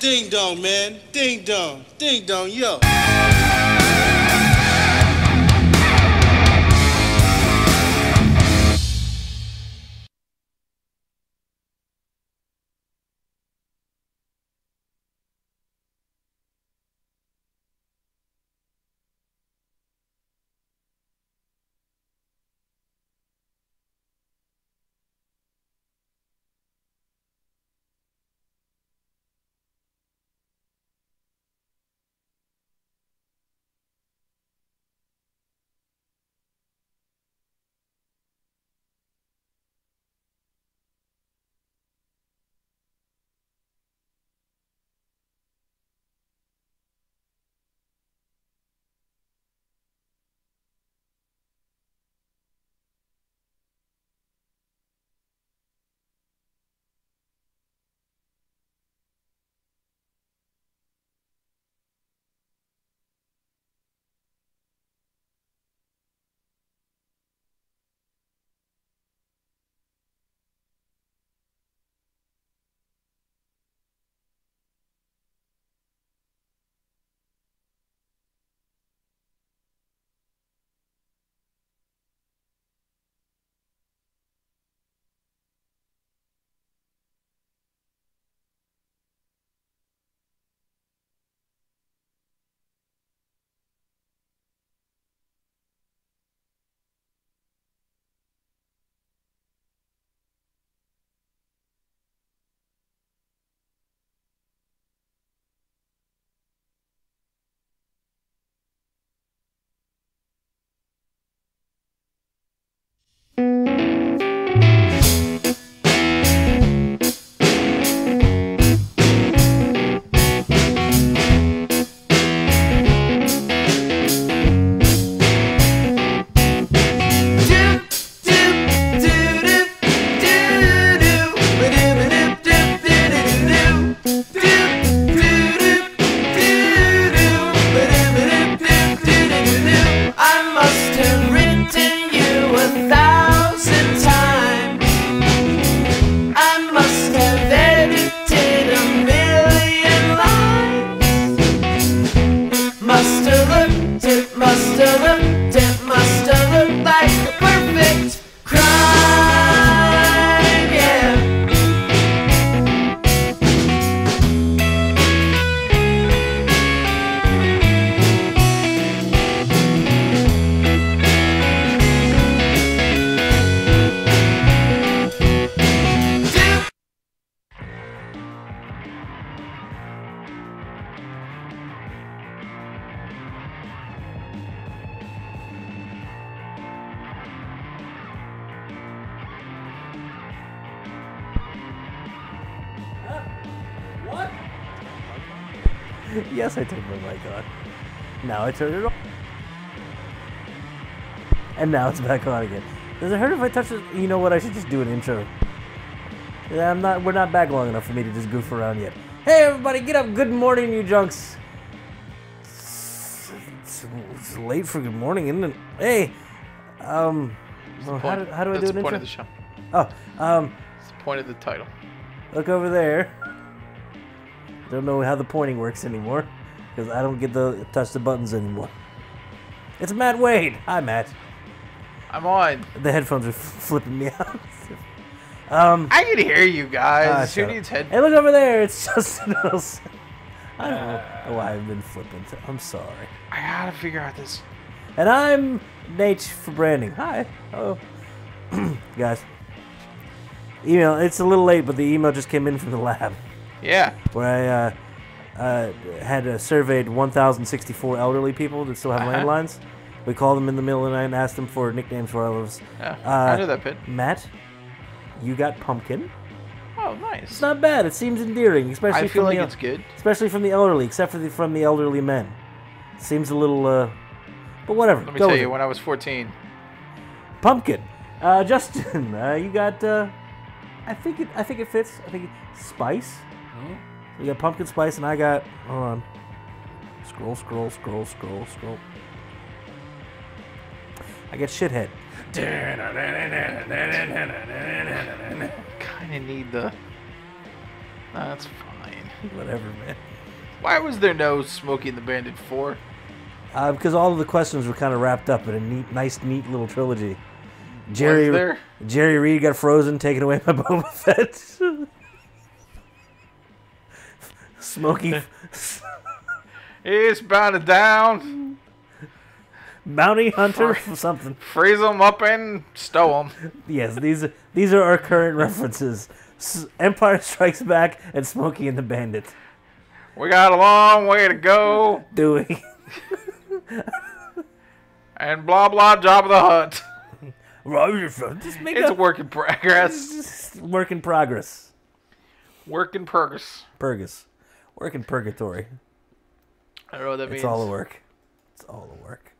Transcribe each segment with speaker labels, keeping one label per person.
Speaker 1: Ding dong, man. Ding dong. Ding dong, yo.
Speaker 2: I must have written you a thousand times. I must have edited a million lines. Must have looked it, must have looked it, must have looked like a perfect crime. Yeah.
Speaker 3: Yes, I turned my mic on. Now I turned it off. And now it's back on again. Does it hurt if I touch it? You know what? I should just do an intro. Yeah, I'm not. We're not back long enough for me to just goof around yet. Hey, everybody, get up! Good morning, you junks. It's, it's- it's late for good morning, isn't it? Hey, um, well, how, do, how do I do
Speaker 4: That's
Speaker 3: an
Speaker 4: the point
Speaker 3: intro?
Speaker 4: of the show.
Speaker 3: oh, um,
Speaker 4: It's the point of the title.
Speaker 3: Look over there. Don't know how the pointing works anymore because I don't get the touch the buttons anymore. It's Matt Wade. Hi, Matt.
Speaker 4: I'm on.
Speaker 3: The headphones are f- flipping me out.
Speaker 4: I can hear you
Speaker 3: Ah,
Speaker 4: guys.
Speaker 3: shut
Speaker 4: Who
Speaker 3: up.
Speaker 4: needs head?
Speaker 3: Hey, look over there. It's Justin Ellis. I don't know why I've been flippant. I'm sorry.
Speaker 4: I gotta figure out this.
Speaker 3: And I'm Nate for branding. Hi. Oh, guys. Email. It's a little late, but the email just came in from the lab.
Speaker 4: Yeah.
Speaker 3: where I uh, uh, had uh, surveyed 1,064 elderly people that still have
Speaker 4: Uh-huh.
Speaker 3: landlines. We called them in the middle of the night and asked them for nicknames for relatives.
Speaker 4: yeah.
Speaker 3: Uh,
Speaker 4: I know that pit.
Speaker 3: Matt, you got pumpkin.
Speaker 4: Oh, nice.
Speaker 3: It's not bad. It seems endearing, especially
Speaker 4: I feel
Speaker 3: from
Speaker 4: like
Speaker 3: the,
Speaker 4: it's good.
Speaker 3: especially from the elderly, except for the, from the elderly men. Seems a little, uh, but whatever.
Speaker 4: Let me
Speaker 3: Go
Speaker 4: tell
Speaker 3: with
Speaker 4: you,
Speaker 3: it.
Speaker 4: when I was 14,
Speaker 3: pumpkin. Uh, Justin, uh, you got. Uh, I think it. I think it fits. I think it, spice. You got pumpkin spice, and I got. Hold on. Scroll, scroll, scroll, scroll, scroll. I got shithead.
Speaker 4: kind of need the. That's fine.
Speaker 3: Whatever, man.
Speaker 5: Why was there no Smokey and the Bandit 4?
Speaker 3: Uh, because all of the questions were kind of wrapped up in a neat, nice, neat little trilogy. Jerry
Speaker 5: there?
Speaker 3: Jerry Reed got frozen, taken away by Boba Fett. Smoking,
Speaker 5: He's bounded down.
Speaker 3: bounty hunter, something.
Speaker 5: Freeze them up and stow them.
Speaker 3: Yes, these these are our current references. S- Empire Strikes Back and Smokey and the Bandit.
Speaker 5: We got a long way to go.
Speaker 3: Doing
Speaker 5: And blah blah job of the hut.
Speaker 3: just make
Speaker 5: It's a
Speaker 3: a
Speaker 5: work in progress.
Speaker 3: work in progress.
Speaker 5: Work in progress.
Speaker 3: Purgus, work in purgatory.
Speaker 5: I don't know what that means.
Speaker 3: It's all a work. It's all a work.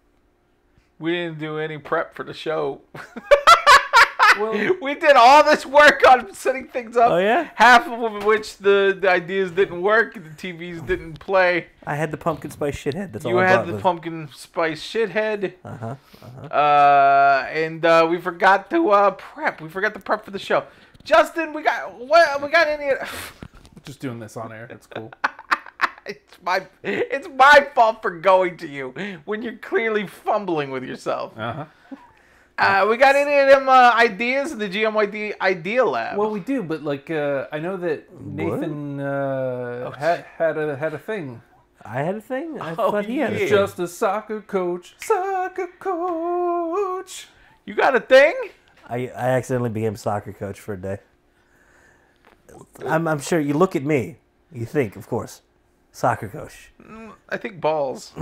Speaker 5: We didn't do any prep for the show.
Speaker 3: Well,
Speaker 5: we did all this work on setting things up.
Speaker 3: Oh, yeah?
Speaker 5: Half of which the, the ideas didn't work, the TVs didn't play.
Speaker 3: I had the pumpkin spice shithead. That's
Speaker 5: You
Speaker 3: all I
Speaker 5: had
Speaker 3: brought
Speaker 5: the
Speaker 3: with-
Speaker 5: pumpkin spice shithead.
Speaker 3: Uh-huh.
Speaker 5: Uh, and uh, we forgot to uh, prep. We forgot to prep for the show. Justin, we got what? We got any?
Speaker 6: Just doing this on air. It's cool.
Speaker 5: It's my it's my fault for going to you when you're clearly fumbling with yourself.
Speaker 6: Uh-huh.
Speaker 5: Uh, we got any of them uh, ideas in the GMYD Idea Lab?
Speaker 6: Well, we do, but like uh, I know that Nathan uh, had had a had a thing.
Speaker 3: I had a thing. I
Speaker 5: Oh,
Speaker 3: thought he had a
Speaker 5: yeah.
Speaker 3: thing.
Speaker 6: Just a soccer coach, soccer coach.
Speaker 5: you got a thing?
Speaker 3: I, I accidentally became a soccer coach for a day. I'm, I'm sure you look at me. You think, of course, soccer coach.
Speaker 5: I think balls.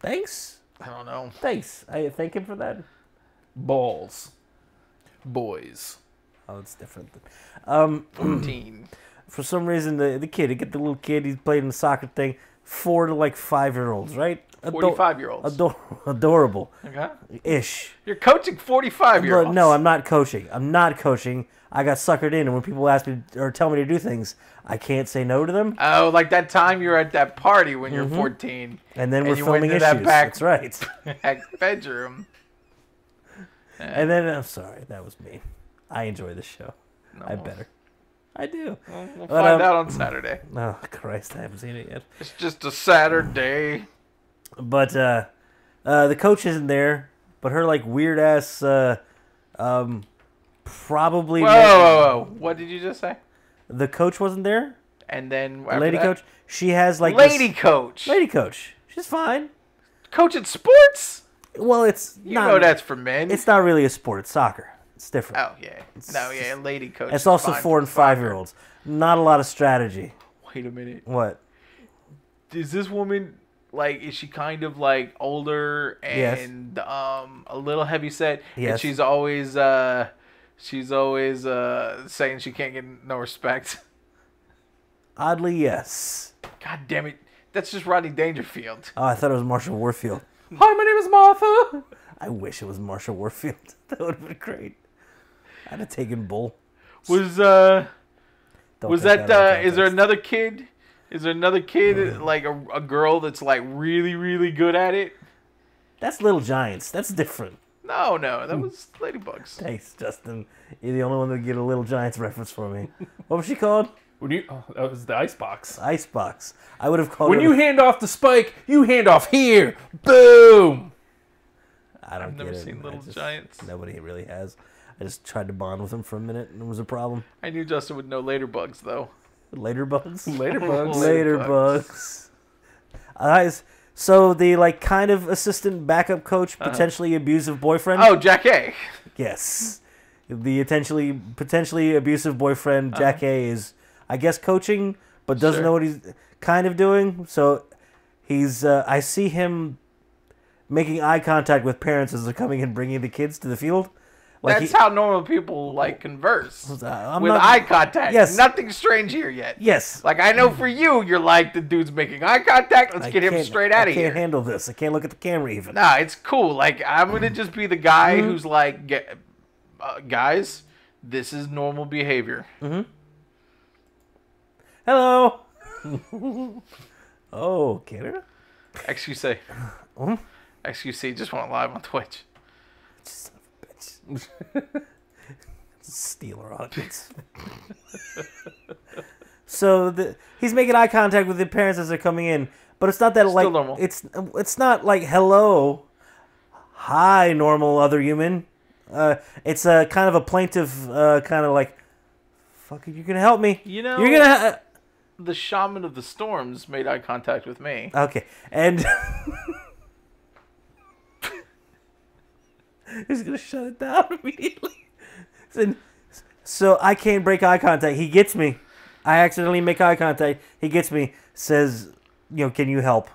Speaker 3: Thanks.
Speaker 5: I don't know.
Speaker 3: Thanks. I thank him for that.
Speaker 6: Balls, boys.
Speaker 3: Oh, it's different. Um,
Speaker 5: Fourteen.
Speaker 3: for some reason, the, the kid, you get the little kid, he's playing the soccer thing, four to like five year olds, right? Ador-
Speaker 5: 45 year olds.
Speaker 3: Ador- adorable
Speaker 5: Okay.
Speaker 3: ish.
Speaker 5: You're coaching 45 year
Speaker 3: Look,
Speaker 5: olds.
Speaker 3: no, I'm not coaching. I'm not coaching. I got suckered in, and when people ask me or tell me to do things, I can't say no to them.
Speaker 5: Oh, like that time you were at that party when you're 14
Speaker 3: Mm-hmm. And then we're
Speaker 5: you went
Speaker 3: filming
Speaker 5: into
Speaker 3: issues.
Speaker 5: that back-
Speaker 3: That's right.
Speaker 5: at bedroom.
Speaker 3: and then I'm sorry, that was me. I enjoy the show.
Speaker 5: No,
Speaker 3: I
Speaker 5: we'll-
Speaker 3: better. I do.
Speaker 5: We'll
Speaker 3: But, um,
Speaker 5: find out on Saturday.
Speaker 3: Oh Christ, I haven't seen it yet.
Speaker 5: It's just a Saturday.
Speaker 3: But uh, uh, the coach isn't there. But her like weird ass, uh, um, probably
Speaker 5: Whoa, whoa, whoa! What did you just say?
Speaker 3: the coach wasn't there.
Speaker 5: And then
Speaker 3: The
Speaker 5: after
Speaker 3: lady
Speaker 5: that-
Speaker 3: coach. She has like this-
Speaker 5: lady coach,
Speaker 3: lady coach. She's fine.
Speaker 5: coach at sports.
Speaker 3: Well, it's
Speaker 5: You
Speaker 3: not.
Speaker 5: know that's for men.
Speaker 3: It's not really a sport. It's soccer. It's different.
Speaker 5: oh yeah, no yeah, lady coach.
Speaker 3: It's
Speaker 5: is
Speaker 3: also
Speaker 5: fine
Speaker 3: four and
Speaker 5: for
Speaker 3: five
Speaker 5: soccer.
Speaker 3: year olds. Not a lot of strategy.
Speaker 5: Wait a minute.
Speaker 3: What?
Speaker 5: Is this woman like? Is she kind of like older
Speaker 3: Yes.
Speaker 5: and um a little heavy set?
Speaker 3: Yes.
Speaker 5: And she's always uh, she's always uh saying she can't get no respect.
Speaker 3: Oddly, yes.
Speaker 5: God damn it! That's just Rodney Dangerfield.
Speaker 3: Oh, I thought it was Marshall Warfield.
Speaker 6: Hi, my name is Martha.
Speaker 3: I wish it was Marshall Warfield. That would have been great. I'd have taken Bull.
Speaker 5: Was uh.
Speaker 3: Don't
Speaker 5: was
Speaker 3: take
Speaker 5: that,
Speaker 3: out of
Speaker 5: uh, is there
Speaker 3: context.
Speaker 5: another kid is there another kid like a, a girl that's like really really good at it
Speaker 3: That's Little Giants. That's different.
Speaker 5: no no
Speaker 3: Hmm.
Speaker 5: that was ladybugs
Speaker 3: Thanks, Justin. You're the only one that get a Little Giants reference for me. What was she called?
Speaker 6: When you oh, that was the icebox.
Speaker 3: Icebox. I would have called
Speaker 6: When
Speaker 3: her.
Speaker 6: you hand off the spike, you hand off here. Boom.
Speaker 3: I don't
Speaker 5: I've never
Speaker 3: get it.
Speaker 5: seen
Speaker 3: I
Speaker 5: Little
Speaker 3: just-
Speaker 5: Giants.
Speaker 3: Nobody really has. I just tried to bond with him for a minute, and it was a problem.
Speaker 5: i knew justin would know ladybugs though
Speaker 3: Later bugs.
Speaker 6: Later, bugs.
Speaker 3: Later,
Speaker 5: bugs.
Speaker 3: bugs. Uh, is- so the like kind of assistant backup coach, potentially abusive boyfriend.
Speaker 5: Uh-huh. oh jack a
Speaker 3: yes, the potentially potentially abusive boyfriend Jack A is, I guess, coaching, but doesn't
Speaker 5: Uh-huh. Sure.
Speaker 3: know what he's kind of doing. So he's uh, I see him making eye contact with parents as they're coming and bringing the kids to the field. Like
Speaker 5: that's
Speaker 3: he- uh,
Speaker 5: how normal people like converse with
Speaker 3: I'm not-
Speaker 5: eye contact
Speaker 3: Yes.
Speaker 5: nothing strange here yet
Speaker 3: Yes.
Speaker 5: like i know for you you're like the dude's making eye contact let's
Speaker 3: I
Speaker 5: get him
Speaker 3: can't-
Speaker 5: straight out
Speaker 3: I
Speaker 5: of here
Speaker 3: can't handle this. I can't look at the camera even.
Speaker 5: Nah, it's cool. Like I'm gonna just be the guy
Speaker 3: Mm-hmm.
Speaker 5: who's like, "Gu- uh, guys, this is normal behavior.
Speaker 3: Hello. oh, Canada.
Speaker 5: Excuse me. Excuse me. Just went live on Twitch.
Speaker 3: Son of a bitch. Steal our audience. So the, he's making eye contact with the parents as they're coming in, but it's not that like
Speaker 5: normal.
Speaker 3: it's it's not like hello, hi, normal other human. Uh, it's a kind of a plaintive, uh, kind of like, "Fuck, you're gonna help me.
Speaker 5: You know-
Speaker 3: you're gonna uh,
Speaker 5: The shaman of the storms made eye contact with me.
Speaker 3: okay." And he's gonna shut it down immediately. And so I can't break eye contact. He gets me. I accidentally make eye contact. He gets me. Says, "You know, can you help?"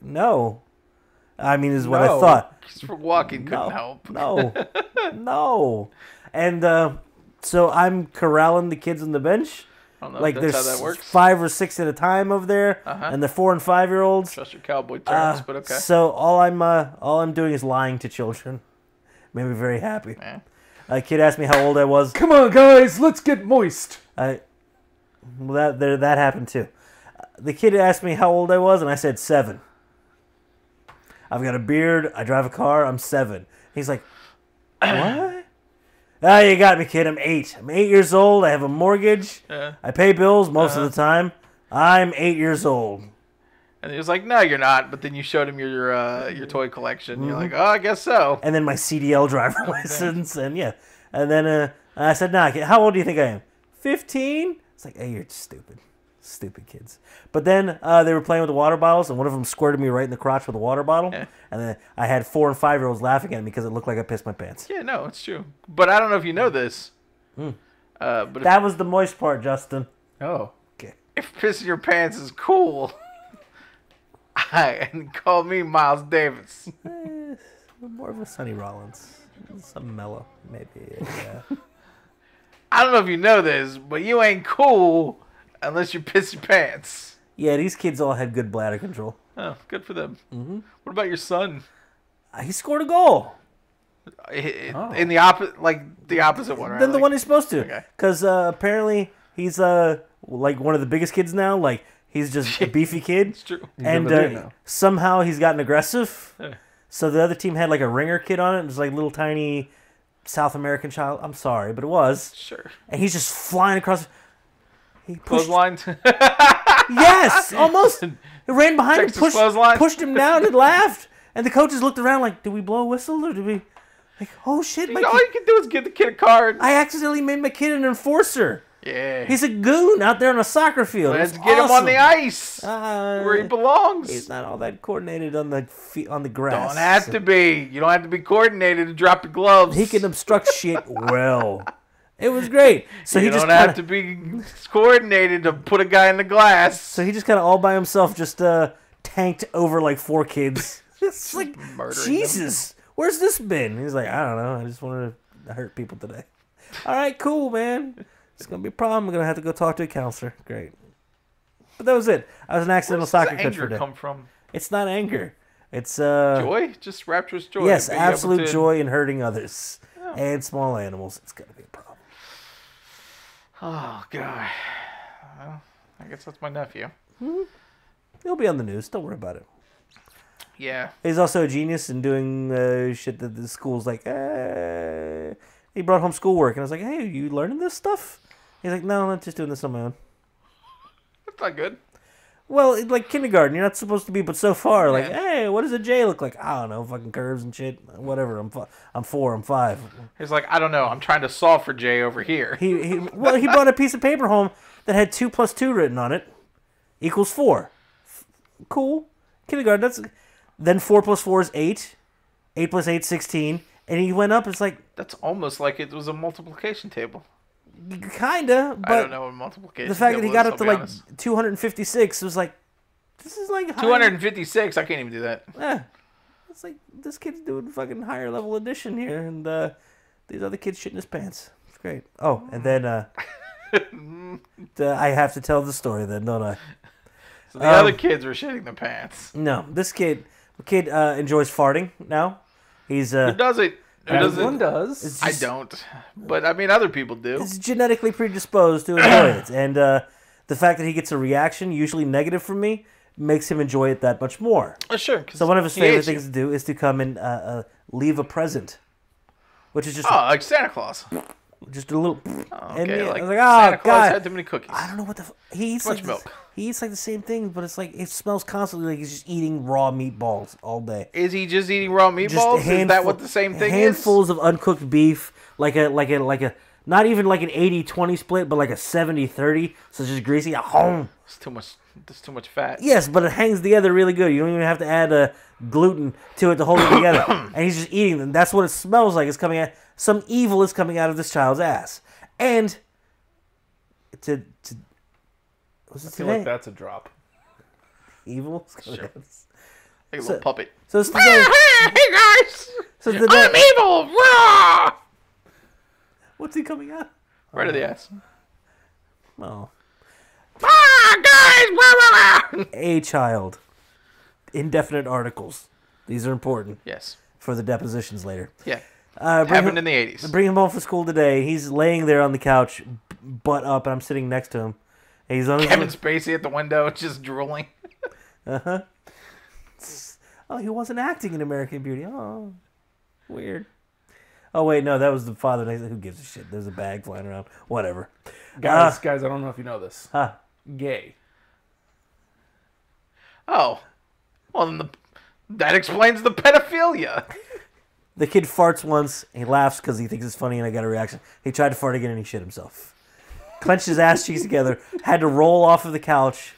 Speaker 3: No. I mean, is what I
Speaker 6: No.
Speaker 3: thought.
Speaker 5: Just for walking
Speaker 3: no,
Speaker 5: couldn't help.
Speaker 3: No, no. And uh, so I'm corralling the kids on the bench.
Speaker 5: I don't know
Speaker 3: Like
Speaker 5: if Oh, that's
Speaker 3: there's
Speaker 5: how that works.
Speaker 3: five or six at a time over there,
Speaker 5: Uh-huh.
Speaker 3: and the four and five year olds.
Speaker 5: Trust your cowboy
Speaker 3: uh,
Speaker 5: terms, but okay.
Speaker 3: So all I'm uh, all I'm doing is lying to children. Made me very happy.
Speaker 5: Eh.
Speaker 3: A kid asked me how old I was.
Speaker 6: Come on, guys, let's get moist.
Speaker 3: I well, that there, that happened too. The kid asked me how old I was, and I said seven. I've got a beard. I drive a car. I'm seven. He's like, what? Ah, you got me, kid. I'm eight. I'm eight years old. I have a mortgage.
Speaker 5: Yeah. Uh-huh.
Speaker 3: I pay bills most of the time. I'm eight years old.
Speaker 5: And he was like, "No, you're not." But then you showed him your uh, your toy collection. You're like, "Oh, I guess so."
Speaker 3: Mm-hmm. and then my CDL driver license, and yeah, and then uh, I said, "Nah, kid, how old do you think I am? 15?" It's like, "Hey, you're stupid, stupid kids." But then uh, they were playing with the water bottles, and one of them squirted me right in the crotch with a water bottle,
Speaker 5: Yeah.
Speaker 3: and then I had four and five year olds laughing at me because it looked like I pissed my pants.
Speaker 5: Yeah, no, it's true. But I don't know if you
Speaker 3: Mm.
Speaker 5: know this. Uh, but
Speaker 3: That was the moist part, Justin.
Speaker 6: Oh,
Speaker 5: if pissing your pants is cool, I and call me Miles Davis.
Speaker 3: More of a Sonny Rollins, some mellow, maybe. Yeah.
Speaker 5: I don't know if you know this, but you ain't cool unless you piss your pants.
Speaker 3: yeah, these kids all had good bladder control.
Speaker 5: Oh, good for them.
Speaker 3: Mm-hmm.
Speaker 5: What about your son?
Speaker 3: Uh, He scored a goal.
Speaker 5: I- I- In the opposite, like the opposite one, right?
Speaker 3: than Oh. the
Speaker 5: Like,
Speaker 3: one he's supposed to.
Speaker 5: Okay.
Speaker 3: Because uh, apparently he's uh like one of the biggest kids now. Like he's just a beefy kid,
Speaker 5: It's true.
Speaker 3: and
Speaker 6: over there
Speaker 3: uh,
Speaker 6: now.
Speaker 3: somehow he's gotten aggressive. So the other team had like a ringer kid on it. It was like little tiny South American child. I'm sorry, but it was.
Speaker 5: Sure.
Speaker 3: And he's just flying across. He pushed.
Speaker 5: Clothesline.
Speaker 3: Yes, almost. He ran behind
Speaker 5: Texas
Speaker 3: him, pushed,
Speaker 5: clothesline.
Speaker 3: pushed him down, and laughed. And the coaches looked around like, "Did we blow a whistle or did we?" Like, oh shit! My
Speaker 5: All
Speaker 3: kid,
Speaker 5: you can do is give the kid a card.
Speaker 3: I accidentally made my kid an enforcer.
Speaker 5: Yeah.
Speaker 3: He's a goon out there on a soccer field.
Speaker 5: Let's
Speaker 3: It's
Speaker 5: get him on
Speaker 3: awesome.
Speaker 5: the ice
Speaker 3: Uh,
Speaker 5: where he belongs.
Speaker 3: he's not all that coordinated on the fe- on the grass.
Speaker 5: Don't have to be. You don't have to be coordinated to drop your gloves.
Speaker 3: He can obstruct shit well. It was great. So
Speaker 5: You
Speaker 3: he just
Speaker 5: don't
Speaker 3: kinda,
Speaker 5: have to be coordinated to put a guy in the glass.
Speaker 3: so he just kind of all by himself just uh tanked over like four kids. it's like
Speaker 5: Murdering them.
Speaker 3: Jesus, where's this been? He's like, I don't know. I just wanted to hurt people today. All right, cool, man. It's gonna be a problem. I'm gonna have to go talk to a counselor. Great. But that was it. I was an accidental
Speaker 5: Where's
Speaker 3: soccer
Speaker 5: this
Speaker 3: coach for
Speaker 5: anger
Speaker 3: a day.
Speaker 5: come from?
Speaker 3: It's not anger. It's uh
Speaker 5: Joy? Just rapturous joy.
Speaker 3: yes,
Speaker 5: Being able
Speaker 3: absolute
Speaker 5: to-
Speaker 3: joy in hurting others and small animals. It's gonna be a problem.
Speaker 5: Oh god. Well, I guess that's my nephew.
Speaker 3: He'll be on the news. Don't worry about it.
Speaker 5: Yeah.
Speaker 3: He's also a genius in doing uh, shit that the school's like. Eh. He brought home schoolwork, and I was like, "Hey, you learning this stuff?" He's like, "No, I'm just doing this on my own."
Speaker 5: That's not good.
Speaker 3: Well, it- like kindergarten, you're not supposed to be, but so far, like,
Speaker 5: Yeah.
Speaker 3: hey, what does a J look like? I don't know, fucking curves and shit. Whatever. I'm, f- I'm four. I'm five.
Speaker 5: He's like, I don't know. I'm trying to solve for Jay over here.
Speaker 3: He, he well, he brought a piece of paper home that had two plus two written on it, equals four. F- Cool. Kindergarten. That's then four plus four is eight. Eight plus eight, 16. And he went up. It's like
Speaker 5: That's almost like it was a multiplication table.
Speaker 3: kinda, but
Speaker 5: I don't know what multiplication.
Speaker 3: the fact that he
Speaker 5: table
Speaker 3: got up
Speaker 5: is, I'll
Speaker 3: to
Speaker 5: be
Speaker 3: like
Speaker 5: honest.
Speaker 3: 256 was like, this is like high-
Speaker 5: 256. I can't even do that.
Speaker 3: Yeah. It's like this kid's doing fucking higher level addition here, and uh, these other kids shitting his pants. It's great. Oh, and then uh, the- I have to tell the story then, don't I?
Speaker 5: So the
Speaker 3: Um,
Speaker 5: other kids were shitting the pants.
Speaker 3: No, this kid, the kid uh, enjoys farting now. He's
Speaker 5: Who
Speaker 3: uh,
Speaker 5: does it? Who does
Speaker 6: one
Speaker 5: it?
Speaker 6: does.
Speaker 5: I don't. But I mean, other people do.
Speaker 3: he's genetically predisposed to enjoy it, and uh, the fact that he gets a reaction, usually negative from me, makes him enjoy it that much more.
Speaker 5: Oh, sure. 'cause
Speaker 3: So one of his
Speaker 5: he
Speaker 3: favorite
Speaker 5: hates you.
Speaker 3: things to do is to come and uh, uh, leave a present, which is just
Speaker 5: Oh, like Oh, Santa Claus.
Speaker 3: Just a little. and
Speaker 5: Okay,
Speaker 3: yeah,
Speaker 5: like,
Speaker 3: I was like,
Speaker 5: Santa
Speaker 3: oh
Speaker 5: Claus had
Speaker 3: god,
Speaker 5: too many cookies.
Speaker 3: I don't know what the. F- he eats
Speaker 5: much
Speaker 3: like
Speaker 5: milk.
Speaker 3: The, he eats like the same thing, but it's like it smells constantly like he's just eating raw meatballs all day.
Speaker 5: Is he just eating raw
Speaker 3: Just
Speaker 5: meatballs? is that
Speaker 3: handful-
Speaker 5: what the same thing is?
Speaker 3: handfuls of uncooked beef, like a like a like a not even like an 80-20 split, but like a 70-30, so it's just greasy. A home.
Speaker 5: It's too much. There's too much fat.
Speaker 3: Yes, but it hangs together really good. You don't even have to add uh, gluten to it to hold it together. and he's just eating them. That's what it smells like. It's coming out. Some evil is coming out of this child's ass. And to to was it
Speaker 6: I feel
Speaker 3: today?
Speaker 6: like that's a drop.
Speaker 5: Ah.
Speaker 3: Evil. is coming
Speaker 5: Sure.
Speaker 3: out of this-
Speaker 5: Like a little
Speaker 3: So-
Speaker 5: puppet.
Speaker 3: So it's today.
Speaker 5: hey guys,
Speaker 3: so it's today.
Speaker 5: I'm evil. Rah!
Speaker 3: What's he coming out?
Speaker 5: Right of the ass.
Speaker 3: Well,
Speaker 5: Ah, guys, blah, blah, blah.
Speaker 3: a child. Indefinite articles. These are important
Speaker 5: Yes.
Speaker 3: for the depositions later.
Speaker 5: Yeah.
Speaker 3: Uh, bring
Speaker 5: Happened
Speaker 3: him-
Speaker 5: in the 80s.
Speaker 3: bring him home from school today. He's laying there on the couch, b- butt up, and I'm sitting next to him. And He's on his
Speaker 5: Kevin Spacey at the window, just drooling.
Speaker 3: Oh, he wasn't acting in American Beauty. Oh, weird. Oh wait, no, that was the father. Who gives a shit? There's a bag flying around. Whatever.
Speaker 6: Guys,
Speaker 3: Ah.
Speaker 6: guys, I don't know if you know this.
Speaker 3: Huh.
Speaker 6: Gay.
Speaker 5: Oh. Well, then the, that explains the pedophilia.
Speaker 3: The kid farts once. He laughs because he thinks it's funny, and I got a reaction. He tried to fart again, and he shit himself. Clenched his ass cheeks together. Had to roll off of the couch,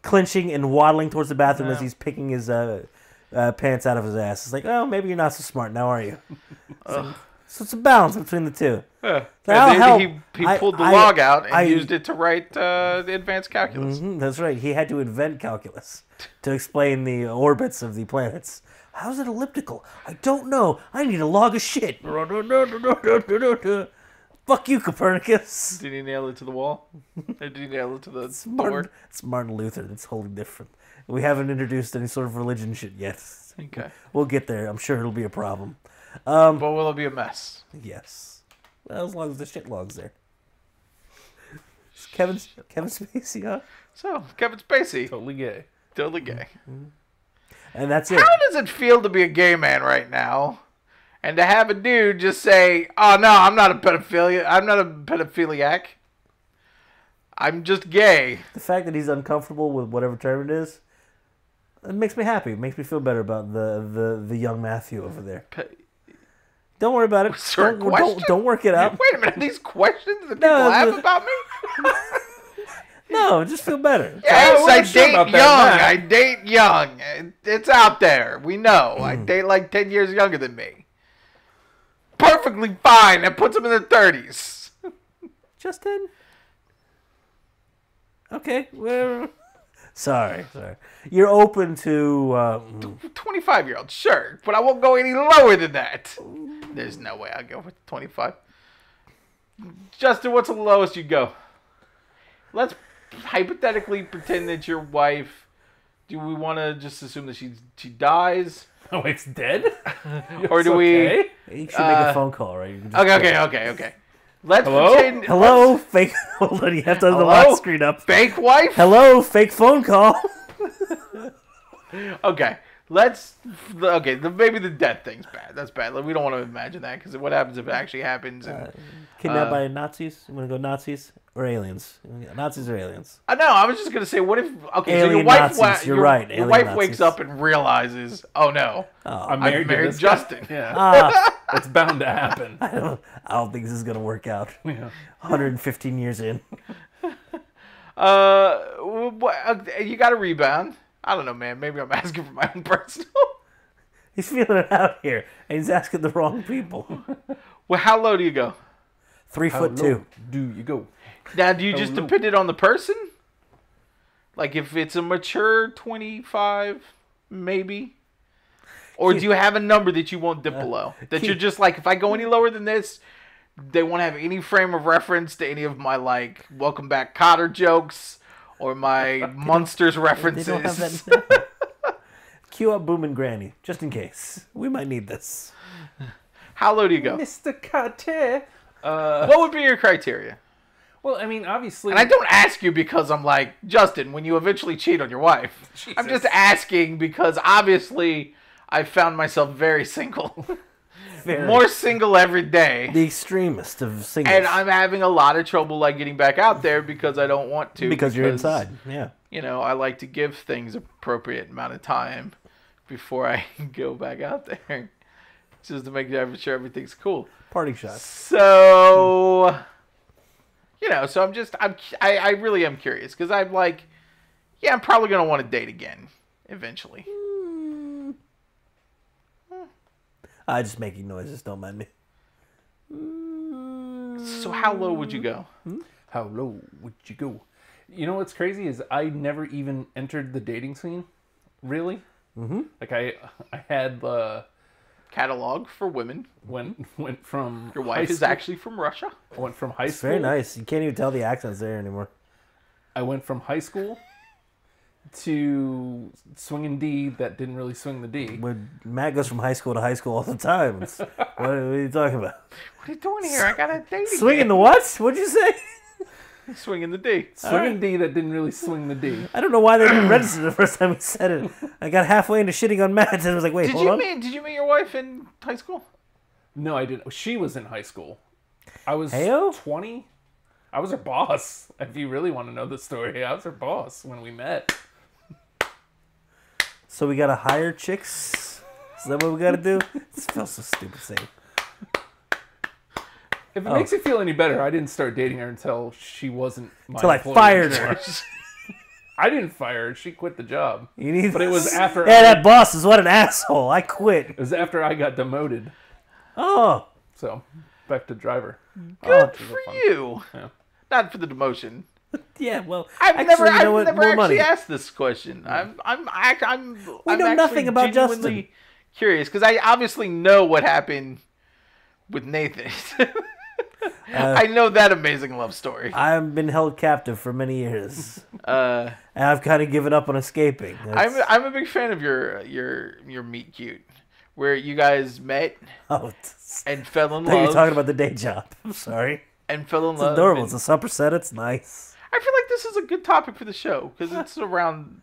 Speaker 3: clinching and waddling towards the bathroom as he's picking his uh, uh, pants out of his ass. It's like, oh, maybe you're not so smart now, are you? So, so it's a balance between the two.
Speaker 5: Yeah,
Speaker 3: That'll
Speaker 5: they-
Speaker 3: help.
Speaker 5: He, he
Speaker 3: I-
Speaker 5: pulled the
Speaker 3: I-
Speaker 5: log out and
Speaker 3: I-
Speaker 5: used it to write uh, the advanced calculus.
Speaker 3: Mhm, that's right. He had to invent calculus to explain the orbits of the planets. How's it elliptical? I don't know. I need a log of shit. Fuck you, Copernicus.
Speaker 5: Did he nail it to the wall? or did he nail it to the
Speaker 3: It's
Speaker 5: board?
Speaker 3: Martin, it's Martin Luther. It's wholly different. We haven't introduced any sort of religion shit yet.
Speaker 5: Okay.
Speaker 3: We'll get there. I'm sure it'll be a problem.
Speaker 5: But will it be a mess?
Speaker 3: Yes. Well, as long as the shit log's there. Is Kevin, Kevin Spacey, huh?
Speaker 5: So, Kevin Spacey,
Speaker 6: Totally gay.
Speaker 5: totally gay.
Speaker 3: Mm-hmm. And that's it.
Speaker 5: How does it feel to be a gay man right now? And to have a dude just say, "Oh no, I'm not a pedophilia. I'm not a pedophiliac. I'm just gay."
Speaker 3: the fact that he's uncomfortable with whatever term it is, it makes me happy. It makes me feel better about the the, the young Matthew over there.
Speaker 5: Pe-
Speaker 3: Don't worry about it.
Speaker 5: Was there a
Speaker 3: Don't, don't
Speaker 5: question?
Speaker 3: don't work it out.
Speaker 5: Wait a minute, these questions that people
Speaker 3: No,
Speaker 5: have
Speaker 3: the-
Speaker 5: about me?
Speaker 3: No, just feel better.
Speaker 5: Yes,
Speaker 6: wasn't
Speaker 5: I
Speaker 6: sure
Speaker 5: date
Speaker 6: about
Speaker 5: young.
Speaker 6: that,
Speaker 5: I date young. It- It's out there. We know. I date like 10 years younger than me. Perfectly fine. That puts them in their 30s.
Speaker 3: Justin. Okay, well, sorry, sorry. You're open to uh,
Speaker 5: 25 year old, sure. But I won't go any lower than that. There's no way I'll go with 25. Justin, what's the lowest you go? Let's hypothetically pretend that your wife. Do we want to just assume that she she dies,
Speaker 6: My wife's Oh, dead?
Speaker 5: or do we?
Speaker 6: okay.
Speaker 3: you should make a phone call, right? You can just-
Speaker 5: Okay, okay, okay, okay. Let's
Speaker 6: Hello?
Speaker 5: pretend.
Speaker 3: Hello, fake. Hold on, you have to have the
Speaker 5: Hello?
Speaker 3: lock screen up.
Speaker 5: Fake wife?
Speaker 3: Hello, fake phone call.
Speaker 5: Okay. Let's. Okay, the, maybe the death thing's bad. That's bad. Like, we don't want to imagine that because what happens if it actually happens? And,
Speaker 3: Kidnapped
Speaker 5: Uh,
Speaker 3: by Nazis. You want to go Nazis or aliens? Nazis or aliens?
Speaker 5: I know. I was just gonna say, what if? Okay, so your
Speaker 3: Alien
Speaker 5: wife.
Speaker 3: Nazis,
Speaker 5: wa-
Speaker 3: you're
Speaker 5: your,
Speaker 3: right,
Speaker 5: Your
Speaker 3: alien
Speaker 5: wife
Speaker 3: Nazis.
Speaker 5: wakes up and realizes, oh no,
Speaker 6: I'm
Speaker 5: I
Speaker 6: married,
Speaker 5: married,
Speaker 6: to this guy.
Speaker 5: Justin.
Speaker 6: Yeah.
Speaker 3: Ah,
Speaker 6: It's bound to happen.
Speaker 3: I don't, I don't think this is gonna work out.
Speaker 6: Yeah.
Speaker 3: 115 years in.
Speaker 5: Uh, wh- okay, you got a rebound. I don't know, man. Maybe I'm asking for my own personal.
Speaker 3: He's feeling it out here, and he's asking the wrong people.
Speaker 5: well, how low do you go?
Speaker 3: Three
Speaker 6: How
Speaker 3: foot
Speaker 6: low
Speaker 3: two.
Speaker 6: Oh, Do you go?
Speaker 5: Now, do you just
Speaker 6: low.
Speaker 5: depend it on the person? Like, if it's a mature 25, maybe? Or do you have a number that you won't dip below? That you're just like, if I go any lower than this, they won't have any frame of reference to any of my, like, welcome back Cotter jokes or my monsters
Speaker 3: They
Speaker 5: references.
Speaker 3: don't have that. Cue up Boom and Granny, just in case. We might need this.
Speaker 5: How low do you go?
Speaker 6: Mr. Carter. Uh,
Speaker 5: What would be your criteria?
Speaker 6: well, I mean, obviously.
Speaker 5: And I don't ask you because I'm like, Justin, when you eventually cheat on your wife. I'm just
Speaker 6: Jesus.
Speaker 5: asking because obviously I found myself very single.
Speaker 3: Very-
Speaker 5: More single every day.
Speaker 3: the extremist of singles.
Speaker 5: and I'm having a lot of trouble like getting back out there because I don't want to.
Speaker 3: because you're inside. Yeah.
Speaker 5: You know, I like to give things appropriate amount of time before I go back out there, just to make sure everything's cool.
Speaker 3: Party shots.
Speaker 5: So, you know, so I'm just I'm I, I really am curious because I'm like, yeah, I'm probably gonna want to date again eventually.
Speaker 3: I just making noises. Don't mind me.
Speaker 5: So how low would you go?
Speaker 6: How low would you go? You know what's crazy is I never even entered the dating scene, really. Mm-hmm. Like I, I had uh,
Speaker 5: Catalog for women.
Speaker 6: went went from
Speaker 5: Your
Speaker 6: high
Speaker 5: wife is
Speaker 6: school-
Speaker 5: actually from Russia.
Speaker 6: went from high
Speaker 3: It's
Speaker 6: school.
Speaker 3: very nice. You can't even tell the accents there anymore.
Speaker 6: I went from high school to swinging D that didn't really swing the D.
Speaker 3: When Matt goes from high school to high school all the time. It's, what, what are you talking about?
Speaker 5: What are you doing here? I got a date.
Speaker 3: Swinging the what? What'd you say?
Speaker 5: again. swinging the D.
Speaker 6: Swinging D that didn't really swing the D.
Speaker 3: I don't know why they didn't register the first time he said it. I got halfway into shitting on Matt and I was like, wait,
Speaker 5: Did
Speaker 3: hold
Speaker 5: you
Speaker 3: on.
Speaker 5: meet? Did you meet your wife in high school?
Speaker 6: No, I didn't. She was in high school. I was
Speaker 3: Heyo?
Speaker 6: 20. I was her boss. If you really want to know the story, I was her boss when we met.
Speaker 3: so we gotta hire chicks? Is that what we gotta do? this feels so stupid saying.
Speaker 6: If
Speaker 3: Oh.
Speaker 6: it makes you feel any better, I didn't start dating her until she wasn't my
Speaker 3: Till I
Speaker 6: employee
Speaker 3: fired
Speaker 6: anymore.
Speaker 3: her.
Speaker 6: I didn't fire her. She quit the job.
Speaker 3: You need
Speaker 6: But it was after
Speaker 3: Yeah, that boss is what an asshole. I quit.
Speaker 6: It was after I got demoted.
Speaker 3: Oh.
Speaker 6: So, back to driver.
Speaker 5: Good
Speaker 6: this is
Speaker 5: for
Speaker 6: fun.
Speaker 5: you.
Speaker 6: Yeah.
Speaker 5: Not for the demotion.
Speaker 3: Yeah, well,
Speaker 5: I've
Speaker 3: actually,
Speaker 5: never,
Speaker 3: you know
Speaker 5: I've
Speaker 3: what?
Speaker 5: never
Speaker 3: More
Speaker 5: actually
Speaker 3: money.
Speaker 5: asked this question. I'm, I'm, act- I'm. We I'm
Speaker 3: know
Speaker 5: actually
Speaker 3: nothing about Justin.
Speaker 5: genuinely Curious, because I obviously know what happened with Nathan.
Speaker 3: Uh,
Speaker 5: I know that amazing love story.
Speaker 3: I've been held captive for many years,
Speaker 5: Uh,
Speaker 3: and I've kind of given up on escaping.
Speaker 5: I'm,
Speaker 3: That's-
Speaker 5: I'm a big fan of your, your, your meet cute, where you guys met
Speaker 3: oh, it's-
Speaker 5: and fell
Speaker 3: I
Speaker 5: in
Speaker 3: thought you were
Speaker 5: love.
Speaker 3: talking about the day job. I'm sorry.
Speaker 5: and fell in
Speaker 3: It's
Speaker 5: love.
Speaker 3: adorable.
Speaker 5: and-
Speaker 3: It's a supper set. It's nice.
Speaker 5: I feel like this is a good topic for the show because it's around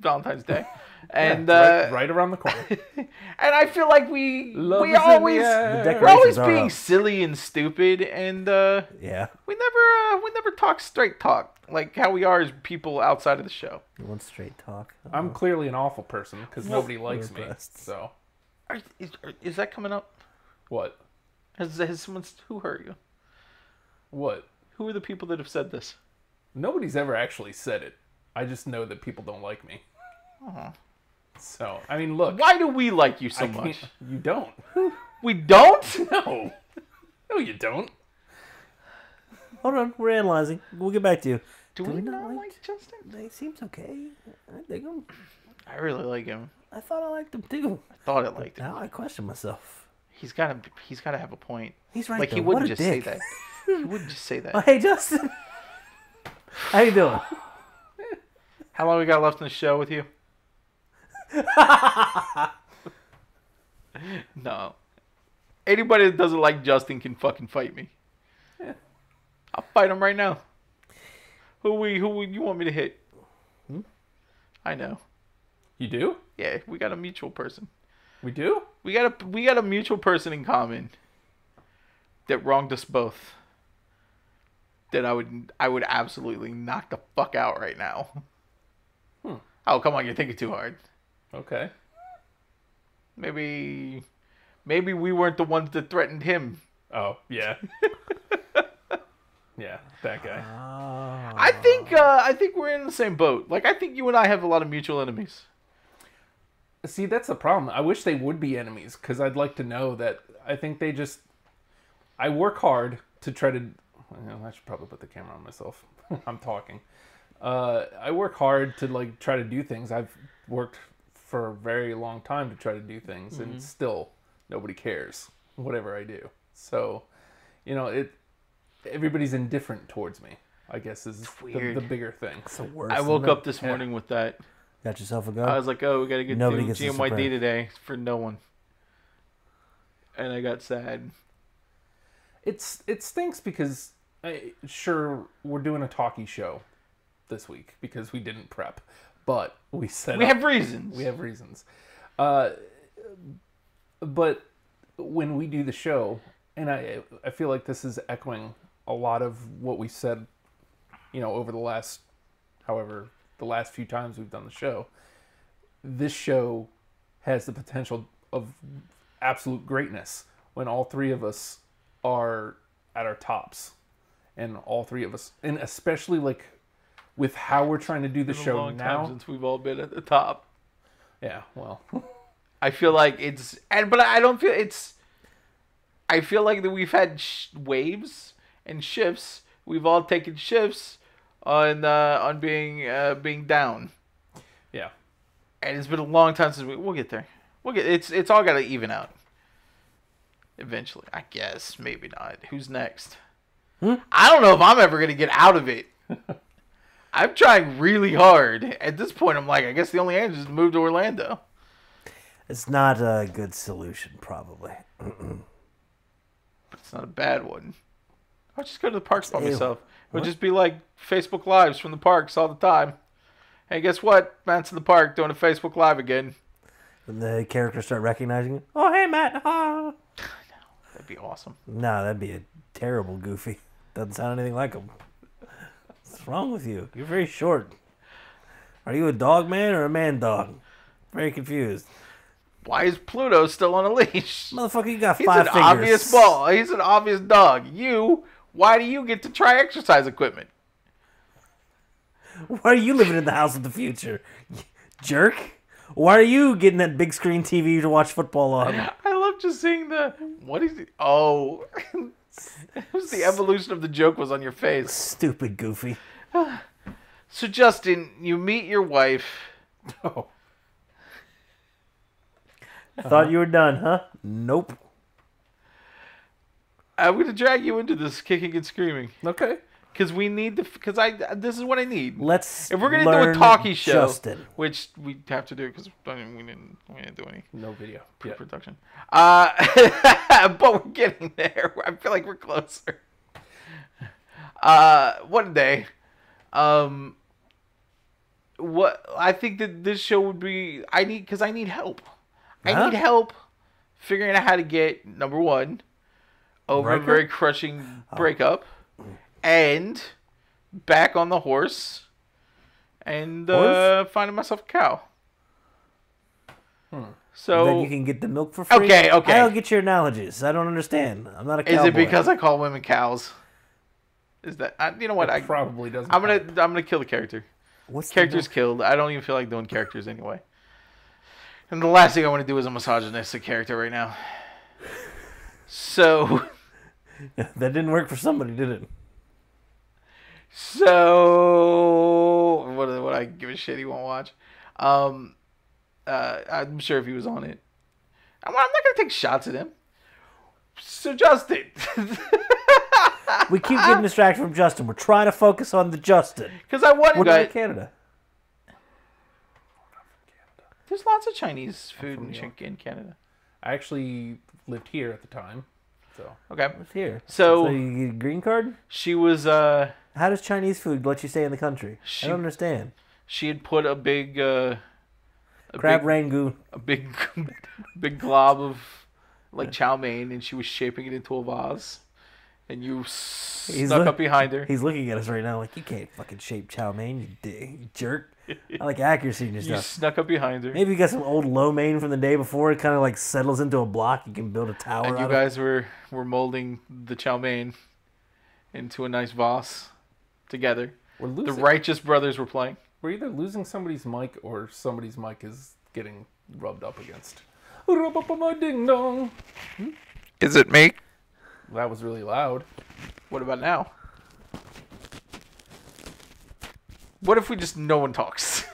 Speaker 5: Valentine's Day, and uh,
Speaker 6: right, right around the corner.
Speaker 5: and I feel like we
Speaker 6: Love
Speaker 5: we
Speaker 6: is in the
Speaker 5: always
Speaker 6: air.
Speaker 3: The
Speaker 5: we're always
Speaker 3: decorations are
Speaker 5: being
Speaker 3: up.
Speaker 5: silly and stupid, and uh,
Speaker 3: Yeah.
Speaker 5: we never uh, we never talk straight talk like how we are as people outside of the show.
Speaker 3: You want straight talk?
Speaker 6: I'm clearly an awful person because nobody likes me.
Speaker 3: impressed.
Speaker 6: So,
Speaker 5: Are, is, is that coming up?
Speaker 6: what?
Speaker 5: Has, has someone who hurt you?
Speaker 6: What?
Speaker 5: Who are the people that have said this?
Speaker 6: Nobody's ever actually said it. I just know that people don't like me. So, I mean, look.
Speaker 5: Why do we like you
Speaker 6: I
Speaker 5: so much?
Speaker 6: can't- You don't.
Speaker 5: We don't.
Speaker 6: No. No, you don't.
Speaker 3: Hold on. We're analyzing. We'll get back to you.
Speaker 5: Do, we,
Speaker 3: we not
Speaker 5: not
Speaker 3: like-
Speaker 5: like Justin?
Speaker 3: They seems okay. I dig 'em.
Speaker 5: I really like him.
Speaker 3: I thought I liked them too.
Speaker 5: Thought I liked him.
Speaker 3: Now I question myself.
Speaker 5: He's got to. He's got to have a point.
Speaker 3: He's right.
Speaker 5: Like
Speaker 3: though.
Speaker 5: he
Speaker 3: what
Speaker 5: wouldn't
Speaker 3: a
Speaker 5: just
Speaker 3: dick.
Speaker 5: say that. He wouldn't just say
Speaker 3: Oh,
Speaker 5: that.
Speaker 3: hey, Justin. How you doing?
Speaker 5: How long we got left in the show with you? no. Anybody that doesn't like Justin can fucking fight me. I'll fight him right now. Who we? Who we, you want me to hit? I know.
Speaker 6: You do?
Speaker 5: Yeah, we got a mutual person.
Speaker 6: We do?
Speaker 5: We got a we got a mutual person in common that wronged us both. That I would I would absolutely knock the fuck out right now.
Speaker 3: Hmm.
Speaker 5: Oh come on, you're thinking too hard.
Speaker 6: Okay.
Speaker 5: Maybe maybe we weren't the ones that threatened him.
Speaker 6: Oh, yeah. yeah, that guy.
Speaker 5: I think uh, I think we're in the same boat. Like I think you and I have a lot of mutual enemies.
Speaker 6: See, that's the problem. I wish they would be enemies because I'd like to know that. I think they just. I work hard to try to. well, I should probably put the camera on myself. I'm talking. Uh, I work hard to like try to do things. I've worked for a very long time to try to do things, and still nobody cares. Whatever I do, so you know it. Everybody's indifferent towards me. I guess is the,
Speaker 5: weird.
Speaker 6: the bigger thing.
Speaker 3: It's the worst.
Speaker 5: I woke
Speaker 3: isn't it?
Speaker 5: up this morning with that.
Speaker 3: Got yourself a gun.
Speaker 5: I was like, oh, we gotta get
Speaker 3: Uh, Nobody
Speaker 5: through
Speaker 3: gets to
Speaker 5: GMYD
Speaker 3: surprise.
Speaker 5: today for no one. And I got sad.
Speaker 6: It's it stinks because I, sure we're doing a talkie show this week because we didn't prep, but
Speaker 3: Uh,
Speaker 6: we said
Speaker 5: We have reasons.
Speaker 6: we have reasons. Uh, but when we do the show, and I I feel like this is echoing a lot of what we said, you know, over the last, however, the last few times we've done the show. This show has the potential of absolute greatness when all three of us are at our tops, and all three of us, and especially like with how we're trying to do the
Speaker 5: It's been a
Speaker 6: show
Speaker 5: long time
Speaker 6: now.
Speaker 5: since we've all been at the top.
Speaker 6: Yeah, well,
Speaker 5: I feel like it's, and but I don't feel it's. I feel like that we've had sh- waves and shifts. We've all taken shifts on uh, on being uh, being down,
Speaker 6: yeah.
Speaker 5: and it's been a long time since we. We'll get there. We'll get. It's it's all gotta even out. Eventually, I guess. Maybe not. Who's next?
Speaker 6: Hmm?
Speaker 5: I don't know if I'm ever gonna get out of it. I'm trying really hard. At this point, I'm like, I guess the only answer is to move to Orlando.
Speaker 3: It's not a good solution, probably.
Speaker 5: It's not a bad one. I'll just go to the parks by
Speaker 3: Ew.
Speaker 5: myself. It would just be like Facebook Lives from the parks all the time. Hey, guess what? Matt's in the park doing a Facebook Live again.
Speaker 3: When the characters start recognizing it, oh hey Matt, ah.
Speaker 5: That'd be awesome.
Speaker 3: no, that'd be a terrible Goofy. Doesn't sound anything like him. What's wrong with you? You're very short. Are you a dog man or a man dog? Very confused,
Speaker 5: Why is Pluto still on a leash?
Speaker 3: motherfucker. You got
Speaker 5: He's
Speaker 3: five
Speaker 5: an
Speaker 3: fingers.
Speaker 5: obvious ball. He's an obvious dog. You, why do you get to try exercise equipment?
Speaker 3: Why are you living in the house of the future, jerk? Why are you getting that big screen TV to watch football on?
Speaker 5: I love just seeing the what is it? Oh, it was the evolution of the joke was on your face.
Speaker 3: Stupid Goofy.
Speaker 5: So Justin, you meet your wife.
Speaker 6: Oh,
Speaker 3: Thought you were done, huh? Nope.
Speaker 5: I'm gonna drag you into this kicking and screaming.
Speaker 6: okay.
Speaker 5: because we need to because i this is what i need
Speaker 3: Let's.
Speaker 5: if we're gonna do a
Speaker 3: learn
Speaker 5: talkie show
Speaker 3: Justin.
Speaker 5: which we have to do because we didn't we didn't do any
Speaker 6: No video. Yeah.
Speaker 5: pre-production uh but we're getting there i feel like we're closer uh one day um what i think that this show would be i need because i need help i
Speaker 3: Huh?
Speaker 5: need help figuring out how to get number one over a
Speaker 3: Breakup?
Speaker 5: very crushing
Speaker 3: Oh.
Speaker 5: breakup and back on the horse and uh, finding myself a cow. So
Speaker 3: Hmm. Then you can get the milk for free.
Speaker 5: Okay, okay.
Speaker 3: I don't get your analogies. I don't understand. I'm not a
Speaker 5: is
Speaker 3: cowboy.
Speaker 5: it because I call women cows? Is that I, you know what I?
Speaker 6: Probably doesn't.
Speaker 5: I'm gonna
Speaker 6: help.
Speaker 5: I'm gonna kill the character.
Speaker 3: What's the
Speaker 5: Character's
Speaker 3: milk?
Speaker 5: killed. I don't even feel like doing characters anyway. And the last thing I want to do is a misogynistic character right now. So
Speaker 3: that didn't work for somebody, did it?
Speaker 5: So what? What I give a shit. He won't watch. Um, uh, I'm sure if he was on it, I'm, I'm not gonna take shots at him. So Justin,
Speaker 3: We keep
Speaker 5: Ah.
Speaker 3: getting distracted from Justin. We're trying to focus on the Justin.
Speaker 5: because I want
Speaker 3: We're
Speaker 5: to.
Speaker 3: not in
Speaker 5: Guys,
Speaker 3: Canada.
Speaker 5: there's lots of Chinese food in, Chi- in Canada.
Speaker 6: I actually lived here at the time, so
Speaker 5: Okay,
Speaker 3: It's here.
Speaker 5: So-
Speaker 3: you get a green card?
Speaker 5: she was. Uh,
Speaker 3: How does Chinese food let you stay in the country?
Speaker 5: She-
Speaker 3: I don't understand.
Speaker 5: she had put a big, uh, a
Speaker 3: Crab
Speaker 5: big,
Speaker 3: Rangoon.
Speaker 5: a big, big glob of like chow mein, and she was shaping it into a vase, and you snuck
Speaker 3: look-
Speaker 5: up behind her.
Speaker 3: He's looking at us right now like, you can't fucking shape chow mein, you, dick, you jerk. I like accuracy in your
Speaker 5: You
Speaker 3: stuff.
Speaker 5: snuck up behind her.
Speaker 3: Maybe you got some old low main from the day before. It kind of like settles into a block. You can build a tower
Speaker 5: And
Speaker 3: out
Speaker 5: you
Speaker 3: of
Speaker 5: guys were were molding the chow mein into a nice vase together.
Speaker 6: we're
Speaker 5: The
Speaker 6: losing.
Speaker 5: Righteous Brothers were playing.
Speaker 6: We're either losing somebody's mic or somebody's mic is getting rubbed up against. Rub up on my ding dong.
Speaker 5: Is it me?
Speaker 6: That was really loud.
Speaker 5: What about now? What if we just no one talks?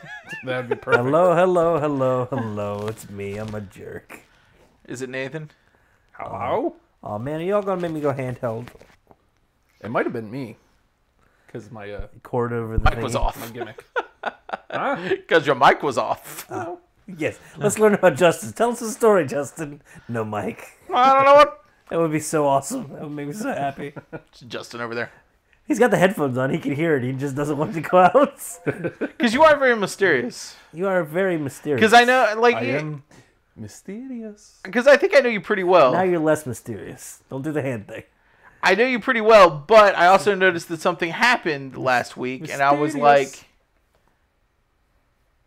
Speaker 6: That'd be perfect.
Speaker 3: Hello, hello, hello, hello. It's me. I'm a jerk.
Speaker 5: Is it Nathan?
Speaker 6: Hello?
Speaker 3: Oh man, are y'all gonna make me go handheld?
Speaker 6: It might have been me, because my uh,
Speaker 3: Cord over the
Speaker 5: Mic was
Speaker 3: thingy?
Speaker 6: my
Speaker 5: off.
Speaker 6: gimmick. Huh?
Speaker 5: Because your mic was off.
Speaker 3: Yes. Let's learn about Justin. Tell us a story, Justin. No, Mike.
Speaker 5: I don't know what.
Speaker 3: That would be so awesome. That would make me so happy.
Speaker 5: It's Justin over there.
Speaker 3: He's got the headphones on. He can hear it. He just doesn't want it to go out.
Speaker 5: Because you are very mysterious.
Speaker 3: you are very mysterious.
Speaker 5: Because I know, like,
Speaker 6: I
Speaker 5: you-
Speaker 6: am Mysterious.
Speaker 5: Because I think I know you pretty well.
Speaker 3: Now you're less mysterious. Don't do the hand thing.
Speaker 5: I know you pretty well, but I also noticed that something happened last week, and I was
Speaker 6: Mysterious.
Speaker 5: like,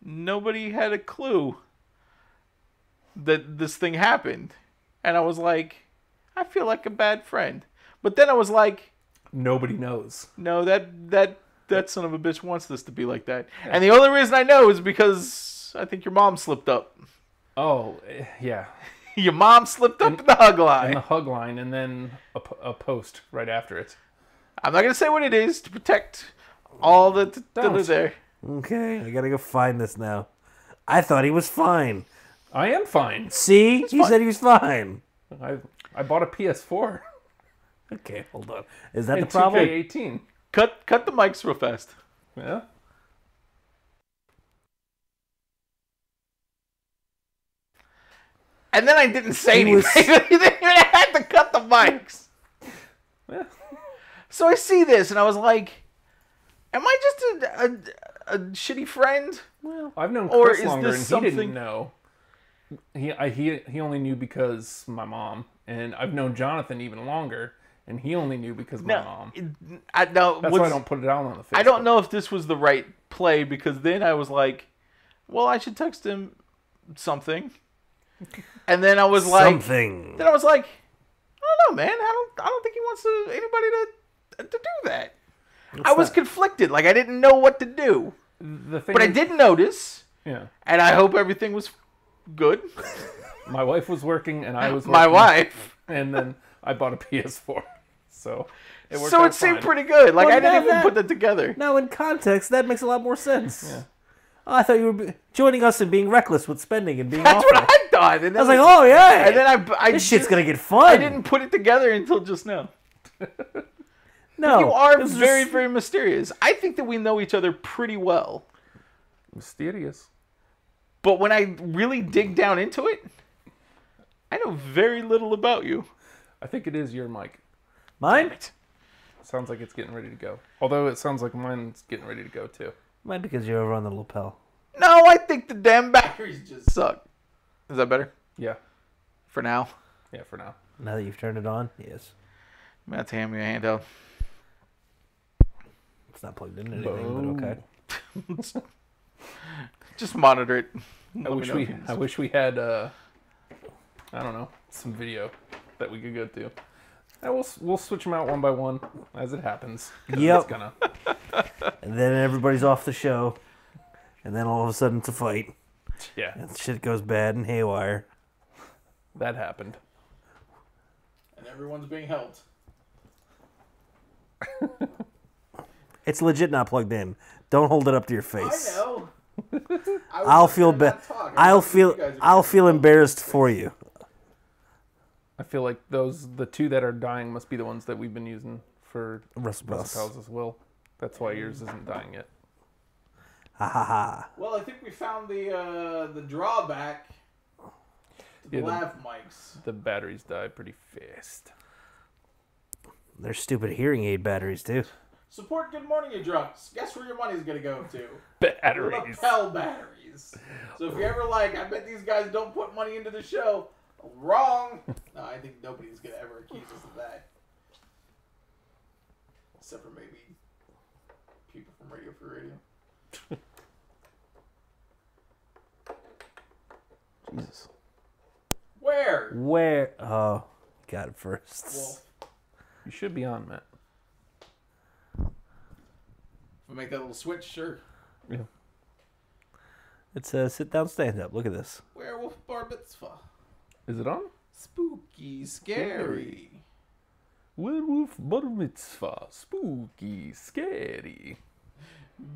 Speaker 5: nobody had a clue that this thing happened, and I was like, I feel like a bad friend. But then I was like,
Speaker 6: Nobody knows.
Speaker 5: no, that that that son of a bitch wants this to be like that, and the only reason I know is because I think your mom slipped up.
Speaker 6: Oh, eh, yeah.
Speaker 5: your mom slipped up in the hug line.
Speaker 6: And the hug line, and then a, p- a post right after it.
Speaker 5: I'm not gonna say what it is to protect all the t- that
Speaker 6: Don't.
Speaker 5: are there.
Speaker 3: Okay, I gotta go find this now. I thought he was fine.
Speaker 6: I am fine.
Speaker 3: See, he said he was fine.
Speaker 6: I I bought a PS4
Speaker 3: Okay, hold on. Is that
Speaker 6: in
Speaker 3: the problem?
Speaker 6: 2K18.
Speaker 5: Cut cut the mics real fast.
Speaker 6: Yeah.
Speaker 5: And then I didn't say
Speaker 3: He was-
Speaker 5: anything. I had to cut the mics.
Speaker 6: Yeah.
Speaker 5: So I see this and I was like, am I just a, a, a shitty friend?
Speaker 6: Well, I've known
Speaker 5: Or
Speaker 6: Chris
Speaker 5: is
Speaker 6: longer, and
Speaker 5: this
Speaker 6: he
Speaker 5: something-
Speaker 6: didn't know. He I, he he only knew because my mom, and I've known Jonathan even longer, and he only knew because my mom.
Speaker 5: it- I, no
Speaker 6: That's
Speaker 5: what's-
Speaker 6: why I don't put it out on the Facebook.
Speaker 5: I don't know if this was the right play because then I was like, well, I should text him something. And then I was like,
Speaker 3: Something.
Speaker 5: then I was like, I don't know, man. I don't. I don't think he wants to, anybody to to do that. I was conflicted. Like I didn't know what to do,
Speaker 6: The thing
Speaker 5: but I
Speaker 6: is-
Speaker 5: did notice,
Speaker 6: Yeah.
Speaker 5: and I hope everything was good.
Speaker 6: My wife was working, and I was working,
Speaker 5: My wife.
Speaker 6: and then I bought a PS4. So it worked
Speaker 5: So
Speaker 6: out
Speaker 5: it seemed
Speaker 6: fine.
Speaker 5: pretty good. Like
Speaker 3: Well,
Speaker 5: I
Speaker 3: now
Speaker 5: didn't even
Speaker 3: that-
Speaker 5: put that together.
Speaker 3: Now, in context, that makes a lot more sense. Oh, I thought you were be- joining us in being reckless with spending and being
Speaker 5: That's
Speaker 3: awful.
Speaker 5: what I thought. And
Speaker 3: I was like, oh yeah.
Speaker 5: and then I, I
Speaker 3: this shit's
Speaker 5: just-
Speaker 3: gonna get fun.
Speaker 5: I didn't put it together until just now.
Speaker 3: No,
Speaker 5: You are
Speaker 3: it was Oh,
Speaker 5: very,
Speaker 3: just-
Speaker 5: very mysterious. I think that we know each other pretty well,
Speaker 6: mysterious.
Speaker 5: but when I really dig down into it, I know very little about you.
Speaker 6: I think it is your mic.
Speaker 3: mine.
Speaker 6: Sounds like it's getting ready to go. Although it sounds like mine's getting ready to go too.
Speaker 3: Mine because you're over on the lapel.
Speaker 5: No, I think the damn batteries just suck. Is that better
Speaker 6: Yeah.
Speaker 5: for now?
Speaker 6: Yeah. For now.
Speaker 3: Now that you've turned it on, yes,
Speaker 5: I'm gonna have to hand me a handheld.
Speaker 3: it's not plugged in or anything, but okay.
Speaker 5: Just monitor it.
Speaker 6: I wish we I wish we had uh I don't know some video that we could go to. And we'll s- we'll switch them out one by one as it happens. 'cause
Speaker 3: Yep.
Speaker 6: It's gonna.
Speaker 3: And then everybody's off the show, and then all of a sudden it's a fight.
Speaker 6: Yeah.
Speaker 3: Shit goes bad and haywire.
Speaker 6: That happened.
Speaker 5: And everyone's being helped.
Speaker 3: It's legit not plugged in. Don't hold it up to your face.
Speaker 5: know.
Speaker 3: I'll feel bad. I'll feel. I'll feel embarrassed for you.
Speaker 6: I feel like those the two that are dying must be the ones that we've been using for
Speaker 3: Russ Bus.
Speaker 6: Kyle's as well. That's why yours isn't dying yet.
Speaker 3: Ha ha ha.
Speaker 5: Well, I think we found the uh, the drawback to the
Speaker 6: Yeah, the-
Speaker 5: lav mics.
Speaker 6: The batteries die pretty fast.
Speaker 3: They're stupid hearing aid batteries too.
Speaker 5: Support Good Morning You Drunks. Guess where your money's gonna go to?
Speaker 6: Batteries.
Speaker 5: Lapel batteries. So if you're ever like, I bet these guys don't put money into the show, wrong. No, I think nobody's gonna ever accuse us of that. Except for maybe people from Radio Free Radio.
Speaker 6: Jesus.
Speaker 5: Where?
Speaker 3: Where? Oh, got it first.
Speaker 5: Wolf.
Speaker 6: You should be on, Matt.
Speaker 5: If we make that little switch, sure.
Speaker 6: Yeah.
Speaker 3: It says sit down, stand up. Look at this.
Speaker 5: Werewolf bar mitzvah.
Speaker 6: Is it on?
Speaker 5: Spooky, scary.
Speaker 6: Werewolf bar mitzvah. Spooky, scary.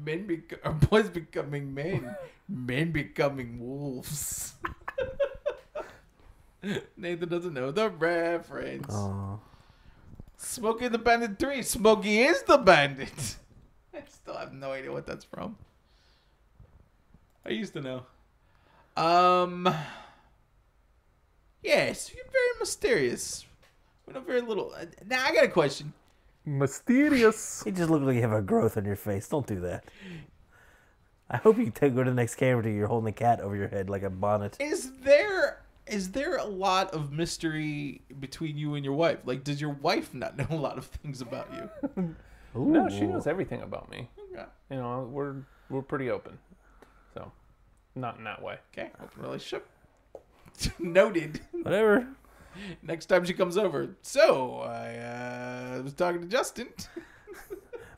Speaker 5: Men become boys becoming men. men becoming wolves. Nathan doesn't know the reference.
Speaker 3: Oh,
Speaker 5: Smokey the Bandit 3. Smokey is the bandit. I still have no idea what that's from. I used to know. Um. Yes, you're very mysterious. We know very little. Uh, Now, I got a question.
Speaker 6: Mysterious.
Speaker 3: you just look like you have a growth on your face. Don't do that. I hope you take, go to the next camera to you're holding a cat over your head like a bonnet.
Speaker 5: Is there is there a lot of mystery between you and your wife? Like, does your wife not know a lot of things about you?
Speaker 6: No,
Speaker 3: Ooh.
Speaker 6: she knows everything about me. You know, we're we're pretty open. So, not in that way.
Speaker 5: Okay, open relationship. Noted.
Speaker 3: Whatever.
Speaker 5: Next time she comes over. So I uh, was talking to Justin.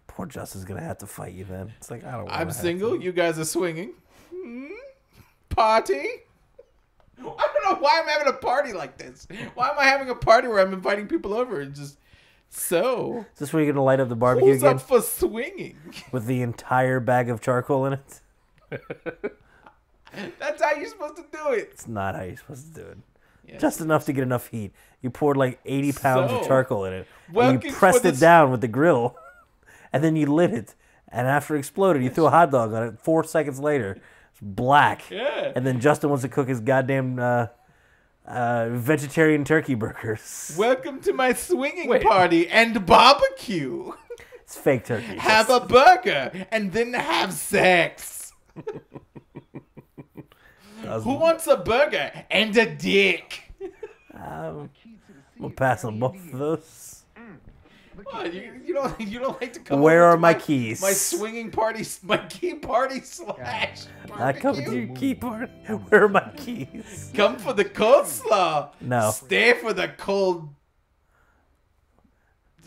Speaker 3: Poor Justin's gonna have to fight you then. It's like I don't.
Speaker 5: I'm
Speaker 3: wanna have
Speaker 5: single. You guys are swinging. Hmm? Party. I don't know why I'm having a party like this. Why am I having a party where I'm inviting people over and just so
Speaker 3: to. Is this where you're gonna light up the barbecue
Speaker 5: who's
Speaker 3: again
Speaker 5: up for swinging?
Speaker 3: with the entire bag of charcoal in it?
Speaker 5: That's how you're supposed to do it.
Speaker 3: It's not how you're supposed to do it.
Speaker 5: Yeah.
Speaker 3: Just enough to get enough heat. You poured like 80 pounds of
Speaker 5: So,
Speaker 3: charcoal in it. And
Speaker 5: welcome
Speaker 3: you
Speaker 5: for
Speaker 3: pressed it
Speaker 5: this-
Speaker 3: down with the grill, and then you lit it. And after it exploded, you threw a hot dog on it. Four seconds later, it's black.
Speaker 5: Yeah.
Speaker 3: And then Justin wants to cook his goddamn uh, uh, vegetarian turkey burgers.
Speaker 5: Welcome to my swinging
Speaker 6: Wait.
Speaker 5: party and barbecue.
Speaker 3: It's fake turkey.
Speaker 5: Have a burger and then have sex. Who wants a burger and a dick?
Speaker 3: Um, I'm gonna pass on both of those.
Speaker 5: What, Oh, you, you don't you don't like to come.
Speaker 3: Where
Speaker 5: over
Speaker 3: are
Speaker 5: to
Speaker 3: my keys?
Speaker 5: My swinging party, my key party slash
Speaker 3: I come to
Speaker 5: barbecue.
Speaker 3: your key part. Where are my keys?
Speaker 5: Come for the coleslaw.
Speaker 3: No.
Speaker 5: Stay for the cold.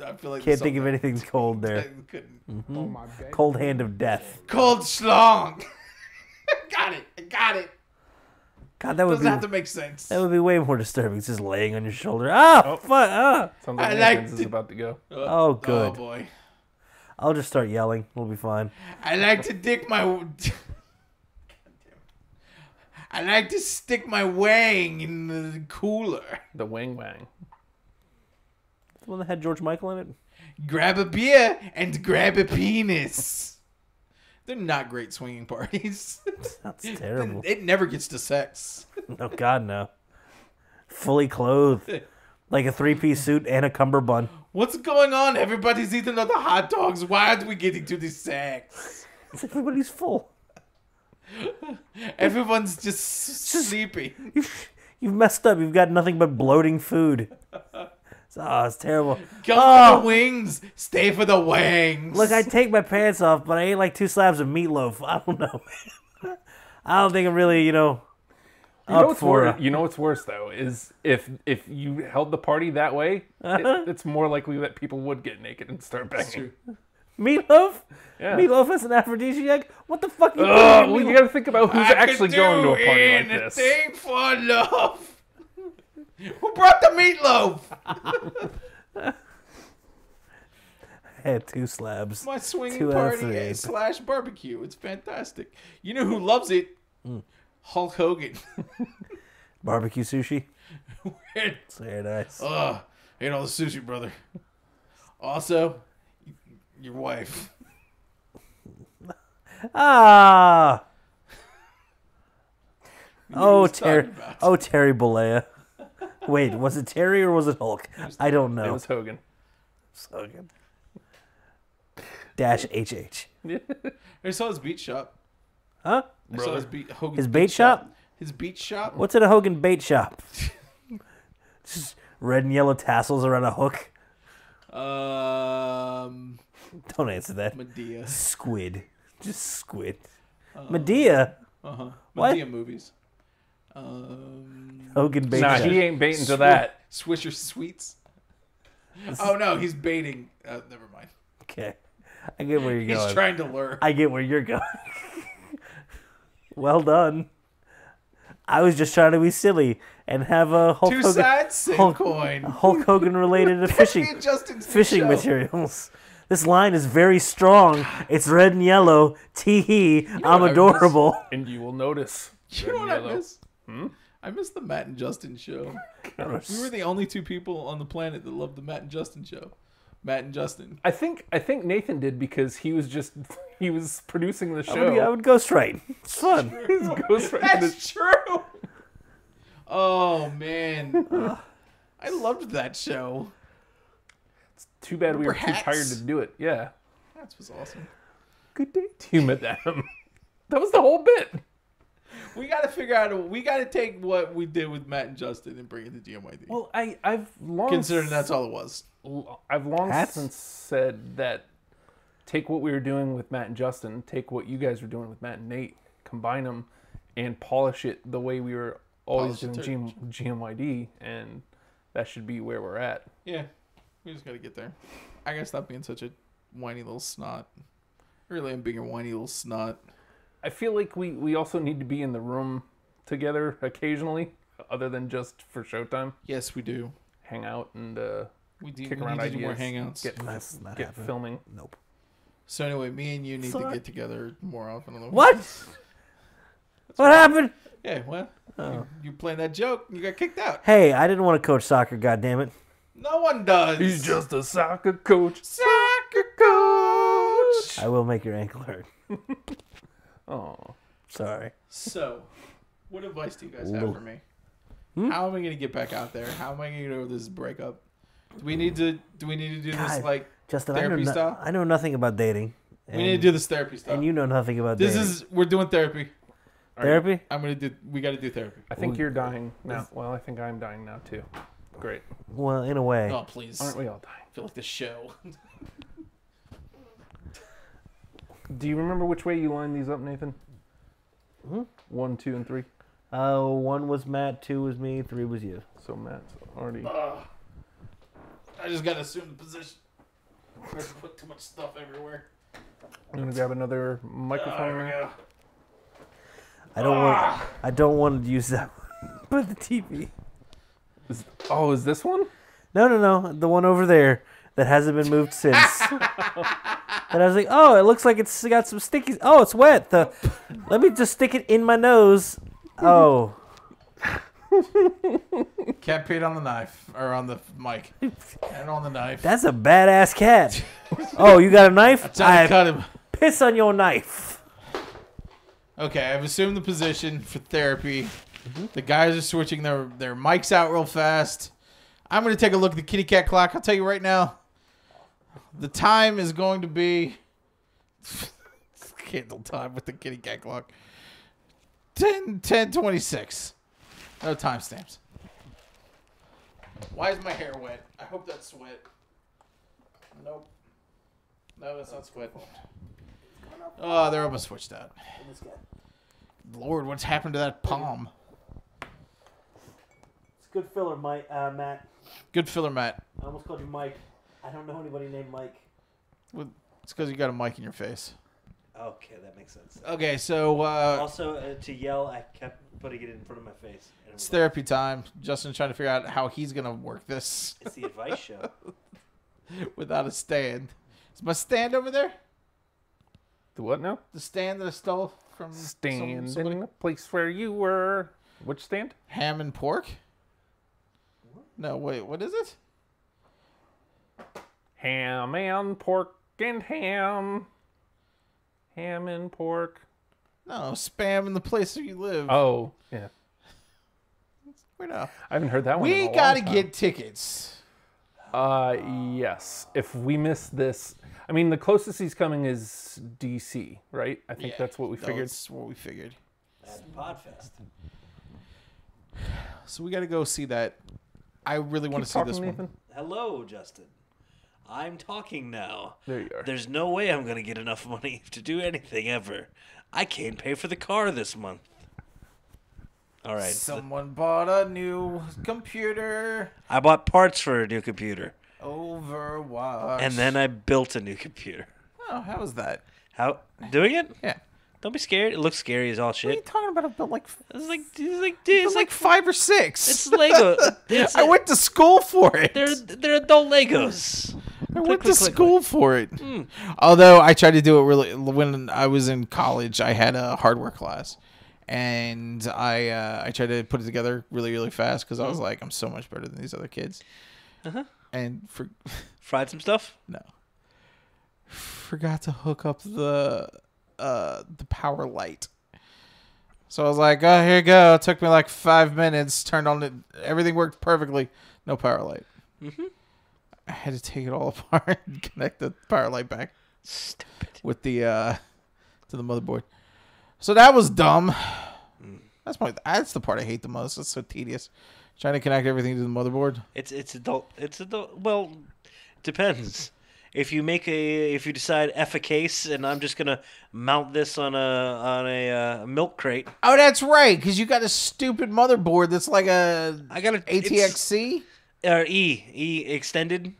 Speaker 5: I feel like
Speaker 3: Can't think of anything cold there.
Speaker 5: something- I couldn't.
Speaker 7: Oh my god.
Speaker 3: Cold hand of death.
Speaker 5: Cold schlong. got it. I Got it.
Speaker 3: God, that would
Speaker 5: Doesn't
Speaker 3: be
Speaker 5: have to make sense.
Speaker 3: that would be way more disturbing. It's just laying on your shoulder. Oh, fuck! ah.
Speaker 6: Sounds like
Speaker 5: I like
Speaker 6: Nathan's
Speaker 5: to-
Speaker 6: is about to go.
Speaker 3: Oh, good.
Speaker 5: Oh boy.
Speaker 3: I'll just start yelling. We'll be fine.
Speaker 5: I like to dick my. God damn it. I like to stick my wang in the cooler.
Speaker 6: The wang wang.
Speaker 3: The one that had George Michael in it.
Speaker 5: Grab a beer and grab a penis. They're not great swinging parties.
Speaker 3: That's terrible.
Speaker 5: it never gets to sex.
Speaker 3: Oh God, no. Fully clothed, like a three-piece suit and a cummerbund.
Speaker 5: What's going on? Everybody's eating other hot dogs. Why aren't we getting to the sex?
Speaker 3: It's everybody's full.
Speaker 5: Everyone's just sleepy.
Speaker 3: You've messed up. You've got nothing but bloating food. It's- Oh, it's terrible.
Speaker 5: Go for
Speaker 3: Oh.
Speaker 5: the wings, stay for the wangs.
Speaker 3: Look, I take my pants off, but I ate like two slabs of meatloaf. I don't know, man. I don't think I'm really, you know,
Speaker 6: You know,
Speaker 3: up
Speaker 6: what's
Speaker 3: for
Speaker 6: worse,
Speaker 3: it.
Speaker 6: you know what's worse though is if if you held the party that way,
Speaker 5: Uh-huh.
Speaker 6: it, it's more likely that people would get naked and start banging.
Speaker 3: meatloaf.
Speaker 6: Yeah.
Speaker 3: Meatloaf as an aphrodisiac? What the fuck? Are you doing
Speaker 6: Ugh, well,
Speaker 3: with
Speaker 6: you
Speaker 3: meatloaf?
Speaker 6: got to think about who's
Speaker 5: I could
Speaker 6: actually going to
Speaker 5: do
Speaker 6: a party like this.
Speaker 5: anything for love. Who brought the meatloaf?
Speaker 3: I had two slabs.
Speaker 5: my swinging
Speaker 3: Two out of
Speaker 5: party
Speaker 3: three.
Speaker 5: slash barbecue. It's fantastic. You know who loves it?
Speaker 3: Mm.
Speaker 5: Hulk Hogan.
Speaker 3: Barbecue sushi.
Speaker 5: Ugh,
Speaker 3: It's very nice.
Speaker 5: Oh. ate all the sushi, brother. Also, your wife.
Speaker 3: Ah. Oh,
Speaker 5: was
Speaker 3: Terry.
Speaker 5: talking about.
Speaker 3: Oh, Terry Bollea. Wait, was it Terry or was it Hulk? I don't
Speaker 6: It
Speaker 3: know.
Speaker 6: was Hogan.
Speaker 3: So good. Dash HH.
Speaker 5: I saw his beat shop.
Speaker 3: Huh?
Speaker 5: I saw his beat Hogan's
Speaker 3: His bait shop?
Speaker 5: His beat shop.
Speaker 3: What's in a Hogan bait shop? Just red and yellow tassels around a hook.
Speaker 5: Um,
Speaker 3: Don't answer that.
Speaker 5: Medea.
Speaker 3: Squid. Just squid. Medea.
Speaker 5: Uh huh.
Speaker 3: What?
Speaker 5: Medea movies. Um,
Speaker 3: Hogan bait
Speaker 6: Nah,
Speaker 3: shop.
Speaker 6: he ain't baiting to that.
Speaker 5: Swisher Sweets. Oh no, he's baiting. Uh, never mind.
Speaker 3: Okay. I get where you're
Speaker 5: He's
Speaker 3: going.
Speaker 5: trying to lure.
Speaker 3: I get where you're going. well done. I was just trying to be silly and have a Hulk
Speaker 5: Two
Speaker 3: Hogan,
Speaker 5: sides, same
Speaker 3: Hulk-
Speaker 5: coin.
Speaker 3: Hulk Hogan related fishing
Speaker 5: Justin's
Speaker 3: fishing
Speaker 5: show.
Speaker 3: materials. This line is very strong. It's red and yellow. Tee hee. I'm
Speaker 5: what I
Speaker 3: adorable.
Speaker 6: And you will notice.
Speaker 5: You know what
Speaker 6: Yellow.
Speaker 5: I miss? I miss the Matt and Justin show. We were the only two people on the planet that loved the Matt and Justin show. Matt and Justin.
Speaker 6: I think I think Nathan did because he was just he was producing the
Speaker 3: I would, I
Speaker 6: show.
Speaker 3: would go straight. It's fun.
Speaker 6: His ghost right to the-
Speaker 5: That's true. Oh man, I loved that show.
Speaker 6: Too bad we were too
Speaker 5: Perhaps.
Speaker 6: tired to do it. Yeah.
Speaker 5: That was awesome.
Speaker 6: Good day to you, Madame. That was the whole bit.
Speaker 5: We got to figure out. A, we got to take what we did with Matt and Justin and bring it to GMYD.
Speaker 6: Well, I I've long
Speaker 5: considering that's all it was.
Speaker 6: l- I've long
Speaker 3: Hats?
Speaker 6: since said that take what we were doing with Matt and Justin, take what you guys were doing with Matt and Nate, combine them, and polish it the way we were always
Speaker 5: Polish it
Speaker 6: doing G- GMYD, and that should be where we're at.
Speaker 5: Yeah, we just got to get there. I gotta stop being such a whiny little snot. Really, I'm being a whiny little snot.
Speaker 6: I feel like we we also need to be in the room together occasionally, other than just for showtime,
Speaker 5: Yes, we do.
Speaker 6: hang out and uh,
Speaker 5: We do.
Speaker 6: kick
Speaker 5: we
Speaker 6: around
Speaker 5: need to do
Speaker 6: ideas,
Speaker 5: more hangouts.
Speaker 6: get
Speaker 3: That's not
Speaker 6: get
Speaker 3: happening.
Speaker 6: filming.
Speaker 3: Nope.
Speaker 5: So anyway, me and you need
Speaker 3: Sorry.
Speaker 5: to get together more often. I don't know-
Speaker 3: What? what happened?
Speaker 5: Yeah, well, you, you playing that joke? You got kicked out.
Speaker 3: Hey, I didn't want to coach soccer. God damn it.
Speaker 5: No one does.
Speaker 6: He's just a soccer coach.
Speaker 5: soccer coach.
Speaker 3: I will make your ankle hurt.
Speaker 6: Oh,
Speaker 3: Sorry.
Speaker 5: So, what advice do you guys have for me?
Speaker 3: Hmm?
Speaker 5: How am I going to get back out there? How am I going to get over this breakup? Do we need to? Do we need to do this
Speaker 3: God,
Speaker 5: like?
Speaker 3: Justin, I know,
Speaker 5: therapy
Speaker 3: no-
Speaker 5: style.
Speaker 3: I know nothing about dating. And,
Speaker 5: we need to do this therapy stuff.
Speaker 3: and you know nothing about
Speaker 5: this
Speaker 3: dating.
Speaker 5: is we're doing therapy.
Speaker 3: therapy?
Speaker 5: I'm gonna do. We got to do therapy.
Speaker 6: I think you're dying now. Well, I think I'm dying now too. Great.
Speaker 3: Well, in a way.
Speaker 5: Oh please!
Speaker 6: Aren't
Speaker 5: I
Speaker 6: we all dying?
Speaker 5: feel like the show.
Speaker 6: Do you remember which way you lined these up, Nathan?
Speaker 5: Hmm?
Speaker 6: One, two, and three.
Speaker 3: Uh, one was Matt, two was me, three was you.
Speaker 6: So Matt's already.
Speaker 5: Uh, I just gotta assume the position. I just put too much stuff everywhere.
Speaker 6: I'm gonna grab another microphone.
Speaker 5: There we go.
Speaker 3: I don't want. I don't want to use that one, but the TV.
Speaker 6: Is- oh, is this one?
Speaker 3: No, no, no. The one over there that hasn't been moved since. and I was like, oh, it looks like it's got some sticky. Oh, it's wet. The, let me just stick it in my nose. Oh,
Speaker 5: Cat peed on the knife or on the mic and on the knife.
Speaker 3: that's a badass cat. Oh, you got a knife?
Speaker 5: Time to
Speaker 3: I
Speaker 5: cut him.
Speaker 3: piss on your knife.
Speaker 5: Okay, I've assumed the position for therapy. The guys are switching their, their mics out real fast. I'm going to take a look at the kitty cat clock. I'll tell you right now, the time is going to be. Candle time with the kitty cat clock. 10 10 26. No timestamps. Why is my hair wet? I hope that's sweat. Nope. No, that's not sweat. Oh, they're almost switched out. Lord, what's happened to that palm?
Speaker 3: It's good filler, Mike. Uh, Matt.
Speaker 5: Good filler, Matt.
Speaker 3: I almost called you Mike. I don't know anybody named Mike.
Speaker 5: Well, It's because you got a mic in your face.
Speaker 3: Okay, that makes sense.
Speaker 5: Okay, so uh,
Speaker 3: Also, uh, to yell, I kept putting it in front of my face. And it was
Speaker 5: it's
Speaker 3: like,
Speaker 5: therapy time. Justin's trying to figure out how he's gonna work this
Speaker 3: it's the advice show.
Speaker 5: without a stand. Is my stand over there?
Speaker 6: The what now?
Speaker 5: The stand that I stole from some-
Speaker 6: Stand in
Speaker 5: somebody?
Speaker 6: the place where you were. Which stand?
Speaker 5: ham and pork. No, wait, what is it?
Speaker 6: Ham and pork and ham. Ham and pork.
Speaker 5: No, spam in the place where you live.
Speaker 6: Oh, yeah.
Speaker 5: Where now?
Speaker 6: I haven't heard that one. in a
Speaker 5: We
Speaker 6: long
Speaker 5: gotta
Speaker 6: time.
Speaker 5: get tickets.
Speaker 6: Uh, yes. If we miss this, I mean, the closest he's coming is DC, right? I think that's what we
Speaker 5: No,
Speaker 6: figured.
Speaker 5: That's what we figured.
Speaker 3: At Podfest.
Speaker 5: So we gotta go see that. I really want to see
Speaker 6: Talking,
Speaker 5: this one.
Speaker 6: Nathan?
Speaker 8: Hello, Justin. I'm talking now.
Speaker 6: There you are.
Speaker 8: There's no way I'm going to get enough money to do anything ever. I can't pay for the car this month. All right.
Speaker 5: Someone bought a new computer.
Speaker 8: I bought parts for a new computer,
Speaker 5: Overwatch.
Speaker 8: and then I built a new computer.
Speaker 5: oh, how was that?
Speaker 8: How doing it?
Speaker 5: Yeah.
Speaker 8: Don't be scared. It looks scary as all
Speaker 5: What are you
Speaker 8: shit.
Speaker 5: talking about? I built like
Speaker 8: It's like it's like dude,
Speaker 5: it's
Speaker 8: it's
Speaker 5: like
Speaker 8: like
Speaker 5: five or six.
Speaker 8: it's Lego. It's,
Speaker 5: I went to school for it.
Speaker 8: they're they're adult Legos.
Speaker 5: I went to
Speaker 8: click, click,
Speaker 5: school for it.
Speaker 8: Hmm.
Speaker 5: Although I tried to do it really when I was in college, I had a hardware class, and I uh, I tried to put it together really really fast because
Speaker 8: Hmm.
Speaker 5: I was like, I'm so much better than these other kids.
Speaker 8: Uh-huh.
Speaker 5: And for
Speaker 8: Fried some stuff.
Speaker 5: no, forgot to hook up the uh the power light. So I was like, oh here you go. It took me like five minutes. Turned on it. Everything worked perfectly. No power light. I had to take it all apart and connect the power light back
Speaker 8: Stupid.
Speaker 5: with the uh to the motherboard. So that was dumb. That's my that's the part I hate the most. It's so tedious. Trying to connect everything to the motherboard.
Speaker 8: It's it's adult. It's adult. Well, depends. If you make a, if you decide f a case, and I'm just gonna mount this on a on a uh, milk crate.
Speaker 5: Oh, that's right, because you got a stupid motherboard that's like a
Speaker 8: I got a
Speaker 5: ATXC.
Speaker 8: or E E extended.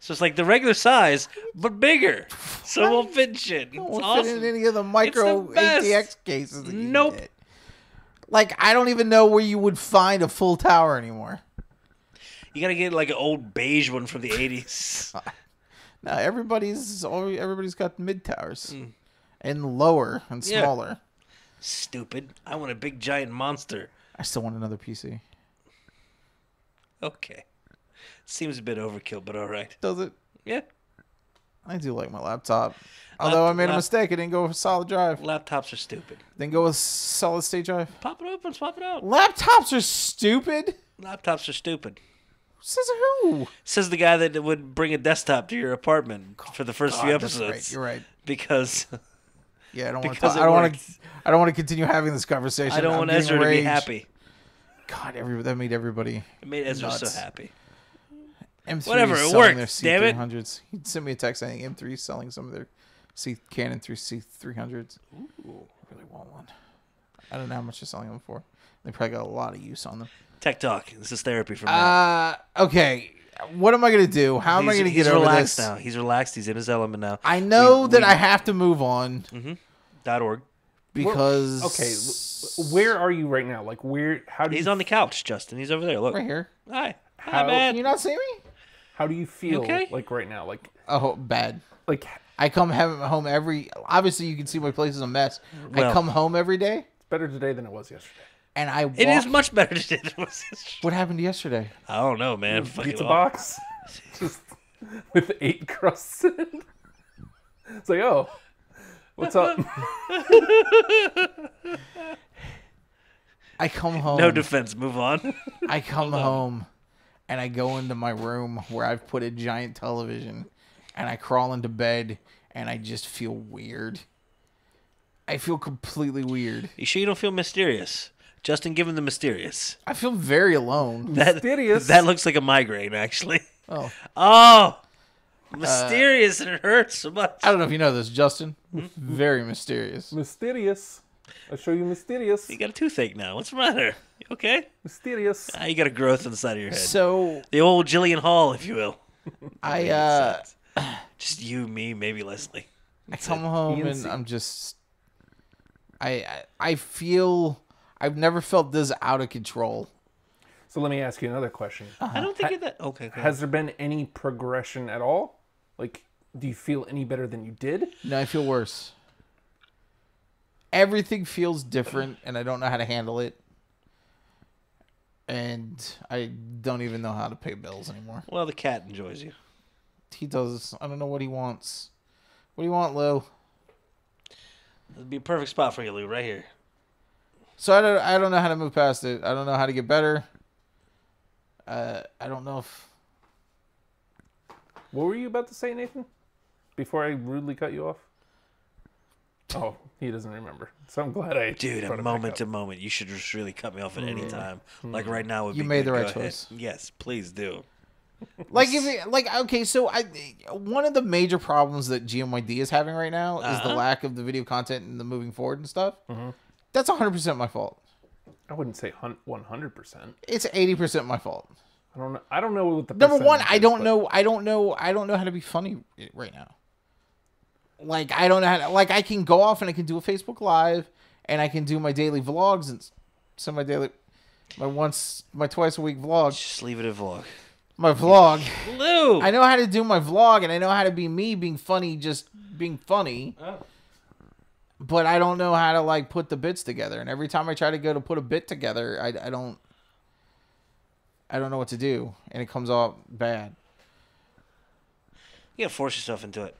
Speaker 8: So it's like the regular size, but bigger. So we'll fit shit. It's
Speaker 5: won't fit in
Speaker 8: awesome.
Speaker 5: any of the micro
Speaker 8: best.
Speaker 5: ATX cases. That you can
Speaker 8: Nope.
Speaker 5: get. Like I don't even know where you would find a full tower anymore.
Speaker 8: You gotta get like an old beige one from the '80s.
Speaker 5: No, everybody's al- everybody's got mid towers and lower and
Speaker 8: Hmm. Yeah.
Speaker 5: smaller.
Speaker 8: Stupid. I want a big giant monster.
Speaker 5: I still want another PC.
Speaker 8: Okay. Seems a bit overkill, but all right.
Speaker 5: Does it?
Speaker 8: Yeah.
Speaker 5: I do like my laptop. Although I made a
Speaker 8: lap-
Speaker 5: mistake, I didn't go with solid drive.
Speaker 8: Laptops are stupid.
Speaker 5: Didn't go with solid state drive.
Speaker 8: Pop it open, swap it out.
Speaker 5: Laptops are stupid.
Speaker 8: Laptops are stupid.
Speaker 5: Says who?
Speaker 8: Says the guy that would bring a desktop to your apartment for the first few
Speaker 5: Ah, that's
Speaker 8: episodes.
Speaker 5: right. You're right.
Speaker 8: Because
Speaker 5: Yeah, I don't want to.
Speaker 8: Because
Speaker 5: I
Speaker 8: it
Speaker 5: don't want to.
Speaker 8: worked.
Speaker 5: I don't want to continue having this conversation.
Speaker 8: I don't
Speaker 5: I'm
Speaker 8: want
Speaker 5: getting
Speaker 8: Ezra to be
Speaker 5: rage.
Speaker 8: happy.
Speaker 5: God, every, that made everybody.
Speaker 8: It made Ezra
Speaker 5: Nuts.
Speaker 8: so happy.
Speaker 5: M3
Speaker 8: Whatever,
Speaker 5: is
Speaker 8: it
Speaker 5: selling
Speaker 8: worked, damn it.
Speaker 5: Their C300s. He sent me a text saying M3 is selling some of their C Canon through C300s. Ooh. I really want one. I don't know how much they're selling them for. They probably got a lot of use on them.
Speaker 8: Tech talk. This is therapy for me.
Speaker 5: Uh, okay. What am I gonna do? How am I gonna
Speaker 8: he's
Speaker 5: get over
Speaker 8: relaxed
Speaker 5: this?
Speaker 8: now. He's relaxed. He's in his element now.
Speaker 5: I know
Speaker 8: We-
Speaker 5: that
Speaker 8: we-
Speaker 5: I have to move on
Speaker 8: Mm-hmm. Dot org.
Speaker 5: because
Speaker 6: Okay, w- where are you right now? Like, where? How do
Speaker 8: He's
Speaker 6: you?
Speaker 8: on the couch, Justin. He's over there. Look.
Speaker 5: right here.
Speaker 8: Hi. Hi,
Speaker 6: How-
Speaker 5: Can you
Speaker 8: man.
Speaker 5: not see me?
Speaker 6: How do you feel?
Speaker 8: okay?
Speaker 6: Like right now? Like,
Speaker 5: Oh, bad.
Speaker 6: like
Speaker 5: I come have- home every. Obviously, you can see my place is a mess. I
Speaker 8: Well.
Speaker 5: come home every day,
Speaker 6: it's better today than it was yesterday.
Speaker 5: and I. Walk.
Speaker 8: It is much better today than it was yesterday.
Speaker 5: What happened yesterday?
Speaker 8: I don't know, man. Fucking
Speaker 6: Pizza
Speaker 8: aw-
Speaker 6: box, just with eight crusts. In it. It's like, oh, what's up?
Speaker 5: I come home.
Speaker 8: No defense. Move on.
Speaker 5: I come home, and I go into my room where I've put a giant television, and I crawl into bed, and I just feel weird. I feel completely weird.
Speaker 8: you sure you don't feel mysterious? Justin, give him the mysterious.
Speaker 5: I feel very alone.
Speaker 8: That,
Speaker 6: Mysterious.
Speaker 8: That looks like a migraine, actually.
Speaker 5: Oh,
Speaker 8: Oh,
Speaker 6: Uh,
Speaker 8: mysterious, and it hurts so much.
Speaker 5: I don't know if you know this, Justin.
Speaker 8: Mm-hmm.
Speaker 5: Very mysterious.
Speaker 6: mysterious. I show you mysterious.
Speaker 8: You got a toothache now. What's the matter? You okay?
Speaker 6: Mysterious.
Speaker 8: Ah, you got a growth inside of your head.
Speaker 5: So
Speaker 8: the old Jillian Hall, if you will.
Speaker 5: I uh,
Speaker 8: Just you, me, maybe Leslie.
Speaker 5: I come home and I'm just I, I I feel I've never felt this out of control.
Speaker 6: So let me ask you another question.
Speaker 8: I don't think it that. Okay, go ahead.
Speaker 6: Has there been any progression at all? Like, do you feel any better than you did?
Speaker 5: No, I feel worse. Everything feels different, and I don't know how to handle it. And I don't even know how to pay bills anymore.
Speaker 8: Well, the cat enjoys you.
Speaker 5: He does. I don't know what he wants. What do you want, Lou?
Speaker 8: It'd be a perfect spot for you, Lou, right here.
Speaker 5: So I don't. I don't know how to move past it. I don't know how to get better. Uh, I don't know if
Speaker 6: What were you about to say, Nathan? Before I rudely cut you off? Oh, he doesn't remember. So I'm glad I.
Speaker 8: Dude,
Speaker 6: brought
Speaker 8: a
Speaker 6: it back
Speaker 8: moment
Speaker 6: up.
Speaker 8: to moment. You should just really cut me off at any time. Like right now would
Speaker 5: Mm-hmm. You
Speaker 8: be
Speaker 5: made
Speaker 8: good.
Speaker 5: the right
Speaker 8: Go ahead.
Speaker 5: choice.
Speaker 8: Yes, please do.
Speaker 5: like if it, like okay so i one of the major problems that gmyd is having right now is the lack of the video content and the moving forward and stuff that's 100% my fault
Speaker 6: I wouldn't say hun- 100%.
Speaker 5: it's 80% my fault
Speaker 6: I don't know. I don't know what the
Speaker 5: number one
Speaker 6: percentage
Speaker 5: i
Speaker 6: is,
Speaker 5: don't
Speaker 6: but
Speaker 5: know i don't know i don't know how to be funny right now like i don't know how to, like i can go off and i can do a facebook live and i can do my daily vlogs and so my daily my once my twice a week vlog
Speaker 8: Just leave it at vlog.
Speaker 5: my vlog
Speaker 8: Lou!
Speaker 5: I know how to do my vlog and I know how to be me being funny, just being funny. But I don't know how to like put the bits together. And every time I try to go to put a bit together, I, I don't I don't know what to do. And it comes off bad.
Speaker 8: You gotta force yourself into it.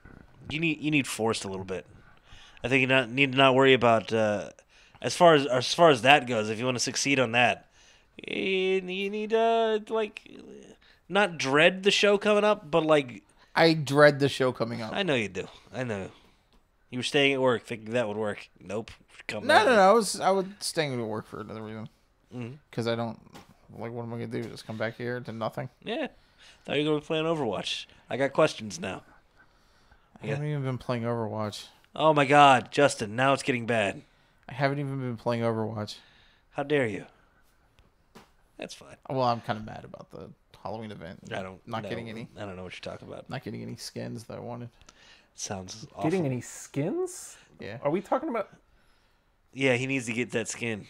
Speaker 8: You need you need forced a little bit. I think you not, need to not worry about uh, as far as as far as that goes. If you want to succeed on that, you, you need to like not dread the show coming up, but like
Speaker 5: I dread the show coming up.
Speaker 8: I know you do. I know. You were staying at work thinking that would work. Nope. Come
Speaker 5: No,
Speaker 8: back.
Speaker 5: no, no. I was I was staying to work for another reason. Because I don't like. What am I gonna do? Just come back here to nothing?
Speaker 8: Yeah. Thought you were going to be playing Overwatch. I got questions now.
Speaker 5: I haven't even been playing Overwatch.
Speaker 8: Oh my God, Justin, now it's getting bad.
Speaker 5: I haven't even been playing Overwatch.
Speaker 8: How dare you? That's fine.
Speaker 5: Well, I'm kind of mad about the Halloween event.
Speaker 8: I don't.
Speaker 5: Not
Speaker 8: know-
Speaker 5: getting any.
Speaker 8: I don't know what you're talking about.
Speaker 5: Not getting any skins that I wanted.
Speaker 8: Sounds awful.
Speaker 6: Getting any skins?
Speaker 5: Yeah.
Speaker 8: Oh.
Speaker 6: Are we talking about?
Speaker 8: Yeah, he needs to get that skin.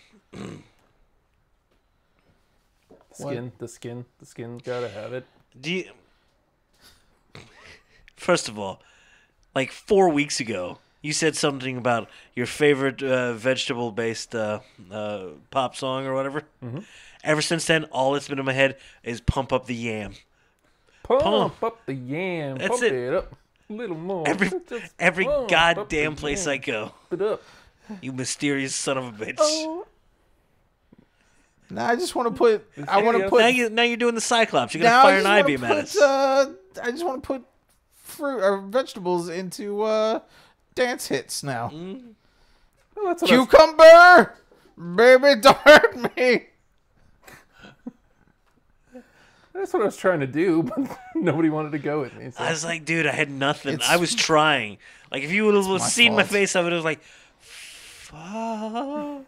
Speaker 6: Skin, the skin, the skin, gotta have it.
Speaker 8: Do you? First of all, like four weeks ago, you said something about your favorite uh, vegetable-based uh, uh, pop song or whatever.
Speaker 5: Mm-hmm.
Speaker 8: Ever since then, all that's been in my head is "Pump Up the Yam."
Speaker 6: Pump,
Speaker 8: Pump.
Speaker 6: up the yam.
Speaker 8: That's
Speaker 6: pump
Speaker 8: it.
Speaker 6: it. up a little more.
Speaker 8: Every
Speaker 6: Just
Speaker 8: every
Speaker 6: pump up
Speaker 8: goddamn
Speaker 6: the
Speaker 8: place
Speaker 6: yam.
Speaker 8: I go,
Speaker 6: Pump it up.
Speaker 8: you mysterious son of a bitch.
Speaker 5: Oh. No, I just want to put. I want to
Speaker 6: video.
Speaker 5: put.
Speaker 8: Now you now you're doing the Cyclops. You're gonna
Speaker 5: now I
Speaker 8: fire an
Speaker 5: just
Speaker 8: eye
Speaker 5: wanna
Speaker 8: beam at us.
Speaker 5: put, uh, I just want to put fruit or vegetables into uh, dance hits now.
Speaker 8: Mm,
Speaker 6: Oh, that's what I was-
Speaker 5: Cucumber, baby, don't hurt me.
Speaker 6: That's what I was trying to do, but nobody wanted to go with me. So
Speaker 8: I was like, dude, I had nothing.
Speaker 5: It's-
Speaker 8: I was trying. Like, if you would have seen my
Speaker 5: fault.
Speaker 8: face, I would have like, fuck,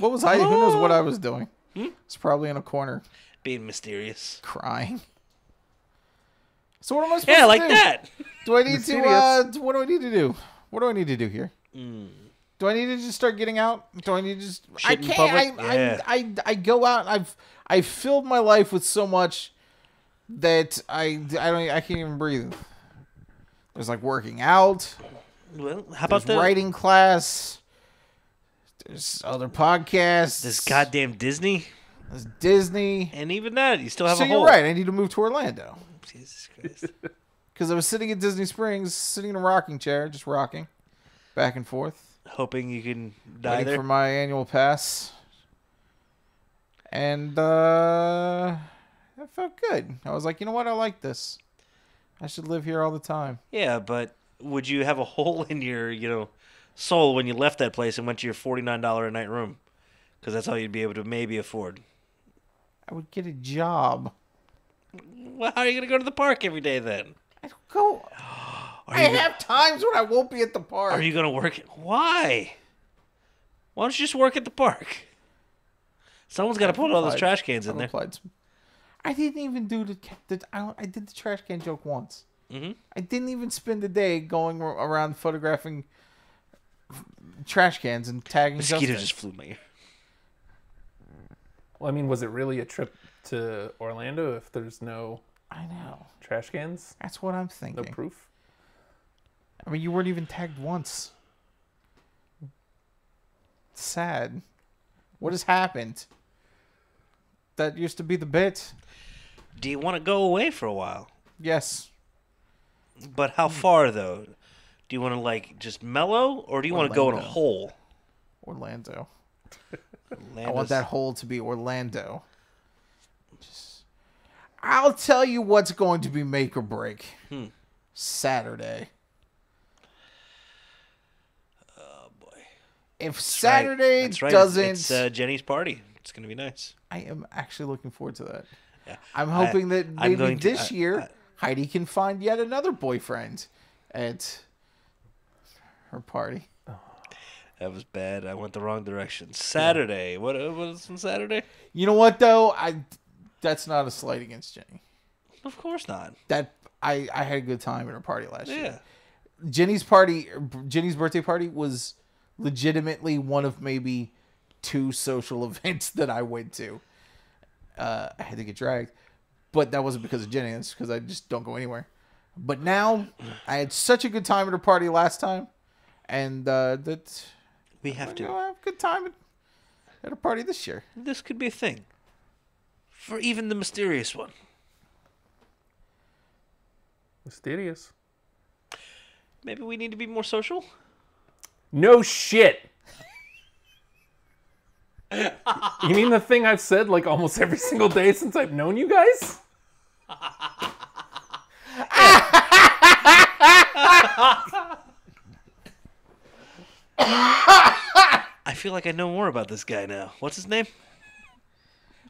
Speaker 5: What was I? Who knows what I
Speaker 8: Oh.
Speaker 5: was doing?
Speaker 8: Hmm?
Speaker 5: It's probably in a corner
Speaker 8: being mysterious.
Speaker 5: crying. So what am I supposed
Speaker 8: Yeah,
Speaker 5: to
Speaker 8: like
Speaker 5: do?
Speaker 8: that.
Speaker 5: Do I need to?
Speaker 6: Mysterious.
Speaker 5: Uh, d- what do I need to do? What do I need to do here? Do I need to just start getting out? Do I need to just? I
Speaker 8: Mm. Shit in
Speaker 5: can't.
Speaker 8: public?
Speaker 5: I,
Speaker 8: Yeah.
Speaker 5: I, I I go out. I've I've filled my life with so much that I I don't I can't even breathe. There's like working out.
Speaker 8: Well, how
Speaker 5: There's
Speaker 8: about the
Speaker 5: writing class. There's other podcasts.
Speaker 8: this goddamn Disney?
Speaker 5: There's Disney.
Speaker 8: And even that, you still have
Speaker 5: So
Speaker 8: a
Speaker 5: you're
Speaker 8: hole.
Speaker 5: right. I need to move to Orlando
Speaker 8: Jesus Christ.
Speaker 5: because I was sitting at Disney Springs, sitting in a rocking chair, just rocking, back and forth.
Speaker 8: Hoping you can die
Speaker 5: waiting
Speaker 8: there.
Speaker 5: for my annual pass. And uh that felt good. I was like, you know what, I like this. I should live here all the time.
Speaker 8: Yeah, but would you have a hole in your, you know, soul when you left that place and went to your forty-nine dollar a night room? Because that's all you'd be able to maybe afford.
Speaker 5: I would get a job.
Speaker 8: Well, how are you gonna go to the park every day then?
Speaker 5: I don't go
Speaker 8: Are
Speaker 5: I
Speaker 8: you gonna-
Speaker 5: have times when I won't be at the park.
Speaker 8: Are you gonna work? At, why? Why don't you just work at the park? Someone's got to put all those
Speaker 5: applied.
Speaker 8: trash cans
Speaker 5: I've
Speaker 8: in there.
Speaker 5: applied some- I didn't even do the, ca- the I, don't- I did the trash can joke once.
Speaker 8: Mhm.
Speaker 5: I didn't even spend the day going ar- around photographing f- trash cans and tagging
Speaker 8: Mosquito
Speaker 5: Justin.
Speaker 8: just flew in my ear.
Speaker 6: well, I mean, was it really a trip to Orlando if there's no
Speaker 5: I know.
Speaker 6: trash cans,
Speaker 5: That's what I'm
Speaker 6: no
Speaker 5: thinking.
Speaker 6: proof?
Speaker 5: I mean, you weren't even tagged once. Sad. What has happened? That used to be the bit.
Speaker 8: Do you want to go away for a while?
Speaker 5: Yes.
Speaker 8: But how far though? Do you want to like just mellow, or do you want to go in a
Speaker 5: Orlando.
Speaker 8: hole?
Speaker 5: Orlando. I
Speaker 8: Orlando's-
Speaker 5: want that hole to be Orlando. Just- I'll tell you what's going to be make or break.
Speaker 8: Hmm.
Speaker 5: Saturday. Oh boy. If
Speaker 8: That's right.
Speaker 5: Saturday
Speaker 8: That's right.
Speaker 5: doesn't
Speaker 8: It's uh, Jenny's party. It's gonna be nice.
Speaker 5: I am actually looking forward to that.
Speaker 8: Yeah.
Speaker 5: I'm hoping that
Speaker 8: I'm
Speaker 5: maybe
Speaker 8: going to-
Speaker 5: this
Speaker 8: I-
Speaker 5: year
Speaker 8: I-
Speaker 5: Heidi can find yet another boyfriend at her party.
Speaker 8: That was bad. I went the wrong direction. Saturday. What What was on Saturday?
Speaker 5: You know what though? I that's not a slight against Jenny.
Speaker 8: Of course not.
Speaker 5: That I I had a good time at her party last
Speaker 8: Yeah.
Speaker 5: year. Jenny's party, Jenny's birthday party was legitimately one of maybe two social events that I went to. Uh, I had to get dragged, but that wasn't because of Jenny. That's because I just don't go anywhere. But now I had such a good time at her party last time, and uh, that
Speaker 8: We have
Speaker 5: you
Speaker 8: to.
Speaker 5: know, I have a good time at, at a party this year.
Speaker 8: This could be a thing. For even the mysterious one.
Speaker 6: Mysterious.
Speaker 8: Maybe we need to be more social.
Speaker 6: No shit. you mean the thing I've said like almost every single day since I've known you guys?
Speaker 8: I feel like I know more about this guy now. What's his name?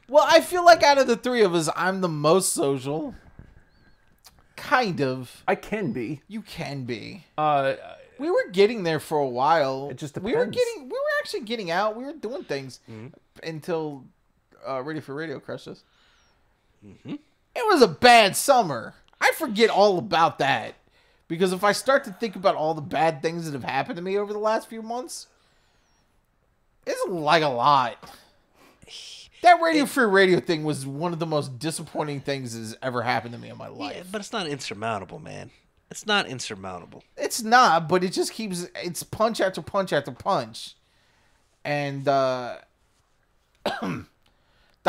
Speaker 5: Well, I feel like out of the three of us, I'm the most social. Kind of.
Speaker 6: I can be.
Speaker 5: You can be.
Speaker 6: Uh,
Speaker 5: We were getting there for a while.
Speaker 6: It just
Speaker 5: We were
Speaker 6: depends. Mm-hmm.
Speaker 5: getting. We were actually getting out. We were doing things until uh, Ready for Radio crushed us.
Speaker 6: Mm-hmm.
Speaker 5: It was a bad summer. I forget all about that because if I start to think about all the bad things that have happened to me over the last few months, it's like a lot. That Radio Free Radio thing was one of the most disappointing things that's ever happened to me in my life.
Speaker 8: Yeah, but it's not insurmountable, man. It's not insurmountable.
Speaker 5: It's not, but it just keeps it's punch after punch after punch. And uh the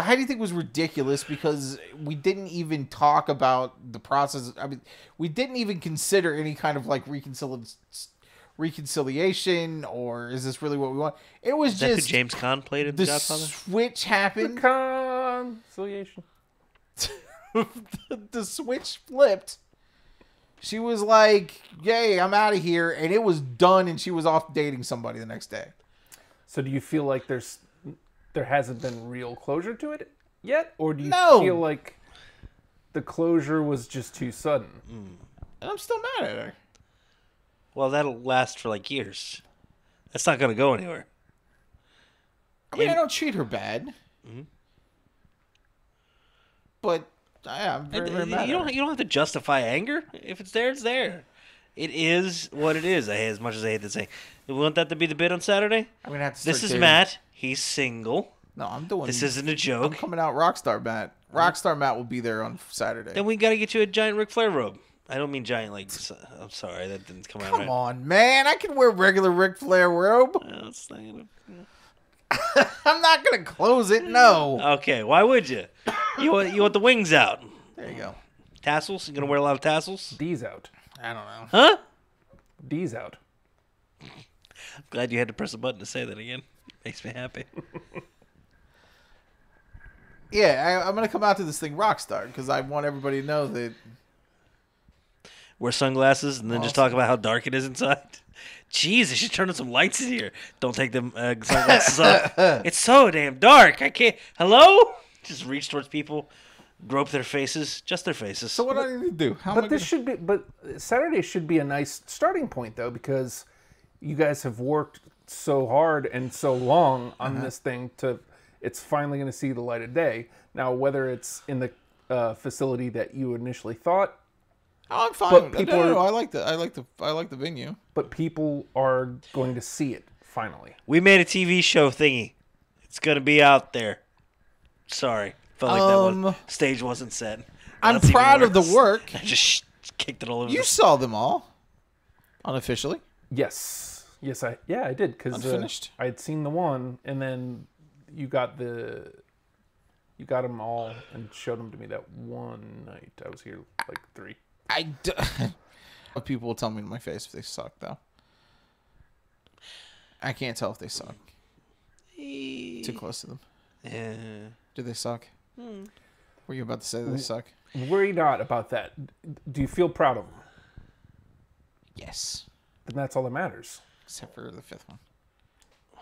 Speaker 5: Heidi thing was ridiculous because we didn't even talk about the process. I mean, we didn't even consider any kind of like reconcil- reconciliation or is this really what we want? It was
Speaker 8: Is that who
Speaker 5: just
Speaker 8: James Conn played in
Speaker 5: the
Speaker 8: The Godfather?
Speaker 5: switch happened.
Speaker 6: Conciliation.
Speaker 5: the switch flipped. She was like, "Yay, I'm out of here," and it was done, and she was off dating somebody the next day.
Speaker 6: So do you feel like there's there hasn't been real closure to it yet, or do you
Speaker 5: No.
Speaker 6: feel like the closure was just too sudden?
Speaker 5: And I'm still mad at her.
Speaker 8: Well, that'll last for like years. That's not gonna go anywhere.
Speaker 5: I mean, I don't treat her bad,
Speaker 8: Mm-hmm.
Speaker 5: but I, am very,
Speaker 8: And,
Speaker 5: very
Speaker 8: uh,
Speaker 5: mad.
Speaker 8: you
Speaker 5: at
Speaker 8: don't
Speaker 5: her.
Speaker 8: you don't have to justify anger. If it's there, it's there. It is what it is. I hate as much as I hate to say. We want that to be the bit on Saturday.
Speaker 5: I'm gonna have to.
Speaker 8: This
Speaker 5: start
Speaker 8: is
Speaker 5: dating.
Speaker 8: Matt. He's single.
Speaker 5: No, I'm doing.
Speaker 8: This isn't a
Speaker 5: I'm
Speaker 8: joke.
Speaker 5: coming out, rockstar Matt. Rockstar Matt will be there on Saturday.
Speaker 8: Then we gotta get you a giant Ric Flair robe. I don't mean giant like. s- I'm sorry, that didn't come out.
Speaker 5: Come
Speaker 8: right.
Speaker 5: on, man! I can wear regular Ric Flair robe.
Speaker 8: Uh, it's not gonna-
Speaker 5: I'm not gonna close it. No.
Speaker 8: Okay, why would you? You want you want the wings out?
Speaker 5: There you go.
Speaker 8: Tassels? You gonna wear a lot of tassels?
Speaker 6: D's out.
Speaker 5: I don't know.
Speaker 8: Huh?
Speaker 6: D's out.
Speaker 8: Glad you had to press a button to say that again. Makes me happy.
Speaker 5: Yeah, I, I'm gonna come out to this thing rockstar because I want everybody to know that.
Speaker 8: Wear sunglasses and then just talk about how dark it is inside. Jeez, I should turn on some lights in here. Don't take them uh, sunglasses off. It's so damn dark. I can't. Hello? Just reach towards people, grope their faces, just their faces.
Speaker 5: So what do I need to do? How am I
Speaker 6: But this should be. But Saturday should be a nice starting point though, because you guys have worked so hard and so long on this thing to it's finally going to see the light of day. Now, whether it's in the uh, facility that you initially thought
Speaker 5: gonna- Oh, I'm fine.
Speaker 6: But
Speaker 5: with it.
Speaker 6: people
Speaker 5: no, no, no,
Speaker 6: are-
Speaker 5: I like the, I like the, I like the venue.
Speaker 6: but people are going to see it finally.
Speaker 8: We made a TV show thingy. It's gonna be out there. Sorry, felt like that
Speaker 5: Um,
Speaker 8: was, stage wasn't set.
Speaker 5: I'm
Speaker 8: That's even
Speaker 5: proud of the
Speaker 8: worse.
Speaker 5: work.
Speaker 8: I just sh- kicked it all over.
Speaker 5: You
Speaker 8: the-
Speaker 5: saw them all, unofficially.
Speaker 6: Yes, yes, I yeah I did because
Speaker 5: Unfinished?
Speaker 6: I had seen the one, and then you got the you got them all and showed them to me that one night. I was here like three.
Speaker 5: I. D- people will tell me in my face if they suck though. I can't tell if they suck. Too close to them.
Speaker 8: Yeah.
Speaker 5: Do they suck? Hmm. Were you about to say that they suck?
Speaker 6: Worry not about that. Do you feel proud of them?
Speaker 5: Yes,
Speaker 6: Then that's all that matters.
Speaker 5: except for the fifth one.
Speaker 8: Oh,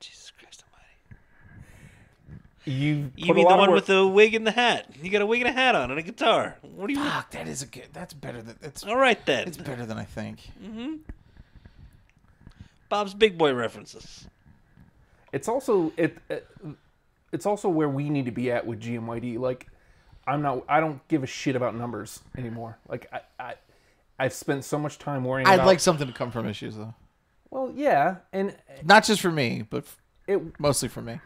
Speaker 8: Jesus Christ Almighty!
Speaker 6: You
Speaker 8: You
Speaker 6: put a
Speaker 8: mean
Speaker 6: lot
Speaker 8: the
Speaker 6: of
Speaker 8: one
Speaker 6: work-
Speaker 8: with the wig and the hat? You got a wig and a hat on and a guitar. What do you? mean?
Speaker 5: Fuck, that is a good. That's better than. That's
Speaker 8: All right then.
Speaker 5: it's better than I think.
Speaker 8: Bob's Big Boy references.
Speaker 6: it's also it, it it's also where we need to be at with GMYD. Like, I'm not. I don't give a shit about numbers anymore. Like, I, I I've spent so much time worrying.
Speaker 5: I'd
Speaker 6: about,
Speaker 5: like something to come from issues though.
Speaker 6: Well, yeah, and
Speaker 5: Not just for me, but f-
Speaker 6: it
Speaker 5: mostly for me.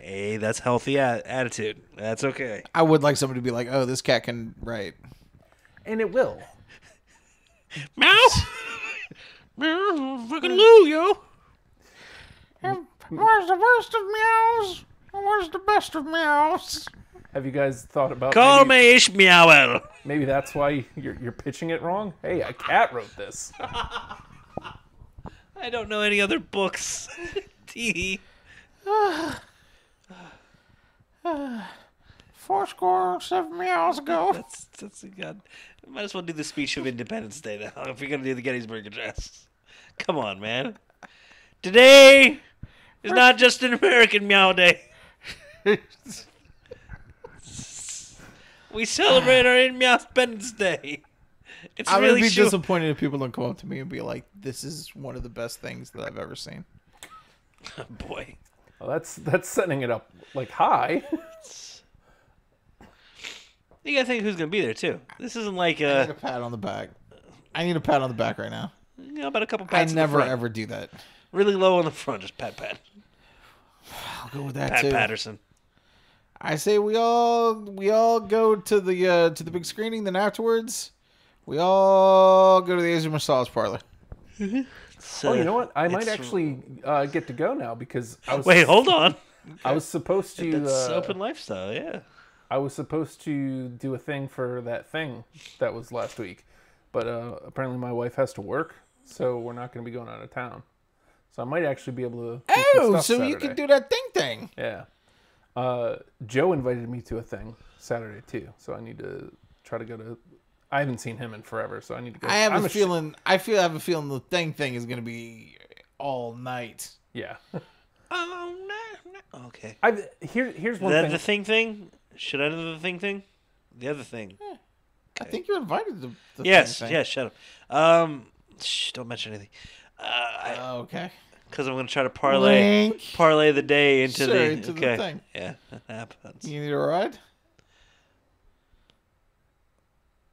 Speaker 8: Hey, that's healthy a- attitude. That's okay.
Speaker 5: I would like somebody to be like, "Oh, this cat can write."
Speaker 6: and it will.
Speaker 8: Mouse. Meow, fucking Lou, yo.
Speaker 5: Where's the worst of meows? Where's the best of meows?
Speaker 6: Have you guys thought about
Speaker 8: Call
Speaker 6: maybe,
Speaker 8: me Ishmael.
Speaker 6: maybe that's why you're you're pitching it wrong? Hey, a cat wrote this.
Speaker 8: I don't know any other books. Tee.
Speaker 5: Four score seven meows ago.
Speaker 8: That's that's a god. Might as well do the speech of Independence Day now if you're gonna do the Gettysburg Address. Come on, man. Today is not just an American Meow Day. We celebrate our Independence Day. It's
Speaker 5: I would
Speaker 8: really
Speaker 5: be
Speaker 8: short.
Speaker 5: disappointed if people don't come up to me and be like, "This is one of the best things that I've ever seen."
Speaker 8: boy.
Speaker 6: Well, that's that's setting it up like high.
Speaker 8: You gotta think who's gonna be there too. This isn't like
Speaker 5: I need
Speaker 8: uh,
Speaker 5: a pat on the back. I need a pat on the back right now.
Speaker 8: you know, about a couple
Speaker 5: I
Speaker 8: pats. in the
Speaker 5: never
Speaker 8: front.
Speaker 5: ever do that.
Speaker 8: really low on the front, just pat pat
Speaker 5: I'll go with that
Speaker 8: pat
Speaker 5: too.
Speaker 8: Patterson.
Speaker 5: I say we all we all go to the uh, to the big screening. Then afterwards, we all go to the Asian massage parlor.
Speaker 6: Oh, you know what? I might
Speaker 8: It's-
Speaker 6: actually uh, get to go now because I was
Speaker 8: Wait, hold on.
Speaker 6: I was supposed to.
Speaker 8: That's
Speaker 6: Uh,
Speaker 8: open lifestyle. Yeah.
Speaker 6: I was supposed to do a thing for that thing that was last week, but uh, apparently my wife has to work, so we're not going to be going out of town. So I might actually be able to. do some
Speaker 5: Oh,
Speaker 6: stuff
Speaker 5: so you
Speaker 6: Saturday.
Speaker 5: can do that thing thing.
Speaker 6: Yeah. Uh, Joe invited me to a thing Saturday too, so I need to try to go to. I haven't seen him in forever, so I need to go.
Speaker 5: I have
Speaker 6: I'm
Speaker 5: a
Speaker 6: ash-
Speaker 5: feeling. I feel. I have a feeling the thing thing is gonna be all night.
Speaker 6: Yeah.
Speaker 8: Oh no, no. Okay.
Speaker 6: I've here. Here's one
Speaker 8: The,
Speaker 6: thing.
Speaker 8: the thing thing. Should I know the thing thing? The other thing.
Speaker 5: I think you invited the. the
Speaker 8: yes.
Speaker 5: thing thing.
Speaker 8: Yes. Shut up. Um. Shh, don't mention anything.
Speaker 5: Oh, okay.
Speaker 8: Because I'm gonna try to parlay
Speaker 5: Link.
Speaker 8: parlay the day into
Speaker 5: Sure,
Speaker 8: the
Speaker 5: into the
Speaker 8: okay.
Speaker 5: thing.
Speaker 8: Yeah, that happens.
Speaker 5: You need a ride.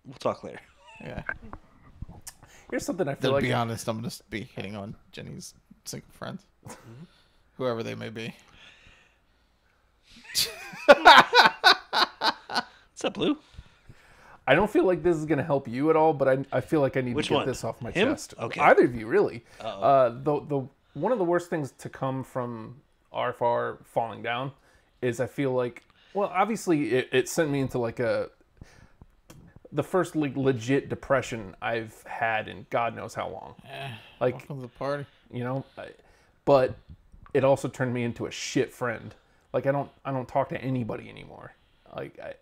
Speaker 8: We'll talk later.
Speaker 5: Yeah.
Speaker 6: Here's something I
Speaker 5: To
Speaker 6: feel like.
Speaker 5: be honest, I'm gonna be hitting on Jenny's single friends, whoever they may be.
Speaker 8: What's up, Lou?
Speaker 6: I don't feel like this is going to help you at all, but I, I feel like I need
Speaker 8: Which
Speaker 6: to get
Speaker 8: one?
Speaker 6: this off my
Speaker 8: Him?
Speaker 6: chest.
Speaker 8: Okay.
Speaker 6: Either of you, really. Uh, the the one of the worst things to come from RFR falling down is I feel like well, obviously it, it sent me into like a the first like legit depression I've had in God knows how long. Like
Speaker 5: Come to the party.
Speaker 6: you know I, but it also turned me into a shit friend like i don't i don't talk to anybody anymore like i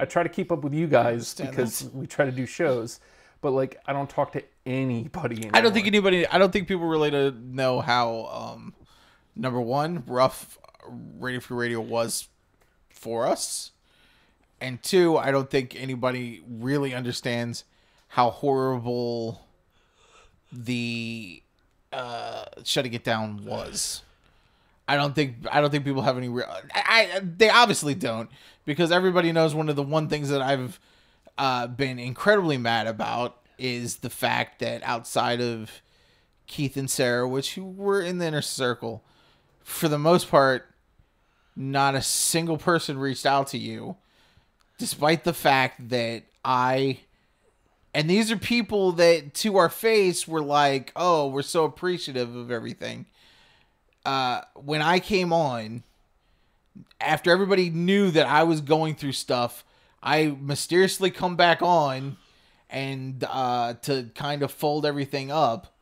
Speaker 6: i try to keep up with you guys because we try to do shows but like i don't talk to anybody anymore.
Speaker 5: I don't think anybody. I don't think people really to know how um, number one rough Radio Free Radio was for us, and two, I don't think anybody really understands how horrible the uh, shutting it down was. I don't think I don't think people have any real. I, I they obviously don't because everybody knows one of the one things that I've uh, been incredibly mad about is the fact that outside of Keith and Sarah, which were in the inner circle, for the most part, not a single person reached out to you, despite the fact that I. And these are people that, to our face, were like, "Oh, we're so appreciative of everything." Uh, when I came on, after everybody knew that I was going through stuff, I mysteriously come back on and uh, to kind of fold everything up.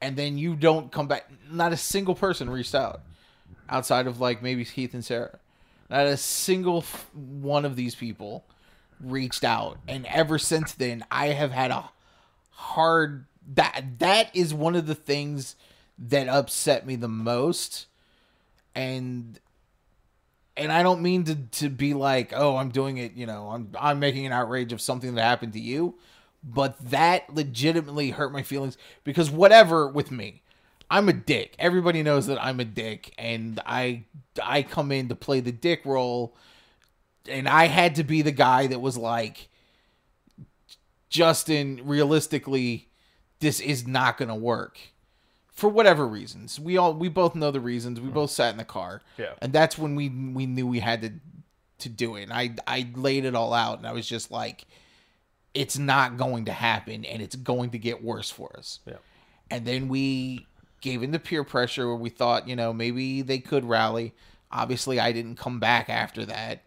Speaker 5: And then you don't come back. Not a single person reached out outside of like maybe Keith and Sarah. Not a single f- one of these people reached out. And ever since then, I have had a hard that that is one of the things that upset me the most and and I don't mean to, to be like, oh, I'm doing it, you know, I'm I'm making an outrage of something that happened to you, but that legitimately hurt my feelings because whatever with me, I'm a dick. Everybody knows that I'm a dick, and I I come in to play the dick role, and I had to be the guy that was like, Justin, realistically, this is not gonna work. For whatever reasons, we all we both know the reasons. We both sat in the car,
Speaker 6: Yeah.
Speaker 5: and that's when we we knew we had to to do it. And I I laid it all out, and I was just like, it's not going to happen, and it's going to get worse for us.
Speaker 6: Yeah.
Speaker 5: And then we gave in to peer pressure where we thought, you know, maybe they could rally. Obviously, I didn't come back after that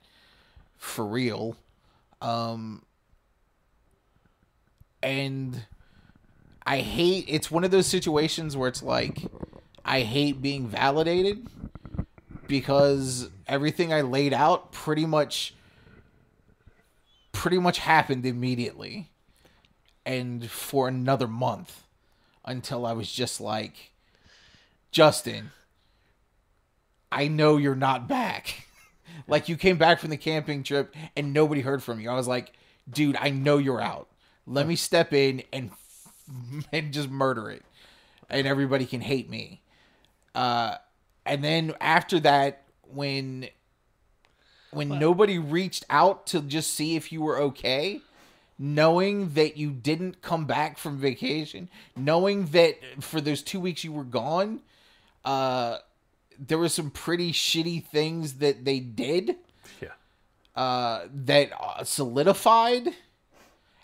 Speaker 5: for real. Um, and I hate it's one of those situations where it's like I hate being validated because everything I laid out pretty much pretty much happened immediately and for another month. until I was just like, Justin, I know you're not back. like you came back from the camping trip and nobody heard from you. I was like, dude, I know you're out. Let me step in and and just murder it, and everybody can hate me. Uh, and then after that, when when nobody reached out to just see if you were okay, knowing that you didn't come back from vacation, knowing that for those two weeks you were gone, uh, there were some pretty shitty things that they did.
Speaker 6: Yeah.
Speaker 5: Uh, that uh, solidified,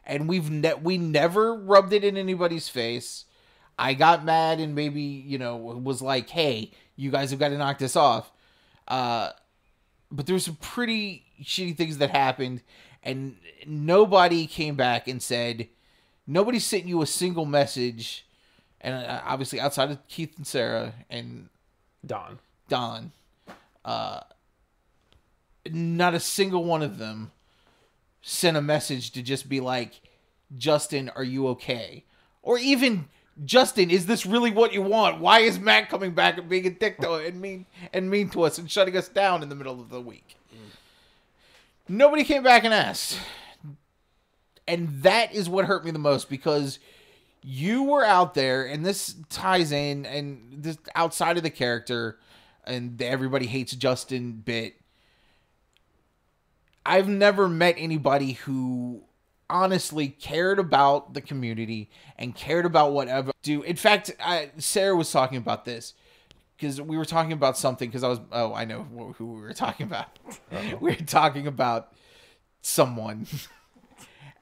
Speaker 5: and we've ne- we never rubbed it in anybody's face. I got mad and maybe you know was like, "Hey, you guys have got to knock this off." Uh, but there were some pretty shitty things that happened, and nobody came back and said, nobody sent you a single message, and uh, obviously outside of Keith and Sarah and
Speaker 6: Don.
Speaker 5: Don, uh, not a single one of them sent a message to just be like, Justin, are you okay? Or even, Justin, is this really what you want? Why is Matt coming back and being a dick to and mean and mean to us and shutting us down in the middle of the week? Nobody came back and asked. And that is what hurt me the most because you were out there and this ties in and this outside of the character and the everybody hates Justin bit. I've never met anybody who honestly cared about the community and cared about whatever do. In fact, I, Sarah was talking about this because we were talking about something because I was oh I know wh- who we were talking about. we were talking about someone.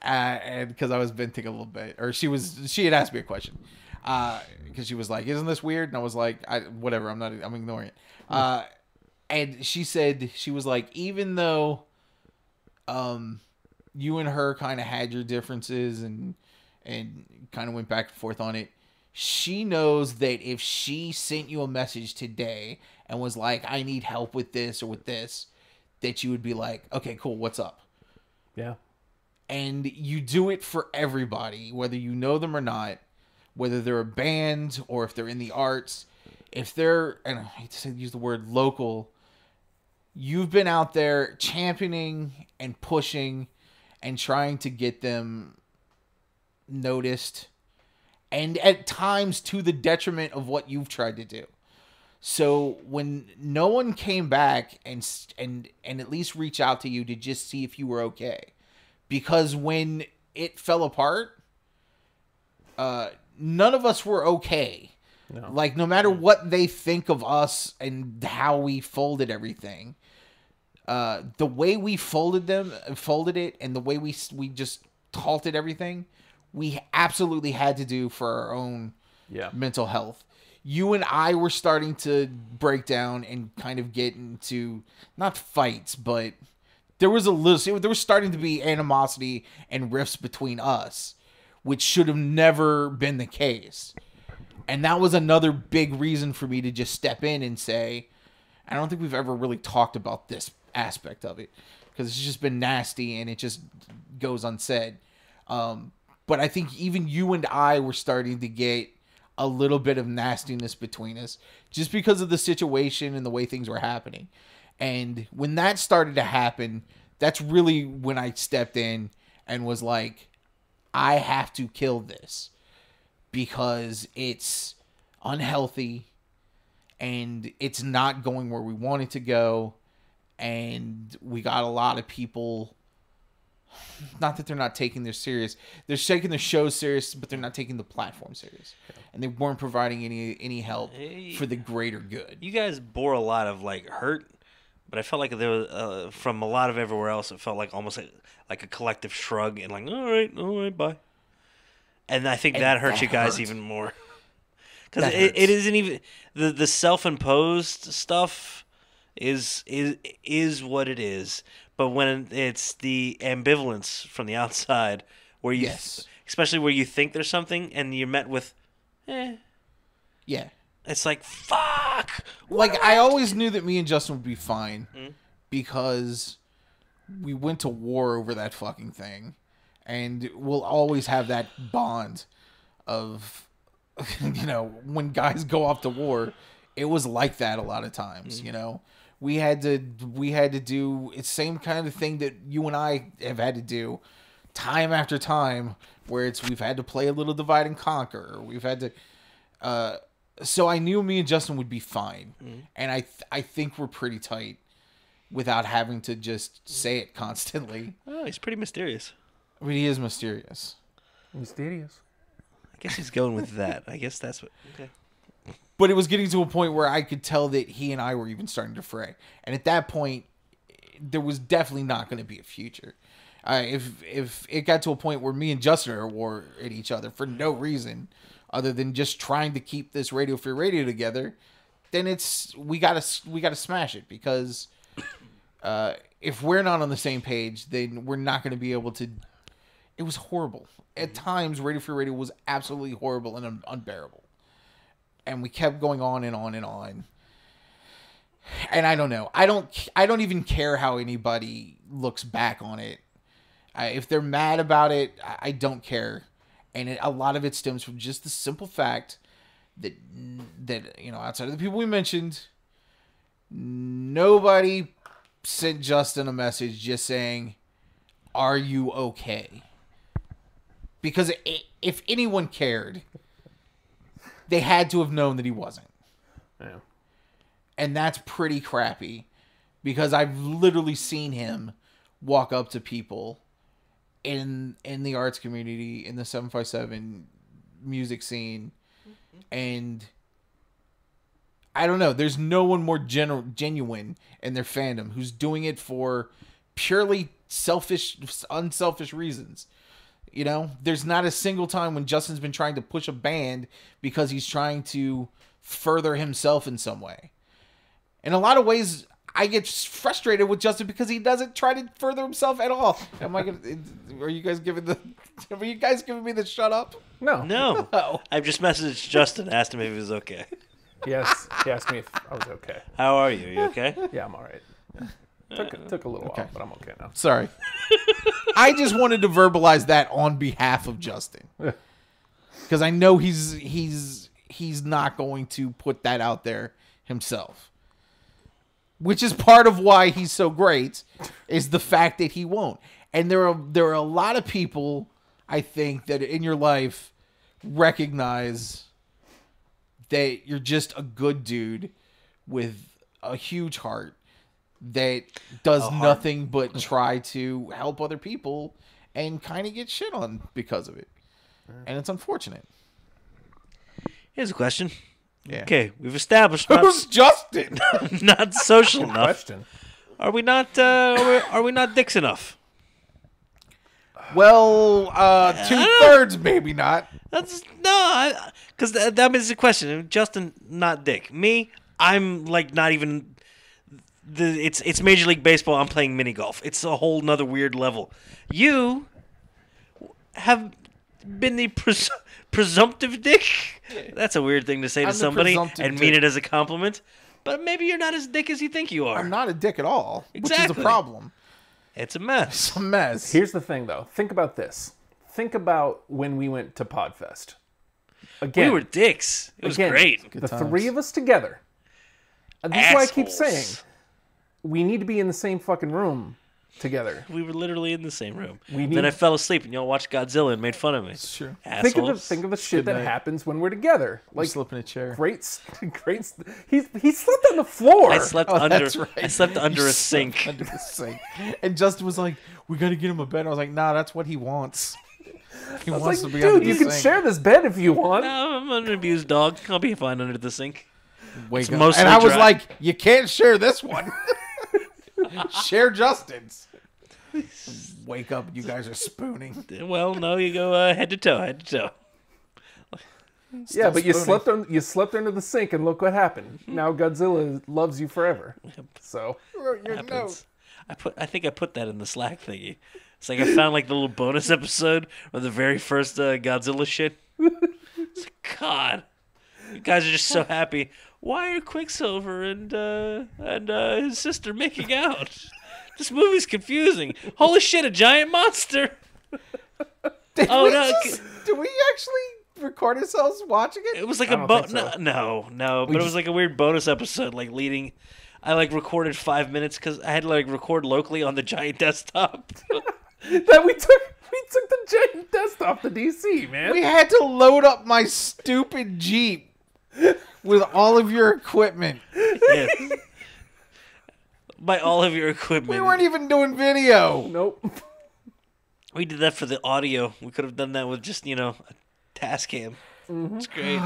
Speaker 5: Uh, and because I was venting a little bit, or she was, she had asked me a question, because she was like, "Isn't this weird?" And I was like, "I whatever, I'm not, I'm ignoring it." Uh, and she said she was like, even though, um, you and her kind of had your differences and and kind of went back and forth on it. She knows that if she sent you a message today and was like, "I need help with this or with this," that you would be like, "Okay, cool, what's up?"
Speaker 6: Yeah.
Speaker 5: and you do it for everybody, whether you know them or not, whether they're a band or if they're in the arts, if they're and I hate to say, use the word local, you've been out there championing and pushing and trying to get them noticed, and at times to the detriment of what you've tried to do. So when no one came back and s- and and at least reach out to you to just see if you were okay, because when it fell apart, uh, none of us were okay. Like no matter what they think of us and how we folded everything, uh, the way we folded them, folded it, and the way we s- we just halted everything, we absolutely had to do for our own
Speaker 6: Yeah.
Speaker 5: mental health. You and I were starting to break down and kind of get into not fights, but there was a little there was starting to be animosity and rifts between us, which should have never been the case. And that was another big reason for me to just step in and say, I don't think we've ever really talked about this aspect of it because it's just been nasty and it just goes unsaid. Um, but I think even you and I were starting to get a little bit of nastiness between us just because of the situation and the way things were happening. And when that started to happen, that's really when I stepped in and was like, I have to kill this because it's unhealthy and it's not going where we want it to go and we got a lot of people not that they're not taking their serious they're taking their show serious but they're not taking the platform serious and they weren't providing any any help for the greater good
Speaker 8: You guys bore a lot of like hurt, but I felt like there was uh, from a lot of everywhere else. It felt like almost like, like a collective shrug and like, all right, all right, bye. And I think that hurt
Speaker 5: that
Speaker 8: you guys
Speaker 5: hurt.
Speaker 8: even more because
Speaker 5: That
Speaker 8: it, it
Speaker 5: hurts.
Speaker 8: isn't even the the self imposed stuff is is is what it is. But when it's the ambivalence from the outside, where you
Speaker 5: Yes.
Speaker 8: especially where you think there's something and you're met with, eh,
Speaker 5: yeah
Speaker 8: it's like fuck.
Speaker 5: like I always knew that me and Justin would be fine because we went to war over that fucking thing, and we'll always have that bond of you know, when guys go off to war, it was like that a lot of times, you know. We had to we had to do it's same kind of thing that you and I have had to do time after time where it's we've had to play a little divide and conquer or we've had to uh so I knew me and Justin would be fine. And I th- I think we're pretty tight without having to just say it constantly.
Speaker 8: Oh, he's pretty mysterious.
Speaker 5: I mean, he is mysterious.
Speaker 6: Mysterious.
Speaker 8: I guess he's going with that. I guess that's what. Okay.
Speaker 5: but it was getting to a point where I could tell that he and I were even starting to fray. And at that point, there was definitely not going to be a future. Uh, if if it got to a point where me and Justin are at war at each other for no reason other than just trying to keep this radio free radio together, then it's we gotta s- we gotta smash it because uh, if we're not on the same page, then we're not going to be able to. It was horrible at times. Radio free radio was absolutely horrible and un- unbearable and we kept going on and on and on and i don't know i don't i don't even care how anybody looks back on it I, if they're mad about it i, I don't care and it, a lot of it stems from just the simple fact that that you know outside of the people we mentioned nobody sent justin a message just saying are you okay because i if anyone cared they had to have known that he wasn't.
Speaker 6: Yeah.
Speaker 5: And that's pretty crappy because I've literally seen him walk up to people in in the arts community in the 757 music scene and I don't know, there's no one more general genuine in their fandom who's doing it for purely selfish unselfish reasons. You know, there's not a single time when Justin's been trying to push a band because he's trying to further himself in some way. In a lot of ways, I get frustrated with Justin because he doesn't try to further himself at all. Am I gonna? Are you guys giving the? Are you guys giving me the shut up?
Speaker 6: No.
Speaker 8: No.
Speaker 5: Oh.
Speaker 8: I've just messaged Justin, asked him if he was okay.
Speaker 6: Yes. He asked me if I was okay.
Speaker 8: How are you? Are you okay?
Speaker 6: Yeah, I'm all right. Yeah. Took took a little while, but I'm okay now.
Speaker 5: Sorry. I just wanted to verbalize that on behalf of Justin. Cuz I know he's he's he's not going to put that out there himself. Which is part of why he's so great is the fact that he won't. And there are there are a lot of people I think that in your life recognize that you're just a good dude with a huge heart that does nothing but try to help other people and kind of get shit on because of it. And it's unfortunate.
Speaker 8: Here's a question.
Speaker 5: Yeah.
Speaker 8: Okay, we've established not,
Speaker 5: Who's Justin?
Speaker 8: not social enough.
Speaker 6: Question.
Speaker 8: Are we not? Uh, are, we, are we not dicks enough?
Speaker 5: well, uh, two thirds, maybe not.
Speaker 8: That's no, because that, that is the question. Justin, not Dick. Me, I'm like not even. The it's it's Major League Baseball. I'm playing mini golf. It's a whole nother weird level. You have been the pres- presumptive dick. That's a weird thing to say
Speaker 5: I'm
Speaker 8: to
Speaker 5: the
Speaker 8: somebody and
Speaker 5: presumptive
Speaker 8: mean
Speaker 5: dick.
Speaker 8: it as a compliment. But maybe you're not as dick as you think you are.
Speaker 5: I'm not a dick at all, which is a
Speaker 8: Exactly.
Speaker 5: problem.
Speaker 8: It's a mess.
Speaker 5: It's a mess.
Speaker 6: Here's the thing, though. Think about this. Think about when we went to Podfest. Again,
Speaker 8: We were dicks. It was
Speaker 6: again,
Speaker 8: great.
Speaker 6: The three of us together. And this is why I keep
Speaker 8: Assholes.
Speaker 6: saying we need to be in the same fucking room together.
Speaker 8: We were literally in the same room.
Speaker 6: need-
Speaker 8: Then I fell asleep and y'all watched Godzilla and made fun of me.
Speaker 5: true.
Speaker 8: Assholes.
Speaker 6: Think of the think of the shit that
Speaker 5: night.
Speaker 6: happens when we're together. Like
Speaker 5: Slip in a chair.
Speaker 6: great, s- great. s- He's he slept on the floor.
Speaker 8: I slept
Speaker 5: Oh,
Speaker 8: under.
Speaker 5: that's right.
Speaker 8: I slept under
Speaker 5: You
Speaker 8: a
Speaker 5: slept
Speaker 8: sink.
Speaker 5: Under a sink. And Justin was like, "We gotta get him a bed." I was like, "Nah, that's what he wants. He
Speaker 6: I
Speaker 5: wants
Speaker 6: was like,
Speaker 5: to be
Speaker 6: dude,
Speaker 5: under
Speaker 6: you
Speaker 5: the
Speaker 6: can
Speaker 5: sink."
Speaker 6: share this bed if you want.
Speaker 8: I'm an abused dog. I'll be fine under the sink.
Speaker 5: Wake
Speaker 8: up. mostly
Speaker 5: and I was
Speaker 8: dry.
Speaker 5: like, "You can't share this one. share Justin's." Wake up! You guys are spooning.
Speaker 8: Well, no, you go uh, head to toe, head to toe.
Speaker 6: yeah, but you
Speaker 5: spooning.
Speaker 6: slept on you slept under the sink, and look what happened. Now Godzilla loves you forever. So
Speaker 8: Happens. I put. I think I put that in the Slack thingy. It's like I found like the little bonus episode of the very first uh, Godzilla shit. It's like, God, you guys are just so happy. Why are Quicksilver and uh, and uh, his sister making out? This movie's confusing. Holy shit, a giant monster!
Speaker 5: Did
Speaker 8: Oh,
Speaker 5: we
Speaker 8: no,
Speaker 5: just- did we actually record ourselves watching it?
Speaker 8: It was like
Speaker 6: I
Speaker 8: a
Speaker 6: don't
Speaker 8: bo-
Speaker 6: think so.
Speaker 8: no, no, no, but it was like a weird bonus episode, like leading. I like recorded five minutes because I had to like record locally on the giant desktop.
Speaker 6: that we took we took the giant desktop to DC, man.
Speaker 5: We had to load up my stupid Jeep with all of your equipment.
Speaker 8: Yes. By all of your equipment,
Speaker 5: We weren't even doing video.
Speaker 6: nope. e-
Speaker 8: We did that for the audio. We could have done that with just, you know, a task cam.
Speaker 6: Mm-hmm.
Speaker 8: It's great.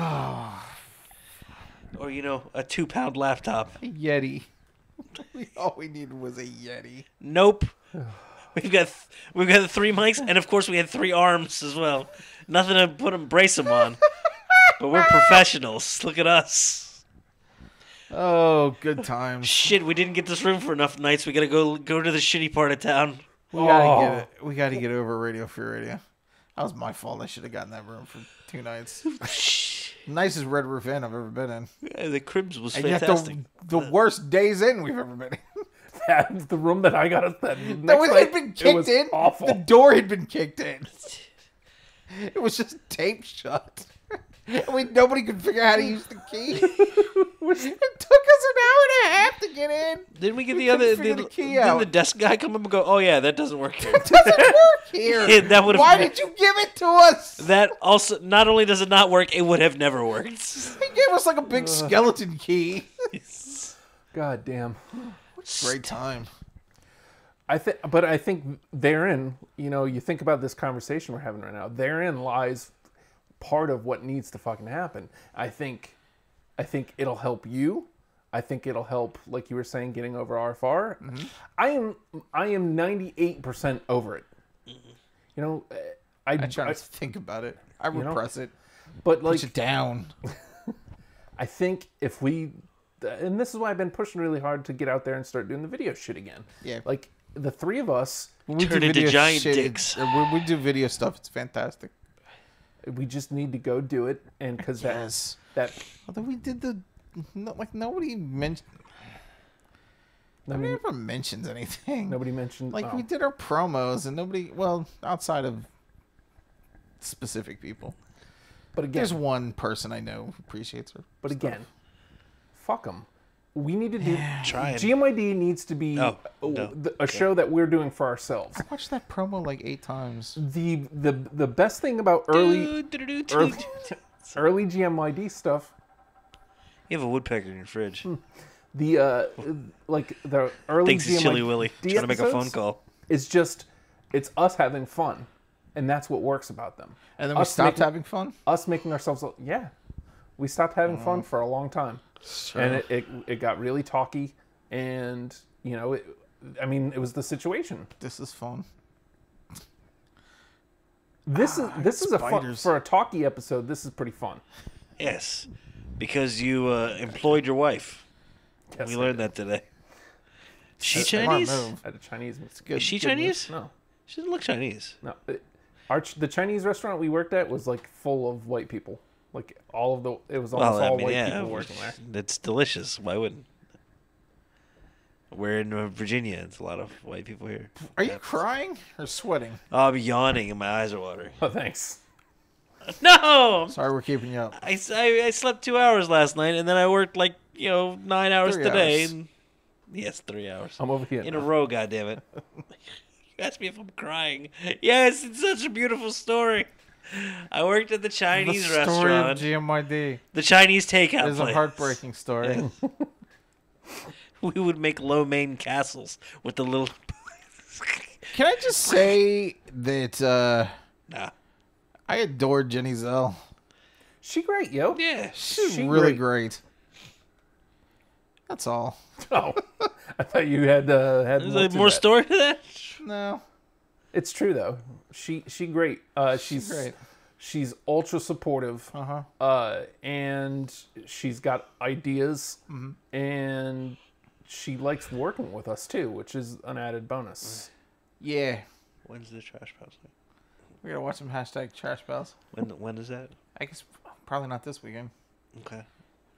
Speaker 8: or, you know, a two pound laptop.
Speaker 5: Yeti. All we needed was a Yeti.
Speaker 8: Nope. We've got th- we've got three mics, and of course we had three arms as well. Nothing to put 'em brace 'em on, but we're professionals. Look at us.
Speaker 5: Oh, good times.
Speaker 8: Shit, we didn't get this room for enough nights. We gotta go go to the shitty part of town.
Speaker 5: We gotta
Speaker 6: Oh.
Speaker 5: get it. We gotta get over Radio Free Radio. That was my fault. I should have gotten that room for two nights. Nicest Red Roof Inn I've ever been in.
Speaker 8: Yeah, the cribs was
Speaker 5: And yet
Speaker 8: fantastic.
Speaker 5: the, the worst Days Inn we've ever been in.
Speaker 6: That, the room that I got us that next
Speaker 5: That was,
Speaker 6: night,
Speaker 5: had been
Speaker 6: it
Speaker 5: kicked
Speaker 6: was
Speaker 5: in.
Speaker 6: Awful.
Speaker 5: The door had been kicked in. It was just taped shut. And we nobody could figure out how to use the key. it took us an hour and a half to get in.
Speaker 8: Didn't we get the
Speaker 5: couldn't
Speaker 8: other?
Speaker 5: figure
Speaker 8: Did,
Speaker 5: the key
Speaker 8: didn't the
Speaker 5: out.
Speaker 8: desk guy come up and go? Oh yeah, that doesn't work here.
Speaker 5: It doesn't work here.
Speaker 8: Yeah, that would've-
Speaker 5: Why did you give it to us?
Speaker 8: That also not only does it not work, it would have never worked.
Speaker 5: He gave us like a big skeleton key.
Speaker 6: God damn.
Speaker 5: Great time.
Speaker 6: I think, but I think therein, you know, you think about this conversation we're having right now. Therein lies part of what needs to fucking happen. I think, I think it'll help you. I think it'll help, like you were saying, getting over RFR.
Speaker 5: Mm-hmm.
Speaker 6: I am, I am ninety eight percent over it. You know, eh, I,
Speaker 5: Mm-hmm. I try
Speaker 6: I-
Speaker 5: not to think about it. I repress it.
Speaker 6: but like
Speaker 5: Push it down.
Speaker 6: I think if we, and this is why I've been pushing really hard to get out there and start doing the video shit again.
Speaker 5: Yeah.
Speaker 6: Like the three of us,
Speaker 5: When we
Speaker 8: Turn
Speaker 5: do
Speaker 8: into
Speaker 5: video
Speaker 8: giant
Speaker 5: shit,
Speaker 8: dicks.
Speaker 5: it- When we do video stuff, it's fantastic.
Speaker 6: we just need to go do it, and because that
Speaker 5: Yes.
Speaker 6: that
Speaker 5: Although we did the, no, like nobody mentioned. Nobody ever mentions anything.
Speaker 6: nobody mentioned.
Speaker 5: like
Speaker 6: oh.
Speaker 5: we did our promos and nobody. Well, outside of specific people,
Speaker 6: but again,
Speaker 5: there's one person I know who appreciates her.
Speaker 6: but again, fuck them. We need to do.
Speaker 8: Try it.
Speaker 6: GMID needs to be
Speaker 8: Oh,
Speaker 6: a,
Speaker 8: no.
Speaker 6: th- a show that we're doing for ourselves.
Speaker 5: I watched that promo like eight times.
Speaker 6: The the the best thing about early
Speaker 8: you
Speaker 6: early, early GMID stuff
Speaker 8: have a woodpecker in your fridge.
Speaker 5: Hmm.
Speaker 6: the uh like the early
Speaker 8: Thinks he's
Speaker 6: GMID
Speaker 8: Chilly Willy. Trying to make a phone
Speaker 6: episodes
Speaker 8: call.
Speaker 6: It's just it's us having fun, and that's what works about them.
Speaker 5: And then we
Speaker 6: us
Speaker 5: stopped
Speaker 6: making-
Speaker 5: having fun.
Speaker 6: Us making ourselves yeah, we stopped having
Speaker 5: Mm.
Speaker 6: fun for a long time, and it, it it got really talky, and you know it. I mean, it was the situation.
Speaker 5: This is fun.
Speaker 6: This is this is a fun
Speaker 5: Ah, spiders.
Speaker 6: for a talky episode. This is pretty fun.
Speaker 8: Yes, because you uh, employed your wife.
Speaker 6: Yes,
Speaker 8: We
Speaker 6: I
Speaker 8: learned that today. She
Speaker 5: Smart
Speaker 8: Chinese?
Speaker 5: move.
Speaker 6: at a Chinese.
Speaker 5: Good.
Speaker 8: Is she
Speaker 5: good move.
Speaker 8: Chinese?
Speaker 6: No,
Speaker 8: She doesn't look Chinese.
Speaker 6: no. It, our ch- the Chinese restaurant we worked at was like full of white people. Like all of the, it was almost
Speaker 8: Well,
Speaker 6: all
Speaker 8: I mean,
Speaker 6: white
Speaker 8: yeah,
Speaker 6: people working there.
Speaker 8: it's delicious. Why wouldn't? We're in uh, Virginia. It's a lot of white people here.
Speaker 5: Are you crying or sweating?
Speaker 8: Oh, I'm yawning and my eyes are watering.
Speaker 6: Oh, thanks.
Speaker 8: No, I'm
Speaker 5: Sorry, we're keeping you up.
Speaker 8: I, s- I- I slept two hours last night, and then I worked like you know nine hours
Speaker 5: Three
Speaker 8: today.
Speaker 5: hours.
Speaker 8: And, yes, three hours
Speaker 6: I'm over here.
Speaker 8: in a
Speaker 6: now.
Speaker 8: row. God damn it! you asked me if I'm crying. Yes, it's such a beautiful story. I worked at the
Speaker 5: The
Speaker 8: Chinese
Speaker 5: story of
Speaker 8: restaurant,
Speaker 5: GMYD
Speaker 8: the Chinese takeout
Speaker 5: is a
Speaker 8: place.
Speaker 5: heartbreaking story.
Speaker 8: We would make lo mein castles with the little.
Speaker 5: Can I just say that uh,
Speaker 8: nah.
Speaker 5: I adore Jenny Zell.
Speaker 6: She great, yo.
Speaker 8: Yeah.
Speaker 5: She's
Speaker 6: She
Speaker 5: really great. That's all.
Speaker 6: Oh, I thought you had uh, had
Speaker 8: Is
Speaker 6: more,
Speaker 8: there
Speaker 6: to
Speaker 8: more
Speaker 6: that.
Speaker 8: story to that?
Speaker 5: No,
Speaker 6: It's true though. She she great. Uh, she's
Speaker 5: great.
Speaker 6: She's ultra supportive.
Speaker 5: Uh-huh.
Speaker 6: Uh, and she's got ideas,
Speaker 5: Mm-hmm.
Speaker 6: and she likes working with us too, which is an added bonus.
Speaker 5: Yeah,
Speaker 8: When's the trash pile? sale?
Speaker 5: we gotta watch some hashtag trash bells.
Speaker 8: When when is that?
Speaker 5: I guess probably not this weekend.
Speaker 8: Okay.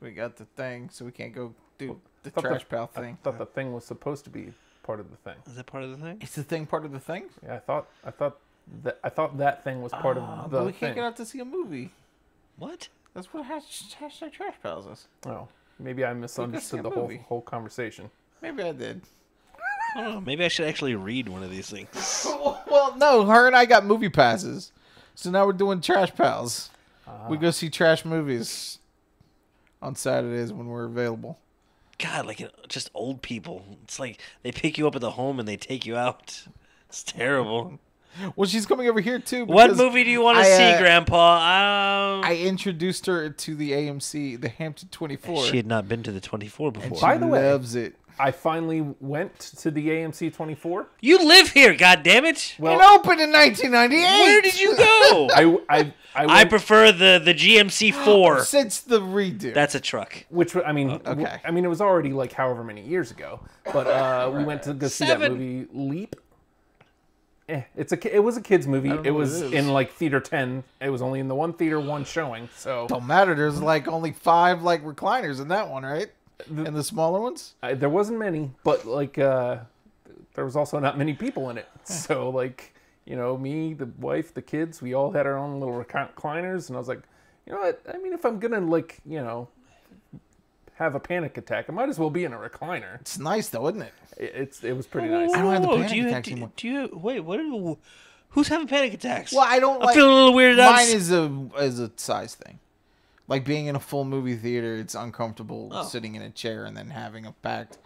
Speaker 5: We got the thing, so we can't go do the
Speaker 6: thought
Speaker 5: trash
Speaker 6: the-
Speaker 5: pal
Speaker 6: I
Speaker 5: thing.
Speaker 6: thought the thing was supposed to be part of the thing.
Speaker 8: Is that part of the thing?
Speaker 5: Is the thing part of the thing?
Speaker 6: Yeah, I thought I thought that I thought that thing was part
Speaker 5: Uh,
Speaker 6: of
Speaker 5: but
Speaker 6: the
Speaker 5: we can't
Speaker 6: thing.
Speaker 5: get out to see a movie.
Speaker 8: What?
Speaker 5: That's what hash- hashtag trash piles is.
Speaker 6: Oh, maybe I misunderstood
Speaker 5: that
Speaker 6: the whole
Speaker 5: movie.
Speaker 6: whole conversation.
Speaker 5: Maybe I did.
Speaker 8: I don't know. Oh, Maybe I should actually read one of these things.
Speaker 5: Well, no, her and I got movie passes, so now we're doing trash pals. We go see trash movies on Saturdays when we're available.
Speaker 8: God, like uh, just old people. It's like they pick you up at the home and they take you out. It's terrible.
Speaker 5: Well, she's coming over here too.
Speaker 8: What
Speaker 5: because
Speaker 8: movie do you want to
Speaker 5: I,
Speaker 8: see,
Speaker 5: uh,
Speaker 8: Grandpa? Um,
Speaker 5: I introduced her to the AMC, the Hampton Twenty Four.
Speaker 8: she had not been to the 24 before.
Speaker 6: By the way-
Speaker 5: loves it.
Speaker 6: I finally went to the AMC 24.
Speaker 8: you live here, God damn it!
Speaker 6: Well,
Speaker 5: it opened in 1998.
Speaker 8: Where did you go? I,
Speaker 6: I I I, went,
Speaker 8: prefer the the GMC
Speaker 5: Oh,
Speaker 8: 4.
Speaker 5: Since the redo.
Speaker 8: That's a truck.
Speaker 6: which I mean, w-
Speaker 5: Oh, Okay.
Speaker 6: I mean it was already like however many years ago, but uh, we went to go see that
Speaker 8: Seven.
Speaker 6: movie Leap. Eh, it's a ki- it was a kids movie. It
Speaker 5: know what
Speaker 6: was
Speaker 5: it is.
Speaker 6: in like theater 10. It was only in the one theater, one showing. So
Speaker 5: don't matter. There's like only five like recliners in that one, right? and the smaller ones.
Speaker 6: I, there wasn't many, but like uh, there was also not many people in it. So like you know, me, the wife, the kids, we all had our own little recli- recliners, and I was like, you know what? I mean, if I'm gonna like you know have a panic attack, I might as well be in a recliner.
Speaker 5: It's nice though, isn't it?
Speaker 6: It- It's it was pretty nice.
Speaker 5: don't have the
Speaker 8: Whoa,
Speaker 5: panic
Speaker 8: Oh, do you
Speaker 5: attacks
Speaker 8: do,
Speaker 5: anymore.
Speaker 8: do you wait? What? Are, who's having panic attacks?
Speaker 5: Well, I don't
Speaker 8: I'm
Speaker 5: like.
Speaker 8: feeling a little weirded out.
Speaker 5: Mine is a is a size thing. Like being in a full movie theater, it's uncomfortable
Speaker 8: Oh.
Speaker 5: sitting in a chair and then having a packed,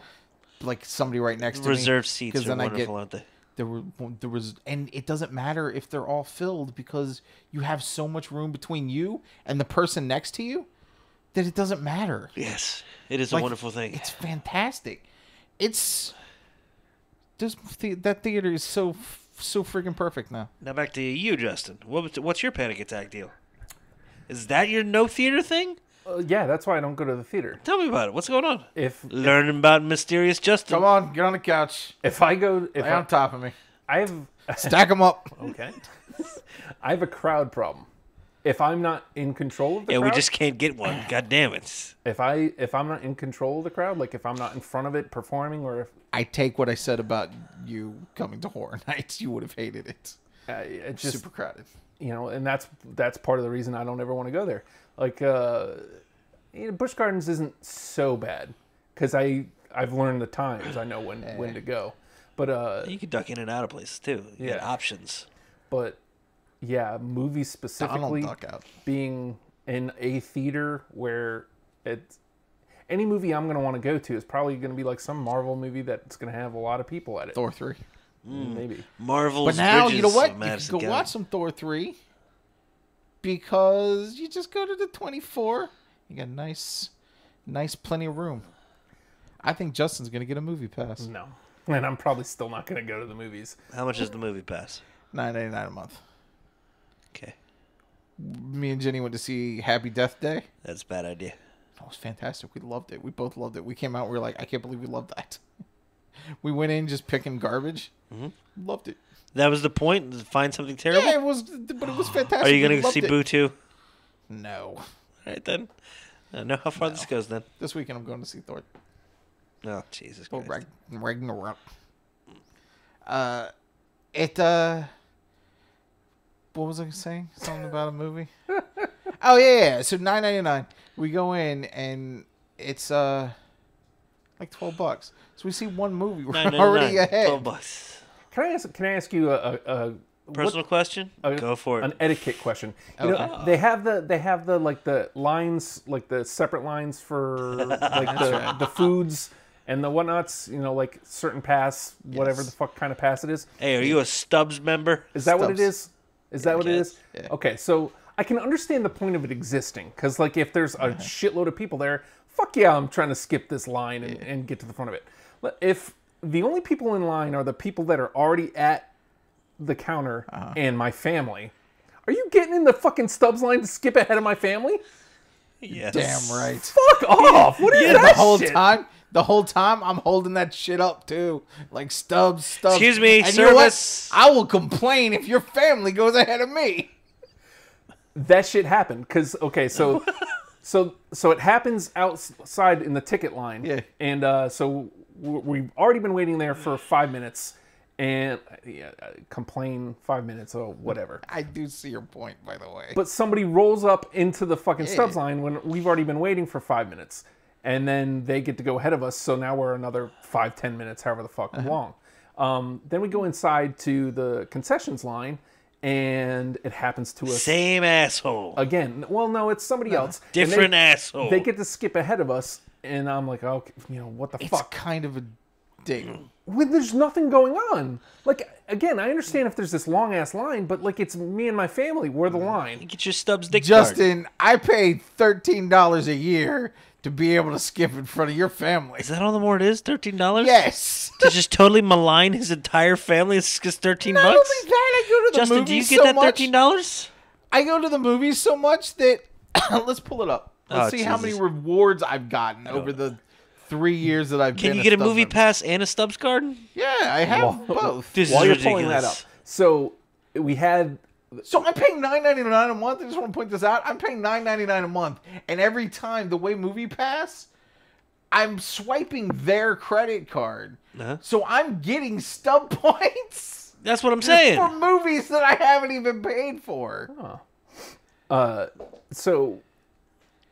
Speaker 5: like somebody right next to
Speaker 8: Reserved
Speaker 5: me.
Speaker 8: seats are
Speaker 5: then I
Speaker 8: wonderful,
Speaker 5: get
Speaker 8: aren't they?
Speaker 5: there were there was and it doesn't matter if they're all filled because you have so much room between you and the person next to you that it doesn't matter.
Speaker 8: Yes, it is a
Speaker 5: Like,
Speaker 8: wonderful thing.
Speaker 5: It's fantastic. It's this the, that theater is so f- so freaking perfect now.
Speaker 8: Now back to you, Justin. What, was- what's your panic attack deal? Is that your no theater thing?
Speaker 6: Uh, yeah, that's why I don't go to the theater.
Speaker 8: Tell me about it. What's going on?
Speaker 6: If
Speaker 8: Learning about mysterious Justin.
Speaker 5: Come on, get on the couch.
Speaker 6: if I go if
Speaker 5: Lay on
Speaker 6: I,
Speaker 5: top of me.
Speaker 6: I have
Speaker 5: Stack them up.
Speaker 6: okay, I have a crowd problem. If I'm not in control of the
Speaker 8: Yeah,
Speaker 6: crowd,
Speaker 8: we just can't get one. God damn it.
Speaker 6: if I if I'm not in control of the crowd, like if I'm not in front of it performing, or if
Speaker 5: I take what I said about you coming to Horror Nights. You would have hated it.
Speaker 6: uh, it's just
Speaker 5: Super crowded.
Speaker 6: you know, and that's that's part of the reason I don't ever want to go there. Like, uh, you know, Bush Gardens isn't so bad because I I've learned the times. I know when when to go, but uh,
Speaker 8: You can duck in and out of places too. You got
Speaker 6: Yeah.
Speaker 8: options.
Speaker 6: but yeah,
Speaker 5: Donald
Speaker 6: movies specifically.
Speaker 5: duck out.
Speaker 6: being in a theater where it's any movie I'm gonna want to go to is probably gonna be like some Marvel movie that's gonna have a lot of people at it.
Speaker 5: Thor three.
Speaker 6: Maybe
Speaker 8: Marvel's
Speaker 5: But now
Speaker 8: Bridges
Speaker 5: you know what?
Speaker 8: of
Speaker 5: You can
Speaker 8: Madison
Speaker 5: go
Speaker 8: County.
Speaker 5: watch some Thor three because you just go to the twenty four. You got nice, nice, plenty of room. I think Justin's gonna get a movie pass.
Speaker 6: no, and I'm probably still not gonna go to the movies.
Speaker 8: How much is the movie pass?
Speaker 5: Nine ninety nine a month.
Speaker 8: Okay,
Speaker 5: Me and Jenny went to see Happy Death Day.
Speaker 8: that's a bad idea.
Speaker 5: That was fantastic. We loved it. We both loved it. We came out. We were like, I can't believe we loved that. we went in just picking garbage.
Speaker 8: Mm-hmm.
Speaker 5: Loved it.
Speaker 8: That was the point. is Find something terrible.
Speaker 5: Yeah, it was, but it was fantastic.
Speaker 8: Are you
Speaker 5: We
Speaker 8: gonna go
Speaker 5: loved
Speaker 8: see
Speaker 5: it.
Speaker 8: Boo too?
Speaker 5: No.
Speaker 8: All right then. I know how far this goes then.
Speaker 5: This weekend I'm going to see Thor.
Speaker 8: Oh Jesus
Speaker 5: Thor
Speaker 8: Christ!
Speaker 5: Rag- Ragnarok. Uh, it uh, what was I saying? Something about a movie. oh yeah, yeah. So nine ninety nine. We go in and it's uh, like twelve bucks. So we see one movie. We're
Speaker 8: Nine ninety
Speaker 5: already
Speaker 8: nine,
Speaker 5: ahead.
Speaker 8: Twelve bucks.
Speaker 6: Can I ask? Can I ask you a, a, a
Speaker 8: Personal question?
Speaker 6: a-
Speaker 8: go for it.
Speaker 6: Oh, An etiquette question. You know,
Speaker 5: Oh.
Speaker 6: they have the they have the like the lines like the separate lines for like the, the foods and the whatnots. You know, like certain pass, whatever
Speaker 5: Yes.
Speaker 6: the fuck kind of pass it is.
Speaker 8: hey, are you a Stubbs member?
Speaker 6: Is that what it
Speaker 5: Stubbs.
Speaker 6: is? Is that what it
Speaker 8: guess.
Speaker 6: is? Okay, so I can understand the point of it existing because, like, if there's a shitload of people there, fuck yeah, I'm trying to skip this line and, and get to the front of it. But if the only people in line are the people that are already at the counter and my family, are you getting in the fucking Stubbs line to skip ahead of my family?
Speaker 8: Yes.
Speaker 5: Damn right.
Speaker 6: Fuck off! What is that
Speaker 5: the whole
Speaker 6: shit?
Speaker 5: time, the whole time, I'm holding that shit up too, like stubs, stubs.
Speaker 8: Excuse me,
Speaker 5: and you know what?
Speaker 8: service.
Speaker 5: I will complain if your family goes ahead of me.
Speaker 6: that shit happened because okay so so so it happens outside in the ticket line
Speaker 5: Yeah.
Speaker 6: and uh so w- we've already been waiting there for five minutes and yeah, complain five minutes or whatever.
Speaker 5: I do see your point, by the way.
Speaker 6: But somebody rolls up into the fucking stubs line when we've already been waiting for five minutes, and then they get to go ahead of us. So now we're another five, ten minutes, however the fuck long. Um, then we go inside to the concessions line, and it happens to us
Speaker 8: Same asshole.
Speaker 6: again. Well, no, it's somebody else. And they-
Speaker 8: Different asshole.
Speaker 6: They get to skip ahead of us, and I'm like, okay, you know what the
Speaker 5: it's
Speaker 6: fuck?
Speaker 5: kind of a dick.
Speaker 8: Mm.
Speaker 6: when there's nothing going on. Like again, I understand if there's this long ass line, but like it's me and my family. We're the line.
Speaker 8: get your stubs dick card.
Speaker 5: Justin, I pay thirteen dollars a year to be able to skip in front of your family.
Speaker 8: Is that all the more it is? Thirteen dollars?
Speaker 5: Yes.
Speaker 8: To just totally malign his entire family is just thirteen
Speaker 5: Not only
Speaker 8: bucks.
Speaker 5: that, I go to the
Speaker 8: Justin,
Speaker 5: movies
Speaker 8: do you get
Speaker 5: so
Speaker 8: that
Speaker 5: much.
Speaker 8: thirteen dollars?
Speaker 5: I go to the movies so much that let's pull it up. Let's
Speaker 8: Oh,
Speaker 5: see how many
Speaker 8: Jesus.
Speaker 5: rewards I've gotten over the three years that I've
Speaker 8: Can
Speaker 5: been.
Speaker 8: you get a
Speaker 5: Stubbs
Speaker 8: movie
Speaker 5: member.
Speaker 8: pass and a stubs card?
Speaker 5: Yeah, I have both.
Speaker 8: This
Speaker 6: While
Speaker 8: is
Speaker 6: you're
Speaker 8: ridiculous.
Speaker 6: pulling that up, so we had
Speaker 5: So I'm paying nine ninety nine a month. I just want to point this out. I'm paying nine ninety nine a month, and every time the way Movie Pass, I'm swiping their credit card,
Speaker 8: Uh-huh.
Speaker 5: so I'm getting stub points
Speaker 8: That's what I'm saying.
Speaker 5: for movies that I haven't even paid for.
Speaker 6: so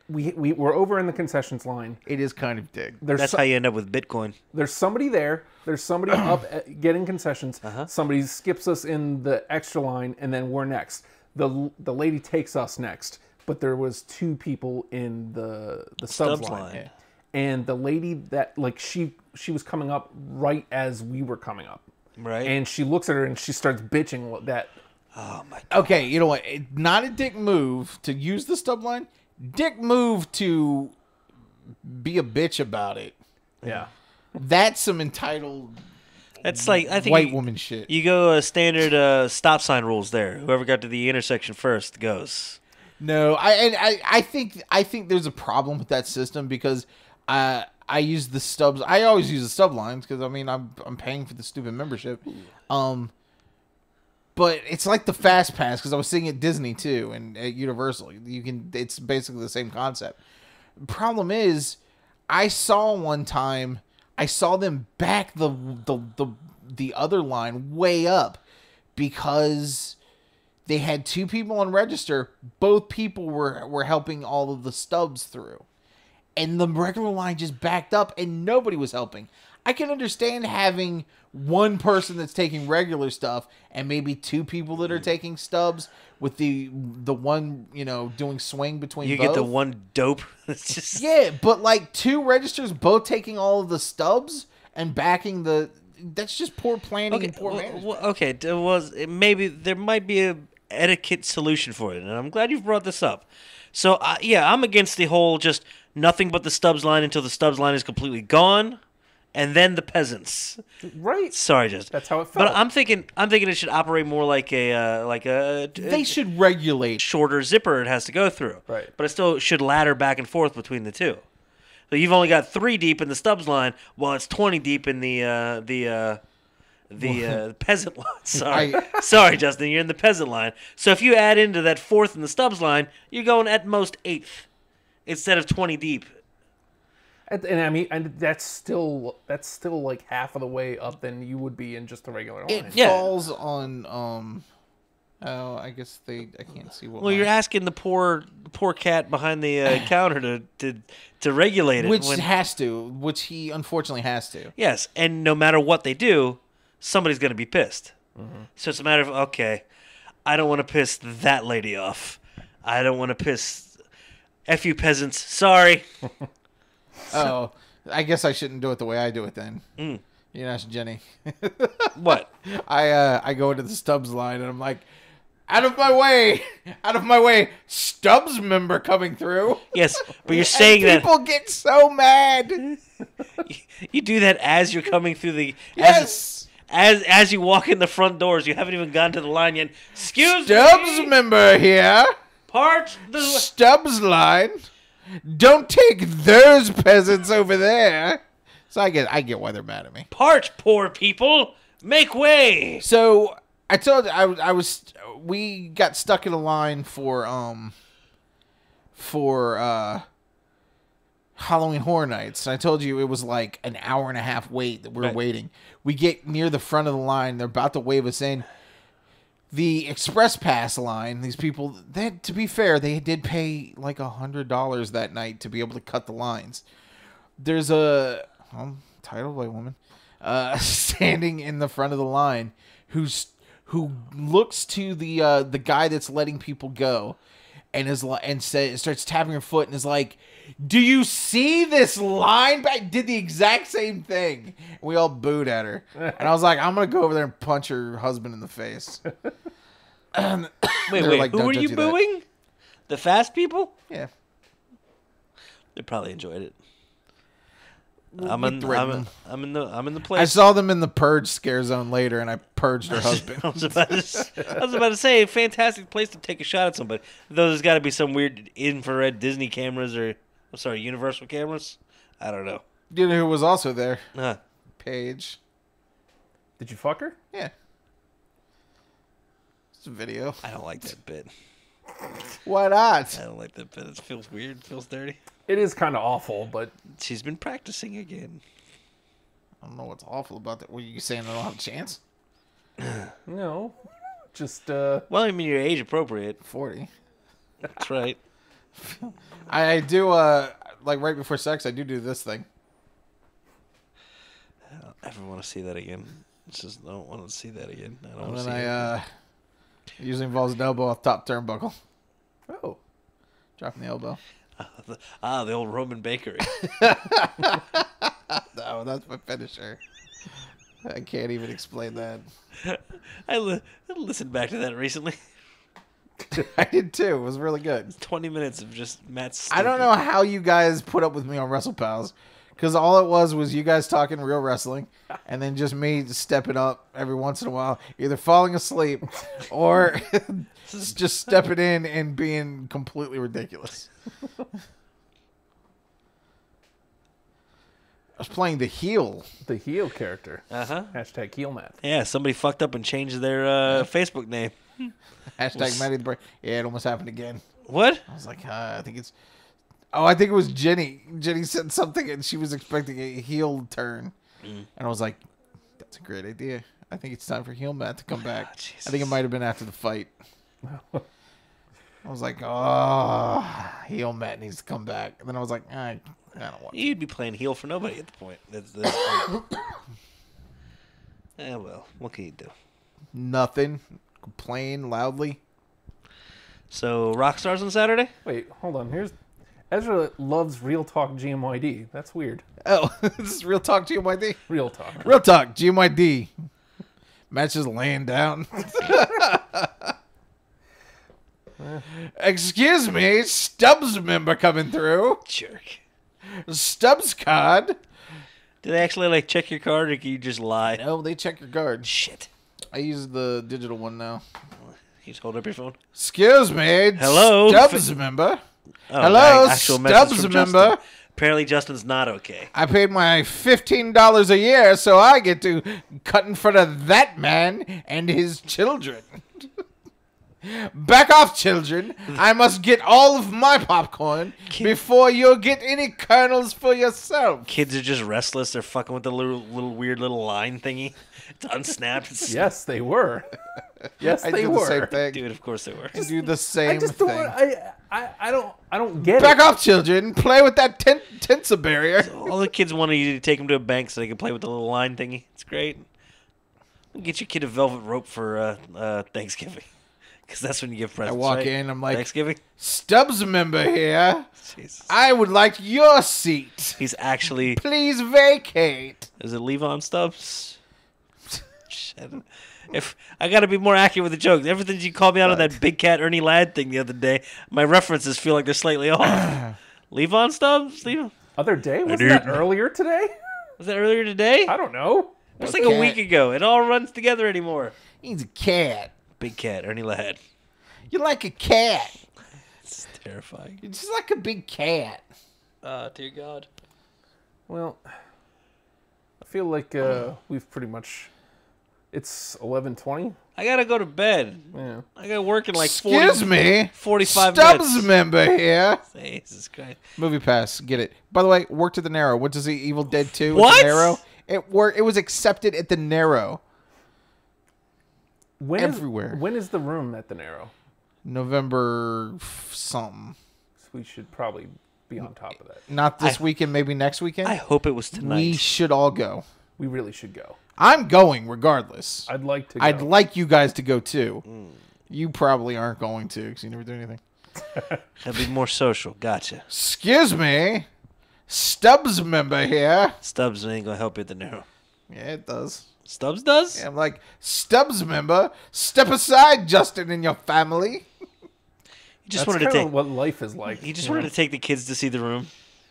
Speaker 6: we we were over in the concessions line.
Speaker 5: It is kind of dig.
Speaker 6: There's
Speaker 8: That's
Speaker 6: so-
Speaker 8: how you end up with Bitcoin.
Speaker 6: there's somebody there. There's somebody up at, getting concessions. Somebody skips us in the extra line, and then we're next. the The lady takes us next, but there was two people in the the subs,
Speaker 8: Subs
Speaker 6: line.
Speaker 8: line. Yeah.
Speaker 6: and the lady that like she she was coming up right as we were coming up,
Speaker 8: Right.
Speaker 6: and she looks at her and she starts bitching what that.
Speaker 5: Okay, you know what? It, not a dick move to use the stub line. Dick move to be a bitch about it.
Speaker 6: Yeah,
Speaker 5: That's some entitled
Speaker 8: That's like I think
Speaker 5: white
Speaker 8: you,
Speaker 5: woman shit.
Speaker 8: You go uh, standard uh, stop sign rules there. Whoever got to the intersection first goes.
Speaker 5: No, I and I, I think I think there's a problem with that system because I I use the stubs. I always use the stub lines because I mean I'm I'm paying for the stupid membership. Um, but it's like the fast pass because I was seeing at Disney too and at Universal. You can it's basically the same concept. Problem is, I saw one time I saw them back the the the the other line way up because they had two people on register. Both people were were helping all of the stubs through, and the regular line just backed up, and nobody was helping. I can understand having one person that's taking regular stuff and maybe two people that are taking stubs with the the one you know doing swing between.
Speaker 8: You get the
Speaker 5: both.
Speaker 8: one dope. It's just
Speaker 5: Yeah, but like two registers both taking all of the stubs and backing the. That's just poor planning
Speaker 8: okay.
Speaker 5: and poor
Speaker 8: well-
Speaker 5: management.
Speaker 8: well, okay, there was it maybe there might be a etiquette solution for it, and I'm glad you brought this up. So I yeah, I'm against the whole just nothing but the stubs line until the stubs line is completely gone, and then the peasants.
Speaker 6: right.
Speaker 8: Sorry, just
Speaker 6: That's how it
Speaker 8: But
Speaker 6: felt.
Speaker 8: I'm thinking I'm thinking it should operate more like a uh, like a
Speaker 5: they should regulate
Speaker 8: shorter zipper it has to go through.
Speaker 6: Right.
Speaker 8: But it still should ladder back and forth between the two. So you've only got three deep in the stubs line, while it's twenty deep in the uh, the uh, the uh, peasant line. Sorry,
Speaker 5: I-
Speaker 8: sorry, Justin, you're in the peasant line. So if you add into that fourth in the stubs line, you're going at most eighth instead of twenty deep.
Speaker 6: And, and I mean, and that's still that's still like half of the way up than you would be in just a regular line.
Speaker 5: it
Speaker 8: Yeah.
Speaker 5: falls on um oh i guess they i can't see what
Speaker 8: Well, you're
Speaker 5: line-
Speaker 8: asking the poor poor cat behind the uh, counter to, to to regulate it.
Speaker 5: which
Speaker 8: when-
Speaker 5: has to which he unfortunately has to
Speaker 8: Yes, and no matter what they do, somebody's going to be pissed.
Speaker 5: Mm-hmm.
Speaker 8: So it's a matter of okay, I don't want to piss that lady off. I don't want to piss f you peasants. Sorry.
Speaker 5: oh i guess i shouldn't do it the way i do it then you know it's jenny
Speaker 8: Mm. What?
Speaker 5: i uh i go into the stubbs line and i'm like out of my way out of my way stubbs member coming through
Speaker 8: Yes, but you're saying
Speaker 5: and
Speaker 8: that
Speaker 5: people get so mad
Speaker 8: you do that as you're coming through the
Speaker 5: yes
Speaker 8: as as as you walk in the front doors. You haven't even gone to the line yet. Excuse
Speaker 5: stubbs
Speaker 8: me.
Speaker 5: member here
Speaker 8: Part the
Speaker 5: Stubbs line. Don't take those peasants over there. So I get I get why they're mad at me.
Speaker 8: part poor people. Make way.
Speaker 5: So I told I was- I was we got stuck in a line for um for uh Halloween Horror Nights. I told you it was like an hour and a half wait that we're
Speaker 8: Right.
Speaker 5: waiting. We get near the front of the line. They're about to wave us in. The express pass line. These people. That to be fair, they did pay like a hundred dollars that night to be able to cut the lines. There's a um, title by a woman uh, standing in the front of the line who's who looks to the uh, the guy that's letting people go and is li- and says starts tapping her foot and is like, "Do you see this line?" Back did the exact same thing. We all booed at her, and I was like, "I'm gonna go over there and punch her husband in the face."
Speaker 8: Wait,
Speaker 5: They're
Speaker 8: wait.
Speaker 5: like,
Speaker 8: who
Speaker 5: "Don't
Speaker 8: were
Speaker 5: judge
Speaker 8: you
Speaker 5: you that."
Speaker 8: booing? The fast people?
Speaker 5: Yeah,
Speaker 8: They probably enjoyed it. I'm
Speaker 5: we
Speaker 8: in, I'm,
Speaker 5: threatened
Speaker 8: in,
Speaker 5: them.
Speaker 8: I'm in the I'm in the
Speaker 5: I
Speaker 8: place.
Speaker 5: saw them in the purge scare zone later, and I purged her husband.
Speaker 8: I was, about to, s- I was about to say, fantastic place to take a shot at somebody. Though there's got to be some weird infrared Disney cameras or, I'm sorry, Universal cameras. I don't know.
Speaker 5: You know who was also there?
Speaker 8: Huh.
Speaker 5: Paige.
Speaker 6: Did you fuck her?
Speaker 5: Yeah. It's a video.
Speaker 8: I don't like that bit.
Speaker 5: Why not?
Speaker 8: I don't like that bit. It feels weird. Feels dirty.
Speaker 6: It is kind of awful, but
Speaker 8: She's been practicing again.
Speaker 5: I don't know what's awful about that. Were you saying I don't have a chance?
Speaker 6: no. Just uh,
Speaker 8: Well, I mean, you're age appropriate.
Speaker 5: Forty.
Speaker 8: That's right.
Speaker 5: I, I do. Uh, like right before sex, I do do this thing.
Speaker 8: I don't ever want to see that again. It's just I don't want to see that again. I don't want
Speaker 5: And
Speaker 8: to
Speaker 5: then
Speaker 8: see
Speaker 5: I
Speaker 8: it.
Speaker 5: uh, it usually involves an elbow off top turnbuckle,
Speaker 6: oh,
Speaker 5: dropping the elbow.
Speaker 8: ah, the old Roman bakery.
Speaker 5: Oh, that's my finisher. I can't even explain that.
Speaker 8: I, li- I listened back to that recently.
Speaker 5: I did too. It was really good.
Speaker 8: 20 minutes of just Matt's.
Speaker 5: I don't
Speaker 8: stupid-
Speaker 5: know how you guys put up with me on Wrestle Pals, because all it was was you guys talking real wrestling, and then just me stepping up every once in a while, either falling asleep or just stepping in and being completely ridiculous. I was playing the heel.
Speaker 6: the heel character.
Speaker 8: Uh-huh.
Speaker 6: Hashtag heel math.
Speaker 8: Yeah, somebody fucked up and changed their uh, Facebook name.
Speaker 5: Hashtag Maddie the Brain. Yeah, it almost happened again.
Speaker 8: What?
Speaker 5: I was like, uh, I think it's. Oh, I think it was Jenny. Jenny said something and she was expecting a heel turn. And I was like, that's a great idea. I think it's time for heel Matt to come back. I think it
Speaker 8: Jesus.
Speaker 5: might have been after the fight. I was like, oh, heel Matt needs to come back. And then I was like, I, I don't want
Speaker 8: You'd be playing heel for nobody at the point. That's, that's Eh, well, what can you do?
Speaker 5: nothing. Complain loudly.
Speaker 8: So, Rockstars on Saturday?
Speaker 6: Wait, hold on. Here's Ezra loves Real Talk GMYD. That's weird.
Speaker 5: Oh, this is real talk, GMYD.
Speaker 6: Real Talk.
Speaker 5: Real talk, GMYD. Matt's just laying down. Excuse me, Stubbs member coming through.
Speaker 8: Jerk.
Speaker 5: Stubbs card.
Speaker 8: Do they actually, like, check your card or can you just lie?
Speaker 5: No, Oh, they check your card.
Speaker 8: Shit.
Speaker 5: I use the digital one now.
Speaker 8: You just hold up your phone?
Speaker 5: Excuse me,
Speaker 8: Hello?
Speaker 5: Stubbs member.
Speaker 8: Oh,
Speaker 5: Hello,
Speaker 8: dang, actual message
Speaker 5: Stubbs
Speaker 8: from
Speaker 5: member.
Speaker 8: Justin. Apparently, Justin's not okay.
Speaker 5: I paid my fifteen dollars a year, so I get to cut in front of that man and his children. Back off, children! I must get all of my popcorn before you get any kernels for yourself.
Speaker 8: Kids are just restless. They're fucking with the little, little weird little line thingy. It's unsnapped. It's
Speaker 6: Yes, they were. Yes,
Speaker 5: I
Speaker 6: they
Speaker 5: do
Speaker 6: were.
Speaker 5: the same thing.
Speaker 8: Dude, of course they were.
Speaker 5: I do the same
Speaker 6: I just
Speaker 5: thing.
Speaker 6: don't. want- I, I I don't I don't get
Speaker 5: Back
Speaker 6: it.
Speaker 5: off, children! Play with that ten- tensor barrier.
Speaker 8: All the kids wanted you to take them to a bank so they could play with the little line thingy. It's great. Get your kid a velvet rope for uh, uh, Thanksgiving. Because that's when you give presents.
Speaker 5: walk
Speaker 8: right?
Speaker 5: in, I'm like-
Speaker 8: Thanksgiving?
Speaker 5: Stubbs member here.
Speaker 8: Jesus.
Speaker 5: I would like your seat.
Speaker 8: He's actually.
Speaker 5: Please vacate.
Speaker 8: Is it Levon Stubbs? Shit. If I gotta be more accurate with the jokes, ever since you called me out on that big cat Ernie Ladd thing the other day, my references feel like they're slightly off. Levon Stubbs? Levon?
Speaker 6: Other day was that earlier today?
Speaker 8: Was that earlier today?
Speaker 6: I don't know.
Speaker 8: It was like a week
Speaker 5: Okay.
Speaker 8: ago. It all runs together anymore.
Speaker 5: He's a cat.
Speaker 8: Big cat Ernie Ladd.
Speaker 5: You're like a cat.
Speaker 8: It's terrifying.
Speaker 5: It's just like a big cat.
Speaker 8: Oh, dear God.
Speaker 6: Well, I feel like uh, we've pretty much It's eleven twenty.
Speaker 8: I gotta go to bed.
Speaker 6: Yeah.
Speaker 8: I gotta work in like 40,
Speaker 5: Excuse me.
Speaker 8: 45
Speaker 5: Stubbs
Speaker 8: minutes.
Speaker 5: member here.
Speaker 8: Jesus Christ.
Speaker 5: Movie pass, get it. By the way, worked at the Narrow. What does the Evil Dead Two?
Speaker 8: What?
Speaker 5: At the Narrow. It worked. It was accepted at the Narrow.
Speaker 6: When is-
Speaker 5: Everywhere.
Speaker 6: when is the room at the Narrow?
Speaker 5: November f- something.
Speaker 6: So we should probably be on top of that.
Speaker 5: Not this
Speaker 8: I-
Speaker 5: weekend. Maybe next weekend.
Speaker 8: I hope it was tonight.
Speaker 5: we should all go.
Speaker 6: We really should go.
Speaker 5: I'm going regardless.
Speaker 6: I'd like to. Go.
Speaker 5: I'd like you guys to go too.
Speaker 8: Mm.
Speaker 5: You probably aren't going to because you never do anything.
Speaker 8: Gotta be more social. Gotcha.
Speaker 5: Excuse me. Stubbs member here.
Speaker 8: Stubbs ain't gonna help you at the narrow.
Speaker 5: Yeah, it does.
Speaker 8: Stubbs does?
Speaker 5: I'm like, Stubbs member, step aside, Justin and your family.
Speaker 8: He just
Speaker 6: That's
Speaker 8: wanted to
Speaker 6: kinda
Speaker 8: take.
Speaker 6: what life is like.
Speaker 8: He just
Speaker 6: you know?
Speaker 8: wanted to take the kids to see the room.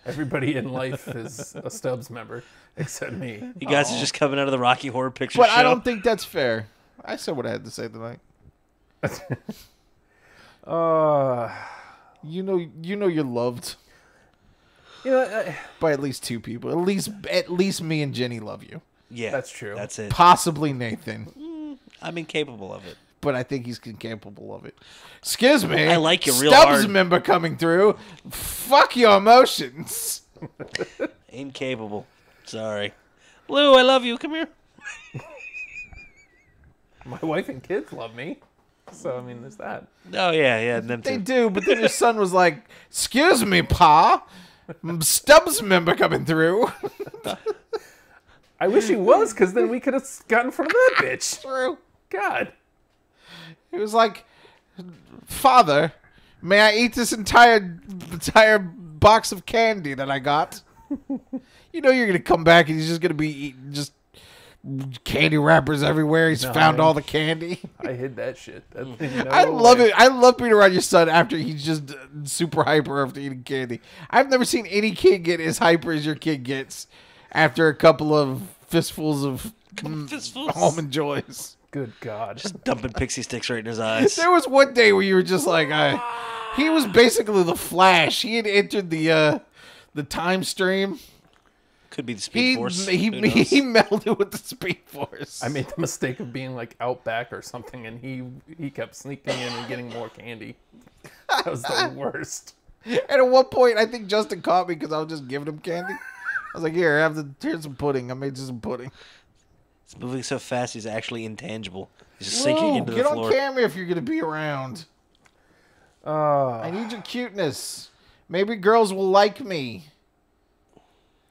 Speaker 6: Everybody in life is a Stubbs member except me.
Speaker 8: You guys are just coming out of the Rocky Horror Picture
Speaker 5: But
Speaker 8: Show.
Speaker 5: I don't think that's fair. I said what I had to say tonight.
Speaker 6: Uh,
Speaker 5: You know, you know, you're loved
Speaker 6: you know, I,
Speaker 5: by at least two people. At least, at least me and Jenny love you.
Speaker 8: Yeah,
Speaker 6: That's true.
Speaker 8: That's it.
Speaker 5: Possibly Nathan,
Speaker 8: I'm incapable of it.
Speaker 5: but I think he's incapable of it. Excuse me.
Speaker 8: I like you real
Speaker 5: Stubbs
Speaker 8: hard.
Speaker 5: member coming through. Fuck your emotions.
Speaker 8: Incapable. Sorry. Lou, I love you. Come here.
Speaker 6: my wife and kids love me, so I mean, there's that.
Speaker 8: Oh yeah, yeah. Them
Speaker 5: They
Speaker 8: too.
Speaker 5: do, but then his son was like, "Excuse me, Pa, Stubbs member coming through."
Speaker 6: I wish he was, because then we could have got in front of that bitch.
Speaker 5: through.
Speaker 6: God,
Speaker 5: He was like, "Father, may I eat this entire entire box of candy that I got?" you know you're gonna come back and he's just gonna be eating just candy wrappers everywhere. He's found all the candy.
Speaker 6: I hid that shit. That thing, no
Speaker 5: I love
Speaker 6: way.
Speaker 5: it. I love being around your son after he's just uh, super hyper after eating candy. I've never seen any kid get as hyper as your kid gets after a couple of fistfuls of mm,
Speaker 8: Fistfuls.
Speaker 5: almond joys.
Speaker 6: Good God,
Speaker 8: Dumping pixie sticks right in his eyes.
Speaker 5: There was one day where you were just like, I, he was basically the Flash. He had entered the uh, the time stream.
Speaker 8: Could be the Speed
Speaker 5: He
Speaker 8: Force.
Speaker 5: he,
Speaker 8: Who
Speaker 5: he,
Speaker 8: knows?
Speaker 5: melded with the Speed Force.
Speaker 6: I made the mistake of being like out back or something, and he he kept sneaking in and getting more candy. That was the worst.
Speaker 5: And at one point, I think Justin caught me because I was just giving him candy. I was like, here, have the here's some pudding. I made you some pudding.
Speaker 8: It's moving so fast, he's actually intangible. He's just sinking
Speaker 5: Whoa,
Speaker 8: into the
Speaker 5: get
Speaker 8: floor.
Speaker 5: on camera if you're gonna be around.
Speaker 6: Uh,
Speaker 5: I need your cuteness. Maybe girls will like me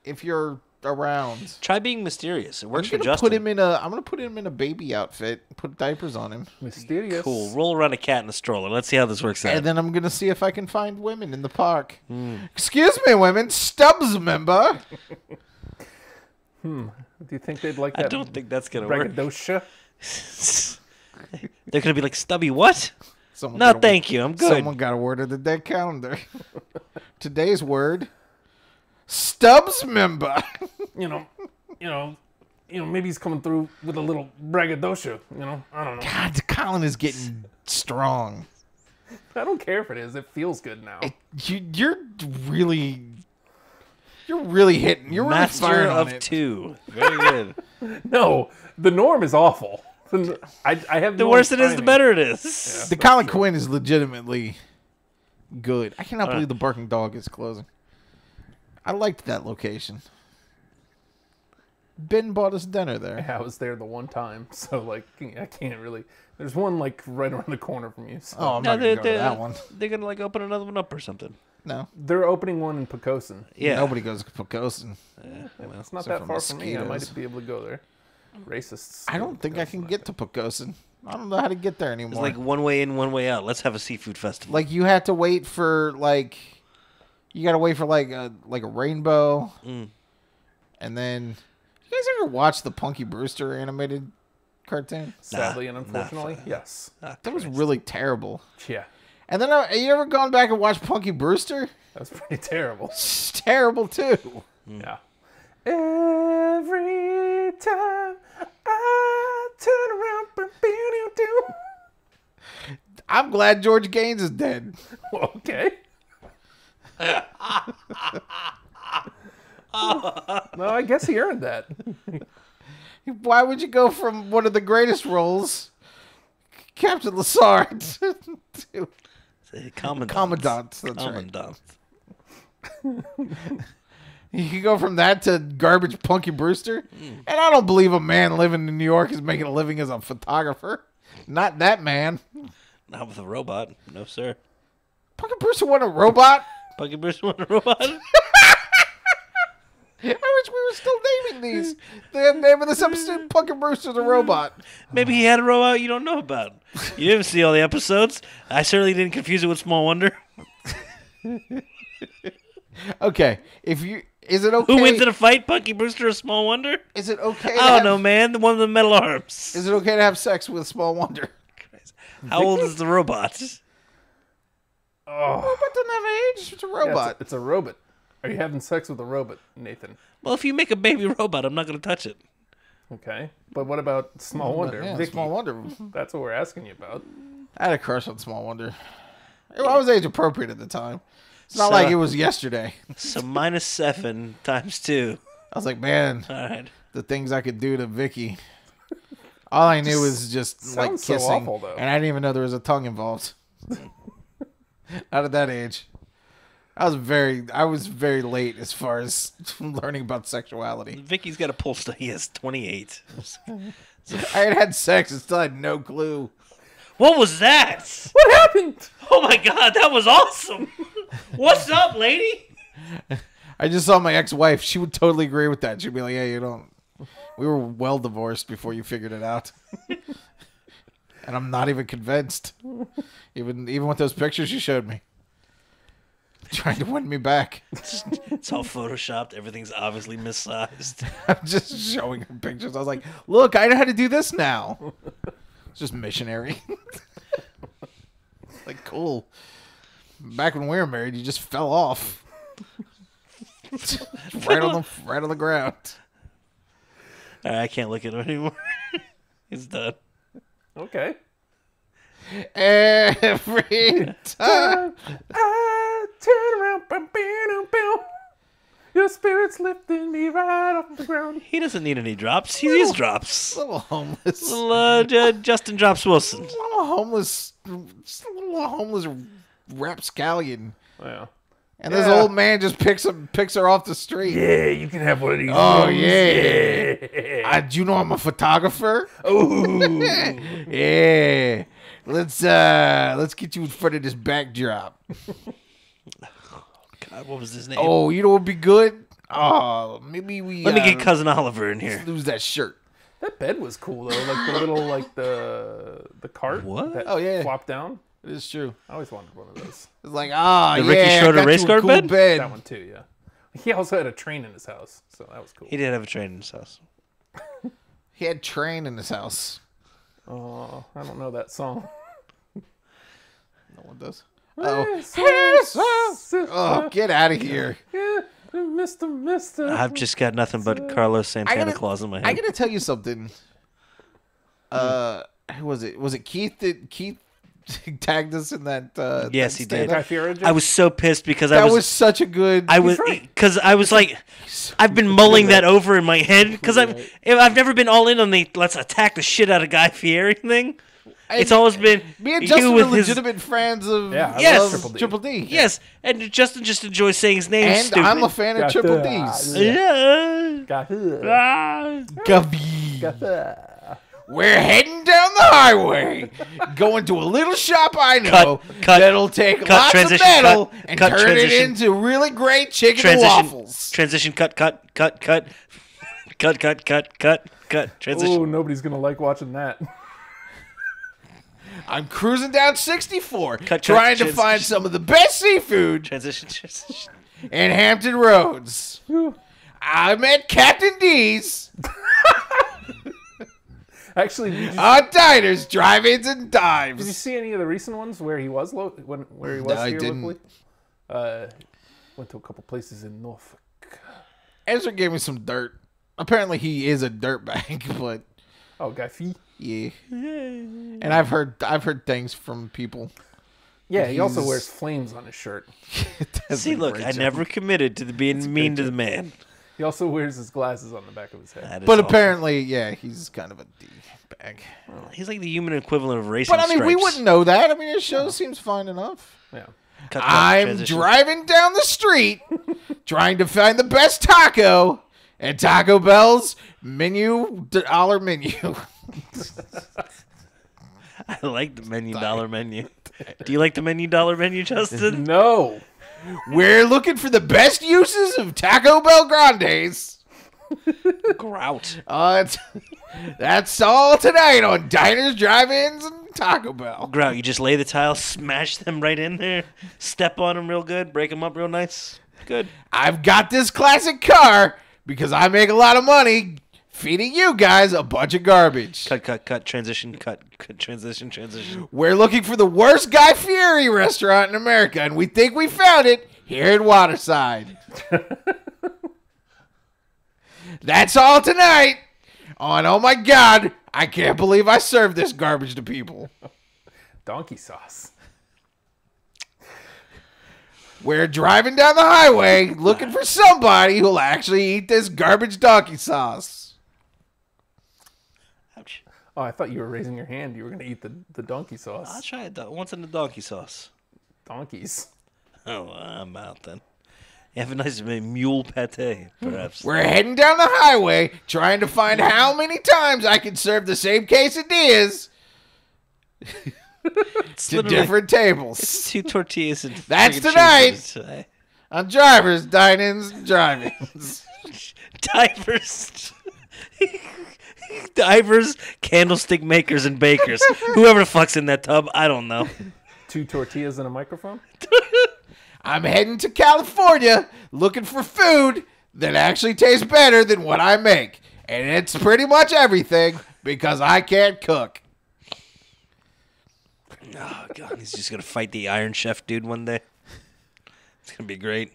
Speaker 5: if you're around.
Speaker 8: Try being mysterious. It
Speaker 5: I'm
Speaker 8: works for
Speaker 5: gonna
Speaker 8: Justin.
Speaker 5: put him in a. I'm gonna put him in a baby outfit. Put diapers on him,
Speaker 6: mysterious.
Speaker 8: Cool. Roll around a cat in a stroller. Let's see how this works out.
Speaker 5: and then I'm gonna see if I can find women in the park.
Speaker 8: Hmm.
Speaker 5: Excuse me, women. Stubbs member.
Speaker 6: Do you think they'd like
Speaker 8: I
Speaker 6: that?
Speaker 8: don't think that's gonna work.
Speaker 6: braggadocio.
Speaker 8: They're gonna be like, Stubby, what?
Speaker 5: Someone
Speaker 8: No,
Speaker 5: gotta-
Speaker 8: thank you. I'm good.
Speaker 5: Someone got a word of the day calendar. Today's word. Stubbs member.
Speaker 6: you know, you know, you know, maybe he's coming through with a little braggadocio. You know, I don't know.
Speaker 5: God, Colin is getting strong.
Speaker 6: I don't care if it is. It feels good now.
Speaker 5: you, you're really you're really hitting you're
Speaker 8: Master
Speaker 5: really firing
Speaker 8: of
Speaker 5: on it.
Speaker 8: two. Very good.
Speaker 6: No, the norm is awful. The n- I, I have
Speaker 8: the worse it is, the better it is.
Speaker 5: the colin quinn is legitimately good i cannot believe the barking dog is closing i liked that location ben bought us dinner there
Speaker 6: I was there the one time, so like I can't really. There's one like right around the corner from you. So.
Speaker 5: oh i'm
Speaker 8: No,
Speaker 5: not gonna
Speaker 8: they're,
Speaker 5: go
Speaker 8: they're-
Speaker 5: to that one
Speaker 8: they're gonna like open another one up or something.
Speaker 5: no
Speaker 6: They're opening one in Pocosin.
Speaker 8: Yeah.
Speaker 5: nobody goes to Pocosin.
Speaker 6: It's not
Speaker 5: Except
Speaker 6: that
Speaker 5: for
Speaker 6: far from me. I might
Speaker 5: mosquitoes.
Speaker 6: be able to go there. Racists.
Speaker 5: i don't think i can get to Pocosin. i don't know how to get there
Speaker 8: It's
Speaker 5: anymore
Speaker 8: like one way in, one way out. Let's have a seafood festival.
Speaker 5: like you have to wait for like you gotta wait for like a like a rainbow
Speaker 8: Mm.
Speaker 5: and then you guys ever watch the punky brewster animated cartoon
Speaker 6: Sadly and
Speaker 8: Nah,
Speaker 6: unfortunately, yes.
Speaker 5: that was really terrible
Speaker 6: Yeah,
Speaker 5: and then uh, you ever gone back and watched punky brewster
Speaker 6: that's pretty terrible.
Speaker 5: it's terrible too
Speaker 6: Yeah. Every time I turn around, but you do.
Speaker 5: i'm glad george gaines is dead
Speaker 6: Okay. no, I guess he earned that.
Speaker 5: Why would you go from one of the greatest roles, Captain Lassard, to
Speaker 8: Commandant.
Speaker 5: Commandant? That's right.
Speaker 8: Commandant.
Speaker 5: You can go from that to garbage Punky Brewster.
Speaker 8: Hmm.
Speaker 5: And I don't believe a man living in New York is making a living as a photographer. Not that man.
Speaker 8: Not with a robot. No, sir.
Speaker 5: Punky Brewster wasn't a robot.
Speaker 8: Bucky Bruce want a robot?
Speaker 5: I wish we were still naming these. The name of this episode, Punky Brewster's a robot.
Speaker 8: Maybe he had a robot you don't know about. You didn't see all the episodes. I certainly didn't confuse it with Small Wonder.
Speaker 5: Okay, if you... Is it okay?
Speaker 8: Who wins in a fight, Punky Brewster or Small Wonder?
Speaker 5: is it okay? to
Speaker 8: I don't
Speaker 5: have-
Speaker 8: know, man. The one with the metal arms.
Speaker 5: Is it okay to have sex with Small Wonder?
Speaker 8: How old is the robot?
Speaker 6: Oh,
Speaker 5: But doesn't have age. It's a
Speaker 6: yeah,
Speaker 5: robot.
Speaker 6: it's, it's a robot. Are you having sex with a robot, Nathan?
Speaker 8: Well, if you make a baby robot, I'm not going to touch it.
Speaker 6: Okay, but what about Small Wonder?
Speaker 5: Yeah,
Speaker 6: Vicky,
Speaker 5: Small Wonder.
Speaker 8: Mm-hmm.
Speaker 6: That's what we're asking you about.
Speaker 5: I had a crush on Small Wonder. I was age appropriate at the time. It's not
Speaker 8: So-
Speaker 5: like it was yesterday.
Speaker 8: So minus seven times two.
Speaker 5: I was like, man,
Speaker 8: All right.
Speaker 5: the things I could do to Vicky. All I knew was just like
Speaker 6: sounds so
Speaker 5: kissing,
Speaker 6: awful, though.
Speaker 5: and I didn't even know there was a tongue involved. Not at that age. I was very, I was very late as far as learning about sexuality.
Speaker 8: Vicky's got a pulse. st- He has 28.
Speaker 5: I had had sex and still had no clue.
Speaker 8: What was that?
Speaker 6: What happened?
Speaker 8: Oh my god, that was awesome. What's up, lady?
Speaker 5: I just saw my ex-wife. She would totally agree with that. She'd be like, "Yeah, you don't. We were well divorced before you figured it out." and I'm not even convinced. Even even with those pictures you showed me, trying to win me back.
Speaker 8: It's, it's all photoshopped. Everything's obviously missized.
Speaker 5: I'm just showing her pictures. I was like, "Look, I know how to do this now." It's just missionary. like, cool. Back when we were married, you just fell off. right on the right on the ground.
Speaker 8: All right, I can't look at him anymore. He's done.
Speaker 6: Okay.
Speaker 5: every time.
Speaker 6: I turn around, bum, bam, bam. Your spirit's lifting me right off the ground.
Speaker 8: He doesn't need any drops. He needs drops.
Speaker 5: Little homeless, little
Speaker 8: Little, uh, Ju- Justin Drops Wilson.
Speaker 5: homeless, just a little homeless rapscallion.
Speaker 6: Yeah.
Speaker 5: And this old man just picks him, picks her off the street.
Speaker 6: Yeah, you can have one of these.
Speaker 5: Oh yeah. I do you know I'm a photographer.
Speaker 6: Ooh.
Speaker 5: yeah. Let's uh let's get you in front of this backdrop.
Speaker 8: God, Uh, what was his name?
Speaker 5: Oh, you know what would be good? Oh, maybe we
Speaker 8: Let me get
Speaker 5: uh,
Speaker 8: cousin Oliver in here.
Speaker 5: lose that shirt.
Speaker 6: that bed was cool though, like the little like the the cart
Speaker 8: What?
Speaker 6: that
Speaker 5: Oh, yeah.
Speaker 6: flopped down.
Speaker 5: It is true.
Speaker 6: I always wanted one of those.
Speaker 5: It's like ah,
Speaker 8: The
Speaker 5: yeah,
Speaker 8: Ricky
Speaker 5: I
Speaker 8: Schroeder
Speaker 5: got you
Speaker 8: race
Speaker 5: a
Speaker 8: car
Speaker 5: cool
Speaker 8: bed?
Speaker 5: bed.
Speaker 6: That one too, yeah. He also had a train in his house, so that was cool.
Speaker 8: He did have a train in his house.
Speaker 5: He had train in his house.
Speaker 6: Oh, I don't know that song.
Speaker 5: No one does. Oh, oh,
Speaker 6: oh,
Speaker 5: get out of here!
Speaker 6: Mister, Mister.
Speaker 8: I've just got nothing but Carlos Santana
Speaker 5: gotta-
Speaker 8: Claus in my
Speaker 5: I
Speaker 8: head.
Speaker 5: gotta tell you something.
Speaker 8: Hmm.
Speaker 5: Uh, who was it? Was it Keith that Keith tagged us in that? Uh,
Speaker 8: Yes,
Speaker 5: that
Speaker 8: he did.
Speaker 5: stand-up?
Speaker 6: Guy Fieri joke?
Speaker 8: I was so pissed because I
Speaker 5: That
Speaker 8: was,
Speaker 5: was such a good.
Speaker 8: I was because I was like, I've been mulling that over in my head because I'm I've never been all in on the let's attack the shit out of Guy Fieri thing. It's always been
Speaker 5: me and
Speaker 8: you
Speaker 5: Justin are
Speaker 8: with his-
Speaker 5: legitimate fans of
Speaker 6: Yeah, I
Speaker 8: Yes.
Speaker 5: of
Speaker 6: love Triple D.
Speaker 5: Triple D.
Speaker 8: yes, and Justin just enjoys saying his name.
Speaker 5: and
Speaker 8: stupid.
Speaker 5: I'm a fan of
Speaker 6: Got
Speaker 5: Triple
Speaker 6: the-
Speaker 5: D's.
Speaker 8: Ah, Yeah.
Speaker 6: Got
Speaker 8: Ah.
Speaker 5: Gubby.
Speaker 6: that.
Speaker 5: We're heading down the highway, going to a little shop I know
Speaker 8: cut,
Speaker 5: that'll take
Speaker 8: cut,
Speaker 5: lots of
Speaker 8: transition,
Speaker 5: metal
Speaker 8: cut,
Speaker 5: and
Speaker 8: cut,
Speaker 5: turn it
Speaker 8: transition.
Speaker 5: into really great chicken and
Speaker 8: Transition.
Speaker 5: waffles.
Speaker 8: Transition. Cut. Cut. Cut. Cut. Cut. Cut. Cut. Cut. Cut. Transition.
Speaker 6: Oh, nobody's gonna like watching that.
Speaker 5: I'm cruising down 64,
Speaker 8: cut,
Speaker 5: trying to
Speaker 8: transition.
Speaker 5: find some of the best seafood
Speaker 8: Transition. Transition.
Speaker 5: in Hampton Roads. I'm at Captain D's
Speaker 6: Actually, did you,
Speaker 8: Ah.
Speaker 6: did
Speaker 5: on diners, drive-ins, and
Speaker 6: you
Speaker 5: dives.
Speaker 6: see any of the recent ones where he was lo- when where he was
Speaker 5: No, I
Speaker 6: here
Speaker 5: didn't.
Speaker 6: locally? Uh, went to a couple places in Norfolk.
Speaker 5: Ezra gave me some dirt. Apparently, he is a dirtbag, but
Speaker 6: Oh, Guy Fee.
Speaker 5: yeah. And I've heard I've heard things from people.
Speaker 6: Yeah, he also
Speaker 5: He's-
Speaker 6: wears flames on his shirt.
Speaker 5: That's
Speaker 8: See,
Speaker 5: a
Speaker 8: look,
Speaker 5: great
Speaker 8: I
Speaker 5: joke.
Speaker 8: never committed to the being mean to the man.
Speaker 6: He also wears his glasses on the back of his head.
Speaker 8: That is
Speaker 5: But
Speaker 8: awful.
Speaker 5: apparently, yeah, he's kind of a d bag.
Speaker 8: he's like the human equivalent of racing.
Speaker 5: But I mean, we
Speaker 8: stripes.
Speaker 5: wouldn't know that. I mean, his show seems fine enough.
Speaker 6: Yeah.
Speaker 8: Cut that
Speaker 5: I'm
Speaker 8: transition.
Speaker 5: driving down the street trying to find the best taco and Taco Bell's menu dollar menu.
Speaker 8: I like the menu dollar menu. Do you like the menu dollar menu, Justin?
Speaker 6: No.
Speaker 5: We're looking for the best uses of Taco Bell Grandes.
Speaker 8: Grout.
Speaker 5: Uh, it's- that's all tonight on Diners, Drive-Ins, and Taco Bell.
Speaker 8: Grout. You just lay the tile, smash them right in there, step on them real good, break them up real nice. Good.
Speaker 5: I've got this classic car because I make a lot of money feeding you guys a bunch of garbage.
Speaker 8: Cut, cut, cut. Transition, cut, cut transition, transition.
Speaker 5: We're looking for the worst Guy Fieri restaurant in America, and we think we found it here in Waterside. That's all tonight on Oh My God, I Can't Believe I Served This Garbage to People.
Speaker 6: Donkey sauce.
Speaker 5: We're driving down the highway looking for somebody who'll actually eat this garbage donkey sauce.
Speaker 8: Ouch.
Speaker 6: Oh, I thought you were raising your hand. You were going to eat the, the donkey
Speaker 8: I'll
Speaker 6: sauce.
Speaker 8: try it do- once in the donkey sauce.
Speaker 6: Donkeys.
Speaker 8: Oh, I'm out then. Have a nice mule pate, perhaps.
Speaker 5: We're heading down the highway trying to find how many times I can serve the same quesadillas
Speaker 8: It's
Speaker 5: to
Speaker 8: literally
Speaker 5: different tables.
Speaker 8: Two tortillas and
Speaker 5: That's
Speaker 8: friggin'
Speaker 5: tonight.
Speaker 8: cheeses today.
Speaker 5: On drivers, dine-ins, and drive-ins.
Speaker 8: divers divers candlestick makers and bakers whoever the fuck's in that tub i don't know
Speaker 6: Two tortillas and a microphone?
Speaker 5: I'm heading to California looking for food that actually tastes better than what I make. And it's pretty much everything because I can't cook.
Speaker 8: oh god he's just gonna fight the iron chef dude one day it's gonna be great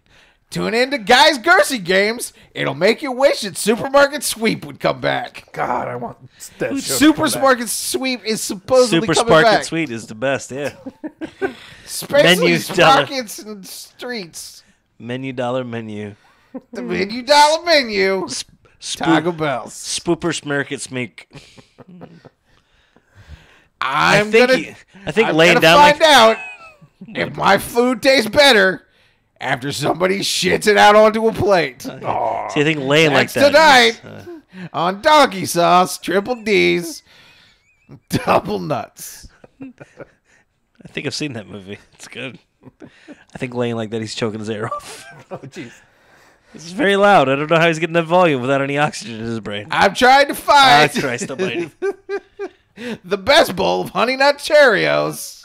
Speaker 5: Tune in to Guys Gersey Games. It'll make you wish that Supermarket Sweep would come back.
Speaker 6: God, I want that show to come back.
Speaker 5: Supermarket Sweep is supposedly
Speaker 8: super
Speaker 5: coming
Speaker 8: spark
Speaker 5: back.
Speaker 8: and sweet is the best yeah
Speaker 5: Especially
Speaker 8: Menu's dollar.
Speaker 5: Sparkets and Streets.
Speaker 8: menu dollar menu
Speaker 5: The menu dollar menu. Taco Bell's.
Speaker 8: spooper smirk it smeek i
Speaker 5: I'm
Speaker 8: think
Speaker 5: gonna
Speaker 8: he- i think
Speaker 5: I'm
Speaker 8: laying
Speaker 5: gonna
Speaker 8: down
Speaker 5: find
Speaker 8: like
Speaker 5: out if my food tastes better after somebody shits it out onto a plate.
Speaker 8: see, i think laying Uh, like
Speaker 5: That's
Speaker 8: that
Speaker 5: tonight
Speaker 8: Uh,
Speaker 5: on Donkey Sauce, Triple D's, Double Nuts.
Speaker 8: i think i've seen that movie it's good i think laying like that he's choking his air off
Speaker 6: Oh, jeez.
Speaker 8: It's very loud. I don't know how he's getting that volume without any oxygen in his brain.
Speaker 5: I'm trying to
Speaker 8: Ah,
Speaker 5: find
Speaker 8: Christ almighty.
Speaker 5: the best bowl of Honey Nut Cheerios.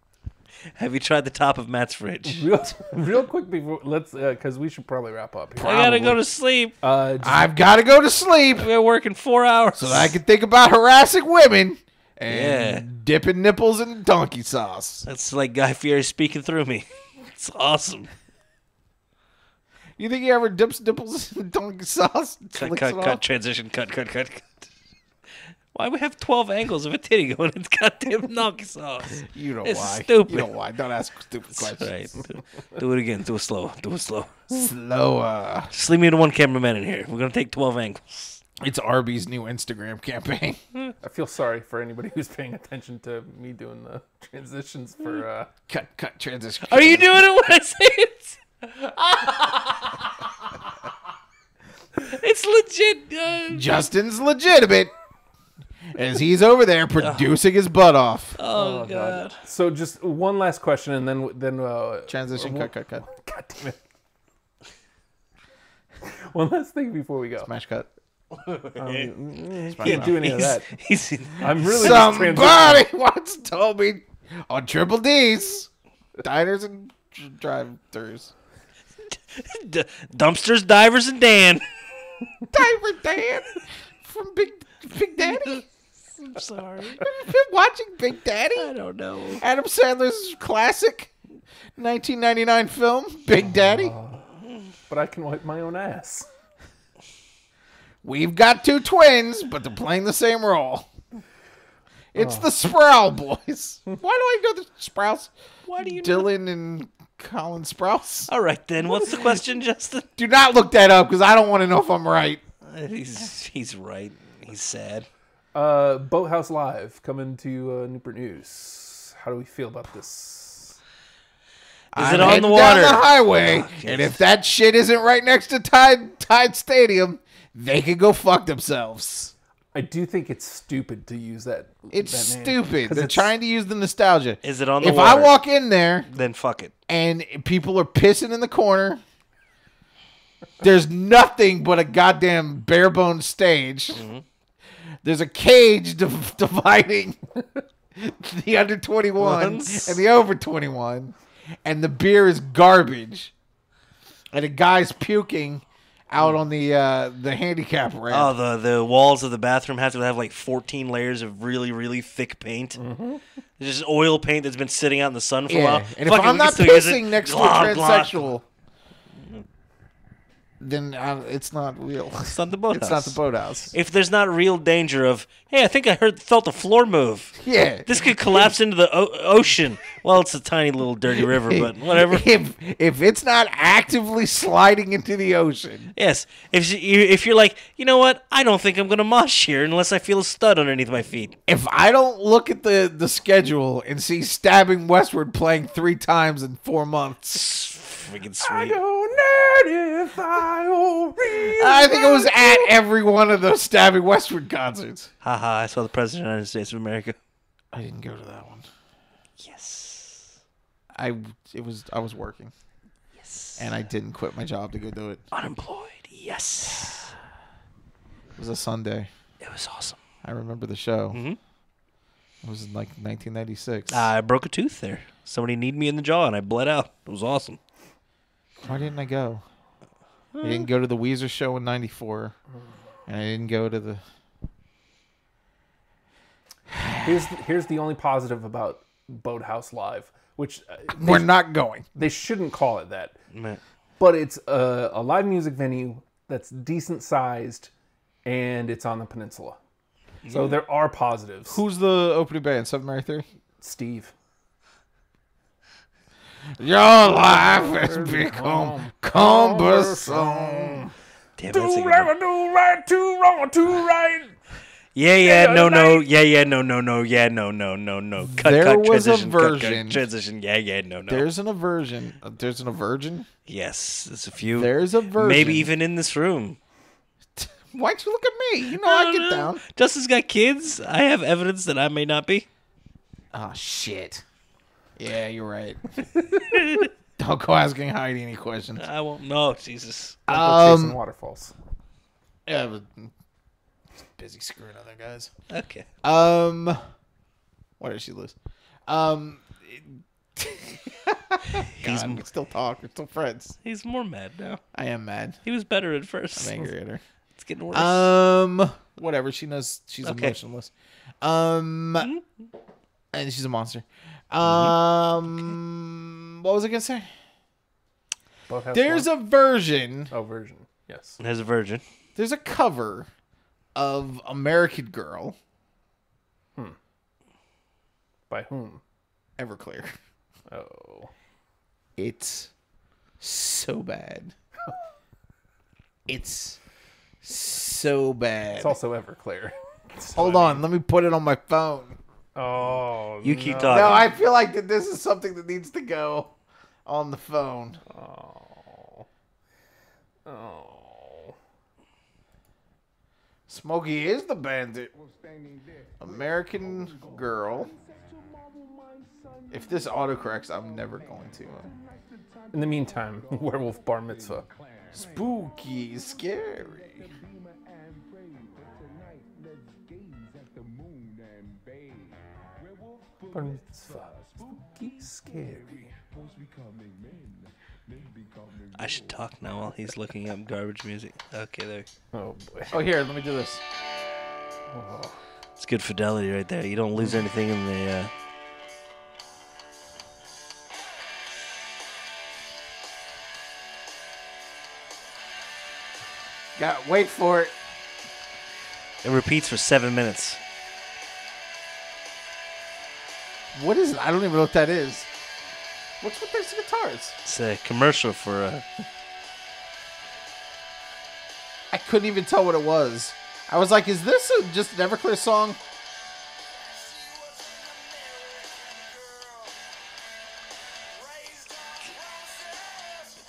Speaker 8: Have you tried the top of Matt's fridge?
Speaker 6: Real, real quick before, let's, because we should probably wrap up here.
Speaker 8: I gotta go to sleep.
Speaker 6: Uh, just-
Speaker 5: I've got to go to sleep
Speaker 8: We're working four hours.
Speaker 5: so I can think about harassing women
Speaker 8: yeah, Uh,
Speaker 5: and dipping nipples in donkey sauce.
Speaker 8: that's like Guy Fieri speaking through me. It's awesome.
Speaker 5: You think he ever dips nipples in donkey sauce? and
Speaker 8: Cut,
Speaker 5: flicks
Speaker 8: cut,
Speaker 5: it off?
Speaker 8: cut. Transition. Cut, cut, cut, cut. Why we have twelve angles of a titty going in goddamn donkey sauce?
Speaker 5: You know
Speaker 8: It's
Speaker 5: why.
Speaker 8: stupid.
Speaker 5: You know why. Don't ask stupid
Speaker 8: That's
Speaker 5: questions.
Speaker 8: right. Do, do it again. Do it slow. Do it slow.
Speaker 5: Slower.
Speaker 8: Just leave me and one cameraman in here. We're gonna take twelve angles.
Speaker 5: It's Arby's new Instagram campaign.
Speaker 6: I feel sorry for anybody who's paying attention to me doing the transitions for. Uh,
Speaker 5: cut, cut, transition.
Speaker 8: Are you doing it when I say it? it's legit. Uh,
Speaker 5: Justin's legitimate as he's over there
Speaker 8: Uh-huh.
Speaker 5: producing his butt off.
Speaker 8: oh, god.
Speaker 6: so just one last question, and then then uh,
Speaker 5: Transition, cut, cut, cut.
Speaker 6: God damn it. One last thing before we go.
Speaker 5: Smash cut.
Speaker 6: I can't do any of that.
Speaker 8: He's, he's,
Speaker 6: I'm really just transitioning.
Speaker 5: Somebody once told me on Triple D's, diners and drive throughs.
Speaker 8: d- dumpsters, divers, and Dan.
Speaker 5: Diver Dan from Big, Big Daddy.
Speaker 8: I'm sorry.
Speaker 5: Have you been watching Big Daddy?
Speaker 8: I don't know.
Speaker 5: Adam Sandler's classic 1999 film, Big Daddy.
Speaker 8: Oh.
Speaker 6: But I can wipe my own ass.
Speaker 5: We've got two twins, but they're playing the same role. It's the Sproul boys. Why do I know the Sprouls?
Speaker 8: Why do you
Speaker 5: Dylan and Colin Sprouse.
Speaker 8: All right then. What's the question, Justin?
Speaker 5: Do not look that up because I don't want to know if I'm right.
Speaker 8: He's he's right. He's sad.
Speaker 6: Uh, Boathouse Live coming to uh, Newport News. How do we feel about this?
Speaker 8: Is
Speaker 5: I'm
Speaker 8: it on
Speaker 5: heading
Speaker 8: the
Speaker 5: down
Speaker 8: water? Oh,
Speaker 5: the highway,
Speaker 8: Fuck,
Speaker 5: and
Speaker 8: yes.
Speaker 5: if that shit isn't right next to Tide Tide Stadium, they could go fuck themselves.
Speaker 6: I do think it's stupid to use that.
Speaker 5: It's
Speaker 6: that name,
Speaker 5: stupid.
Speaker 6: 'cause
Speaker 5: They're
Speaker 6: it's-
Speaker 5: trying to use the nostalgia.
Speaker 8: Is it on the
Speaker 5: If I
Speaker 8: water?
Speaker 5: walk in there
Speaker 8: then fuck it.
Speaker 5: and people are pissing in the corner, there's nothing but a goddamn bare bones stage.
Speaker 8: Mm-hmm.
Speaker 5: There's a cage div- dividing the under 21
Speaker 8: Ones.
Speaker 5: and the over 21, and the beer is garbage, and a guy's puking out on the uh, the handicap ramp.
Speaker 8: Oh, the the walls of the bathroom have to have like 14 layers of really really thick paint. There's just oil paint that's been sitting out in the sun for a while.
Speaker 5: Yeah. And if
Speaker 8: Fuck it,
Speaker 5: I'm
Speaker 8: we can
Speaker 5: not
Speaker 8: still use it.
Speaker 5: pissing next to a
Speaker 8: Blah, blah. Mm-hmm.
Speaker 5: transsexual, then I, it's not real.
Speaker 8: it's not the boathouse.
Speaker 5: It's not the boathouse.
Speaker 8: If there's not real danger of, hey, I think I heard felt a floor move.
Speaker 5: Yeah.
Speaker 8: This could collapse into the o- ocean. Well, it's a tiny little dirty river, but whatever.
Speaker 5: If if it's not actively sliding into the ocean,
Speaker 8: Yes, if you if you're like, you know what, I don't think I'm gonna mosh here unless I feel a stud underneath my feet.
Speaker 5: if I don't look at the the schedule and see stabbing Westward playing three times in four months,
Speaker 8: Freaking sweet.
Speaker 5: I think it was at every one of those stabbing Westward concerts.
Speaker 8: Haha! I saw the president of the United States of America.
Speaker 5: I didn't go to that one.
Speaker 8: Yes.
Speaker 5: I it was I was working. Yes. And I didn't quit my job to go do it.
Speaker 8: Unemployed. Yes.
Speaker 5: It was a Sunday.
Speaker 8: It was awesome.
Speaker 5: I remember the show. It was in like 1996.
Speaker 8: I broke a tooth there. Somebody kneed me in the jaw, and I bled out. It was awesome.
Speaker 5: Why didn't I go? I didn't go to the Weezer show in '94, and I didn't go to the.
Speaker 6: Here's here's the only positive about Boathouse Live, which uh,
Speaker 5: We're not going.
Speaker 6: they shouldn't call it that,
Speaker 8: Man.
Speaker 6: but it's uh, a, a live music venue that's decent sized, and it's on the peninsula. So there are positives.
Speaker 5: Who's the opening band? Seven Mary Three.
Speaker 6: Steve?
Speaker 5: Your life has become cumbersome.
Speaker 8: Damn, that's a good one.
Speaker 6: Never do right, too wrong, too right.
Speaker 8: Yeah, yeah, no, no, yeah, yeah, no, no, no, yeah, no, no, no, no. Cut,
Speaker 5: There
Speaker 8: cut,
Speaker 5: was a
Speaker 8: transition, cut,
Speaker 5: version.
Speaker 8: cut, transition. Yeah, yeah, no, no.
Speaker 5: There's an aversion. uh, There's an aversion.
Speaker 8: yes, there's a few.
Speaker 5: There's a version.
Speaker 8: maybe even in this room.
Speaker 5: Why'd you look at me? You know I
Speaker 8: don't
Speaker 5: get
Speaker 8: know.
Speaker 5: down.
Speaker 8: Justin's got kids. I have evidence that I may not be.
Speaker 5: Oh shit. Yeah, you're right. Don't go asking Heidi any questions.
Speaker 8: I won't know. Jesus.
Speaker 6: Or Chasing
Speaker 5: Um,
Speaker 6: waterfalls.
Speaker 5: yeah, but busy screwing other guys.
Speaker 8: Okay.
Speaker 5: Um, where did she lose? Um,
Speaker 8: He's
Speaker 5: God, we still talk. We're still friends.
Speaker 8: he's more mad now.
Speaker 5: I am mad.
Speaker 8: He was better at 1st
Speaker 5: I'm angry at her.
Speaker 8: It's getting worse.
Speaker 5: Um, whatever. She knows she's
Speaker 8: Okay. Mm-hmm.
Speaker 5: emotionless. Um, and she's a monster. Um, what was I gonna say?
Speaker 6: Boathouse
Speaker 5: There's a version.
Speaker 6: a oh, version. Yes.
Speaker 8: There's a virgin.
Speaker 5: There's a cover of American Girl.
Speaker 6: By whom?
Speaker 5: Everclear.
Speaker 6: Oh.
Speaker 5: It's so bad. It's so bad.
Speaker 6: It's also Everclear.
Speaker 5: Hold on, let me put it on my phone.
Speaker 6: Oh.
Speaker 8: You keep
Speaker 5: No,
Speaker 8: talking.
Speaker 5: I feel like that this is something that needs to go on the phone.
Speaker 6: Oh.
Speaker 5: Smokey is the bandit. American girl. If this autocorrects, I'm never going to.
Speaker 6: In the meantime, werewolf bar mitzvah.
Speaker 5: Spooky, scary.
Speaker 6: Bar mitzvah. Spooky, scary.
Speaker 8: I should talk now while he's looking up garbage music. Okay, there.
Speaker 6: Oh boy.
Speaker 5: Oh, here, let me do this.
Speaker 8: It's good fidelity right there. You don't lose anything in the. Uh...
Speaker 5: Got wait for it.
Speaker 8: It repeats for seven minutes.
Speaker 5: What is it? I don't even know what that is. What's with those guitars?
Speaker 3: It's a commercial for uh,
Speaker 5: I couldn't even tell what it was. I was like, is this a just an Everclear song?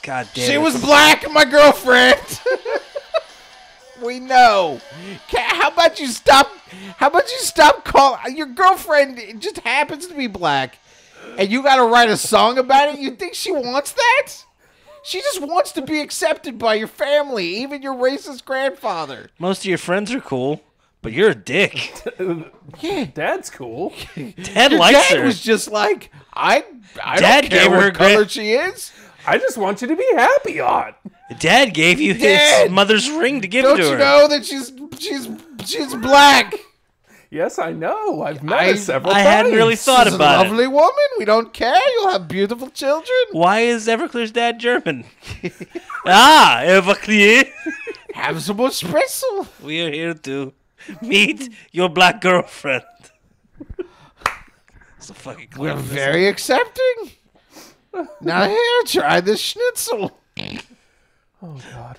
Speaker 3: God damn.
Speaker 5: She
Speaker 3: it.
Speaker 5: was black, my girlfriend. we know. Ca how about you stop? How about you stop call your girlfriend? It just happens to be black, and you got to write a song about it. You think she wants that? She just wants to be accepted by your family, even your racist grandfather.
Speaker 3: Most of your friends are cool, but you're a dick.
Speaker 5: Yeah,
Speaker 6: Dad's cool.
Speaker 3: Dad
Speaker 5: your
Speaker 3: likes
Speaker 5: dad
Speaker 3: her.
Speaker 5: was just like, I, I
Speaker 3: Dad
Speaker 5: don't care
Speaker 3: gave her
Speaker 5: what
Speaker 3: a
Speaker 5: color
Speaker 3: grand-
Speaker 5: she is.
Speaker 6: I just want you to be happy, Aunt.
Speaker 3: Dad gave you his
Speaker 5: Dad!
Speaker 3: mother's ring to give
Speaker 5: Don't
Speaker 3: to
Speaker 5: you
Speaker 3: her.
Speaker 5: know that she's she's she's black?
Speaker 6: Yes, I know. I've met
Speaker 5: I-
Speaker 6: her several
Speaker 3: I
Speaker 6: times.
Speaker 3: hadn't really thought
Speaker 5: She's a
Speaker 3: about it.
Speaker 5: lovely woman. We don't care. You'll have beautiful children.
Speaker 3: Why is Everclear's dad German? ah, Everclear,
Speaker 5: Have some more espresso.
Speaker 3: we are here to meet your black girlfriend. it's a fucking
Speaker 5: We're
Speaker 3: clip.
Speaker 5: very accepting. Now here, try this schnitzel.
Speaker 6: Oh God.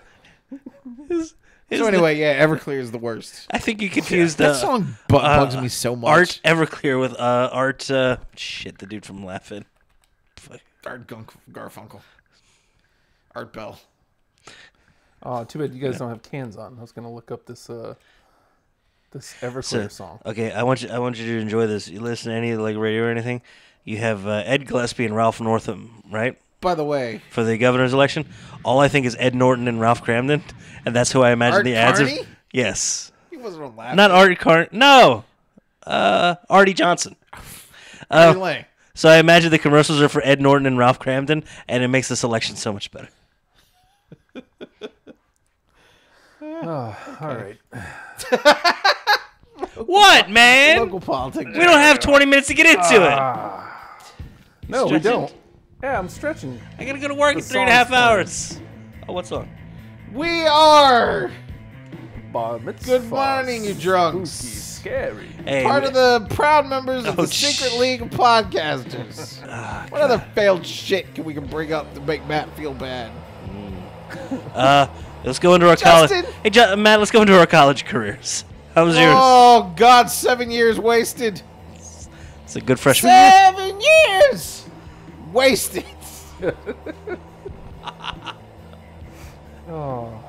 Speaker 3: Isn't
Speaker 5: So
Speaker 3: it-
Speaker 5: anyway, yeah, Everclear is the worst.
Speaker 3: I think you confused
Speaker 5: That
Speaker 3: uh,
Speaker 5: song bu-
Speaker 3: uh,
Speaker 5: bugs me so much.
Speaker 3: Art Everclear with uh, Art. Uh, shit, the dude from Laughing.
Speaker 5: Art Gunk- Garfunkel, Art Bell.
Speaker 6: Oh, too bad you guys don't have cans on. I was gonna look up this uh, this Everclear song.
Speaker 3: Okay, I want you. I want you to enjoy this. You listen to any like radio or anything. You have uh, Ed Gillespie and Ralph Northam, right,
Speaker 5: By the way,
Speaker 3: for the governor's election. All I think is Ed Norton and Ralph Cramden, and that's who I imagine
Speaker 5: Art
Speaker 3: the ads. of-
Speaker 5: Carney?
Speaker 3: Yes,
Speaker 5: he wasn't on laughing.
Speaker 3: not Art Car. No, uh, Artie Johnson.
Speaker 5: Artie Lang.
Speaker 3: So I imagine the commercials are for Ed Norton and Ralph Cramden, and it makes this election so much better. Oh.
Speaker 6: All right.
Speaker 3: What man?
Speaker 5: Local politics.
Speaker 3: We don't have 20 minutes to get into it.
Speaker 6: No, we
Speaker 3: Stretch it.
Speaker 6: don't. Yeah, I'm stretching.
Speaker 3: I gotta go to work in
Speaker 6: the
Speaker 3: three and a
Speaker 6: song's
Speaker 3: half
Speaker 6: fine.
Speaker 3: hours. Oh, what's on?
Speaker 5: We are
Speaker 6: Bar mitzvah.
Speaker 5: Good morning, you drunks.
Speaker 6: Spooky, scary.
Speaker 3: Hey,
Speaker 5: part
Speaker 3: we-
Speaker 5: of the proud members of
Speaker 3: Oh,
Speaker 5: the Secret
Speaker 3: sh- Ah,
Speaker 5: League of Podcasters. what other failed shit can we can bring up to make Matt feel bad?
Speaker 3: Uh, let's go into our
Speaker 5: Justin?
Speaker 3: college. Hey, Ju- Matt, let's go into our college careers. How was yours?
Speaker 5: Oh God, seven years wasted.
Speaker 3: It's a good freshman year.
Speaker 5: Seven years wasted.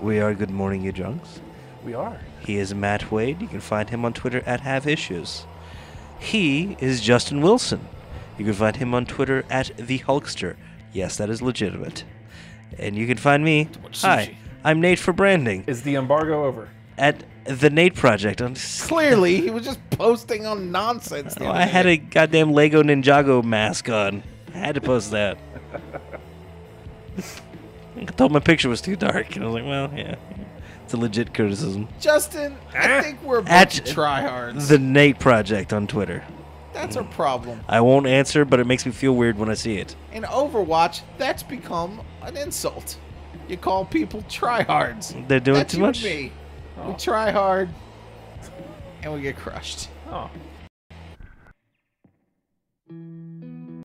Speaker 3: We are Good Morning You Drunks.
Speaker 6: We are.
Speaker 3: He is Matt Wade. You can find him on Twitter at Have Issues. He is Justin Wilson. You can find him on Twitter at The Hulkster. Yes, that is legitimate. And you can find me. Hi, I'm Nate for branding
Speaker 6: Is the embargo over?
Speaker 3: at The Nate Project on.
Speaker 5: Clearly, he was just posting on nonsense. the
Speaker 3: Oh,
Speaker 5: other
Speaker 3: I had
Speaker 5: day.
Speaker 3: a goddamn Lego Ninjago mask on. I had to post that. I thought my picture was too dark, and I was like, well, yeah. It's a legit criticism.
Speaker 5: Justin. I think we're a bunch
Speaker 3: At-
Speaker 5: of tryhards.
Speaker 3: The Nate Project on Twitter.
Speaker 5: That's our problem.
Speaker 3: I won't answer, but it makes me feel weird when I see it.
Speaker 5: In Overwatch, that's become an insult. You call people tryhards.
Speaker 3: They're doing
Speaker 5: That's
Speaker 3: too Oh.
Speaker 5: you
Speaker 3: much.
Speaker 5: And me. We try hard, and we get crushed.
Speaker 6: Oh,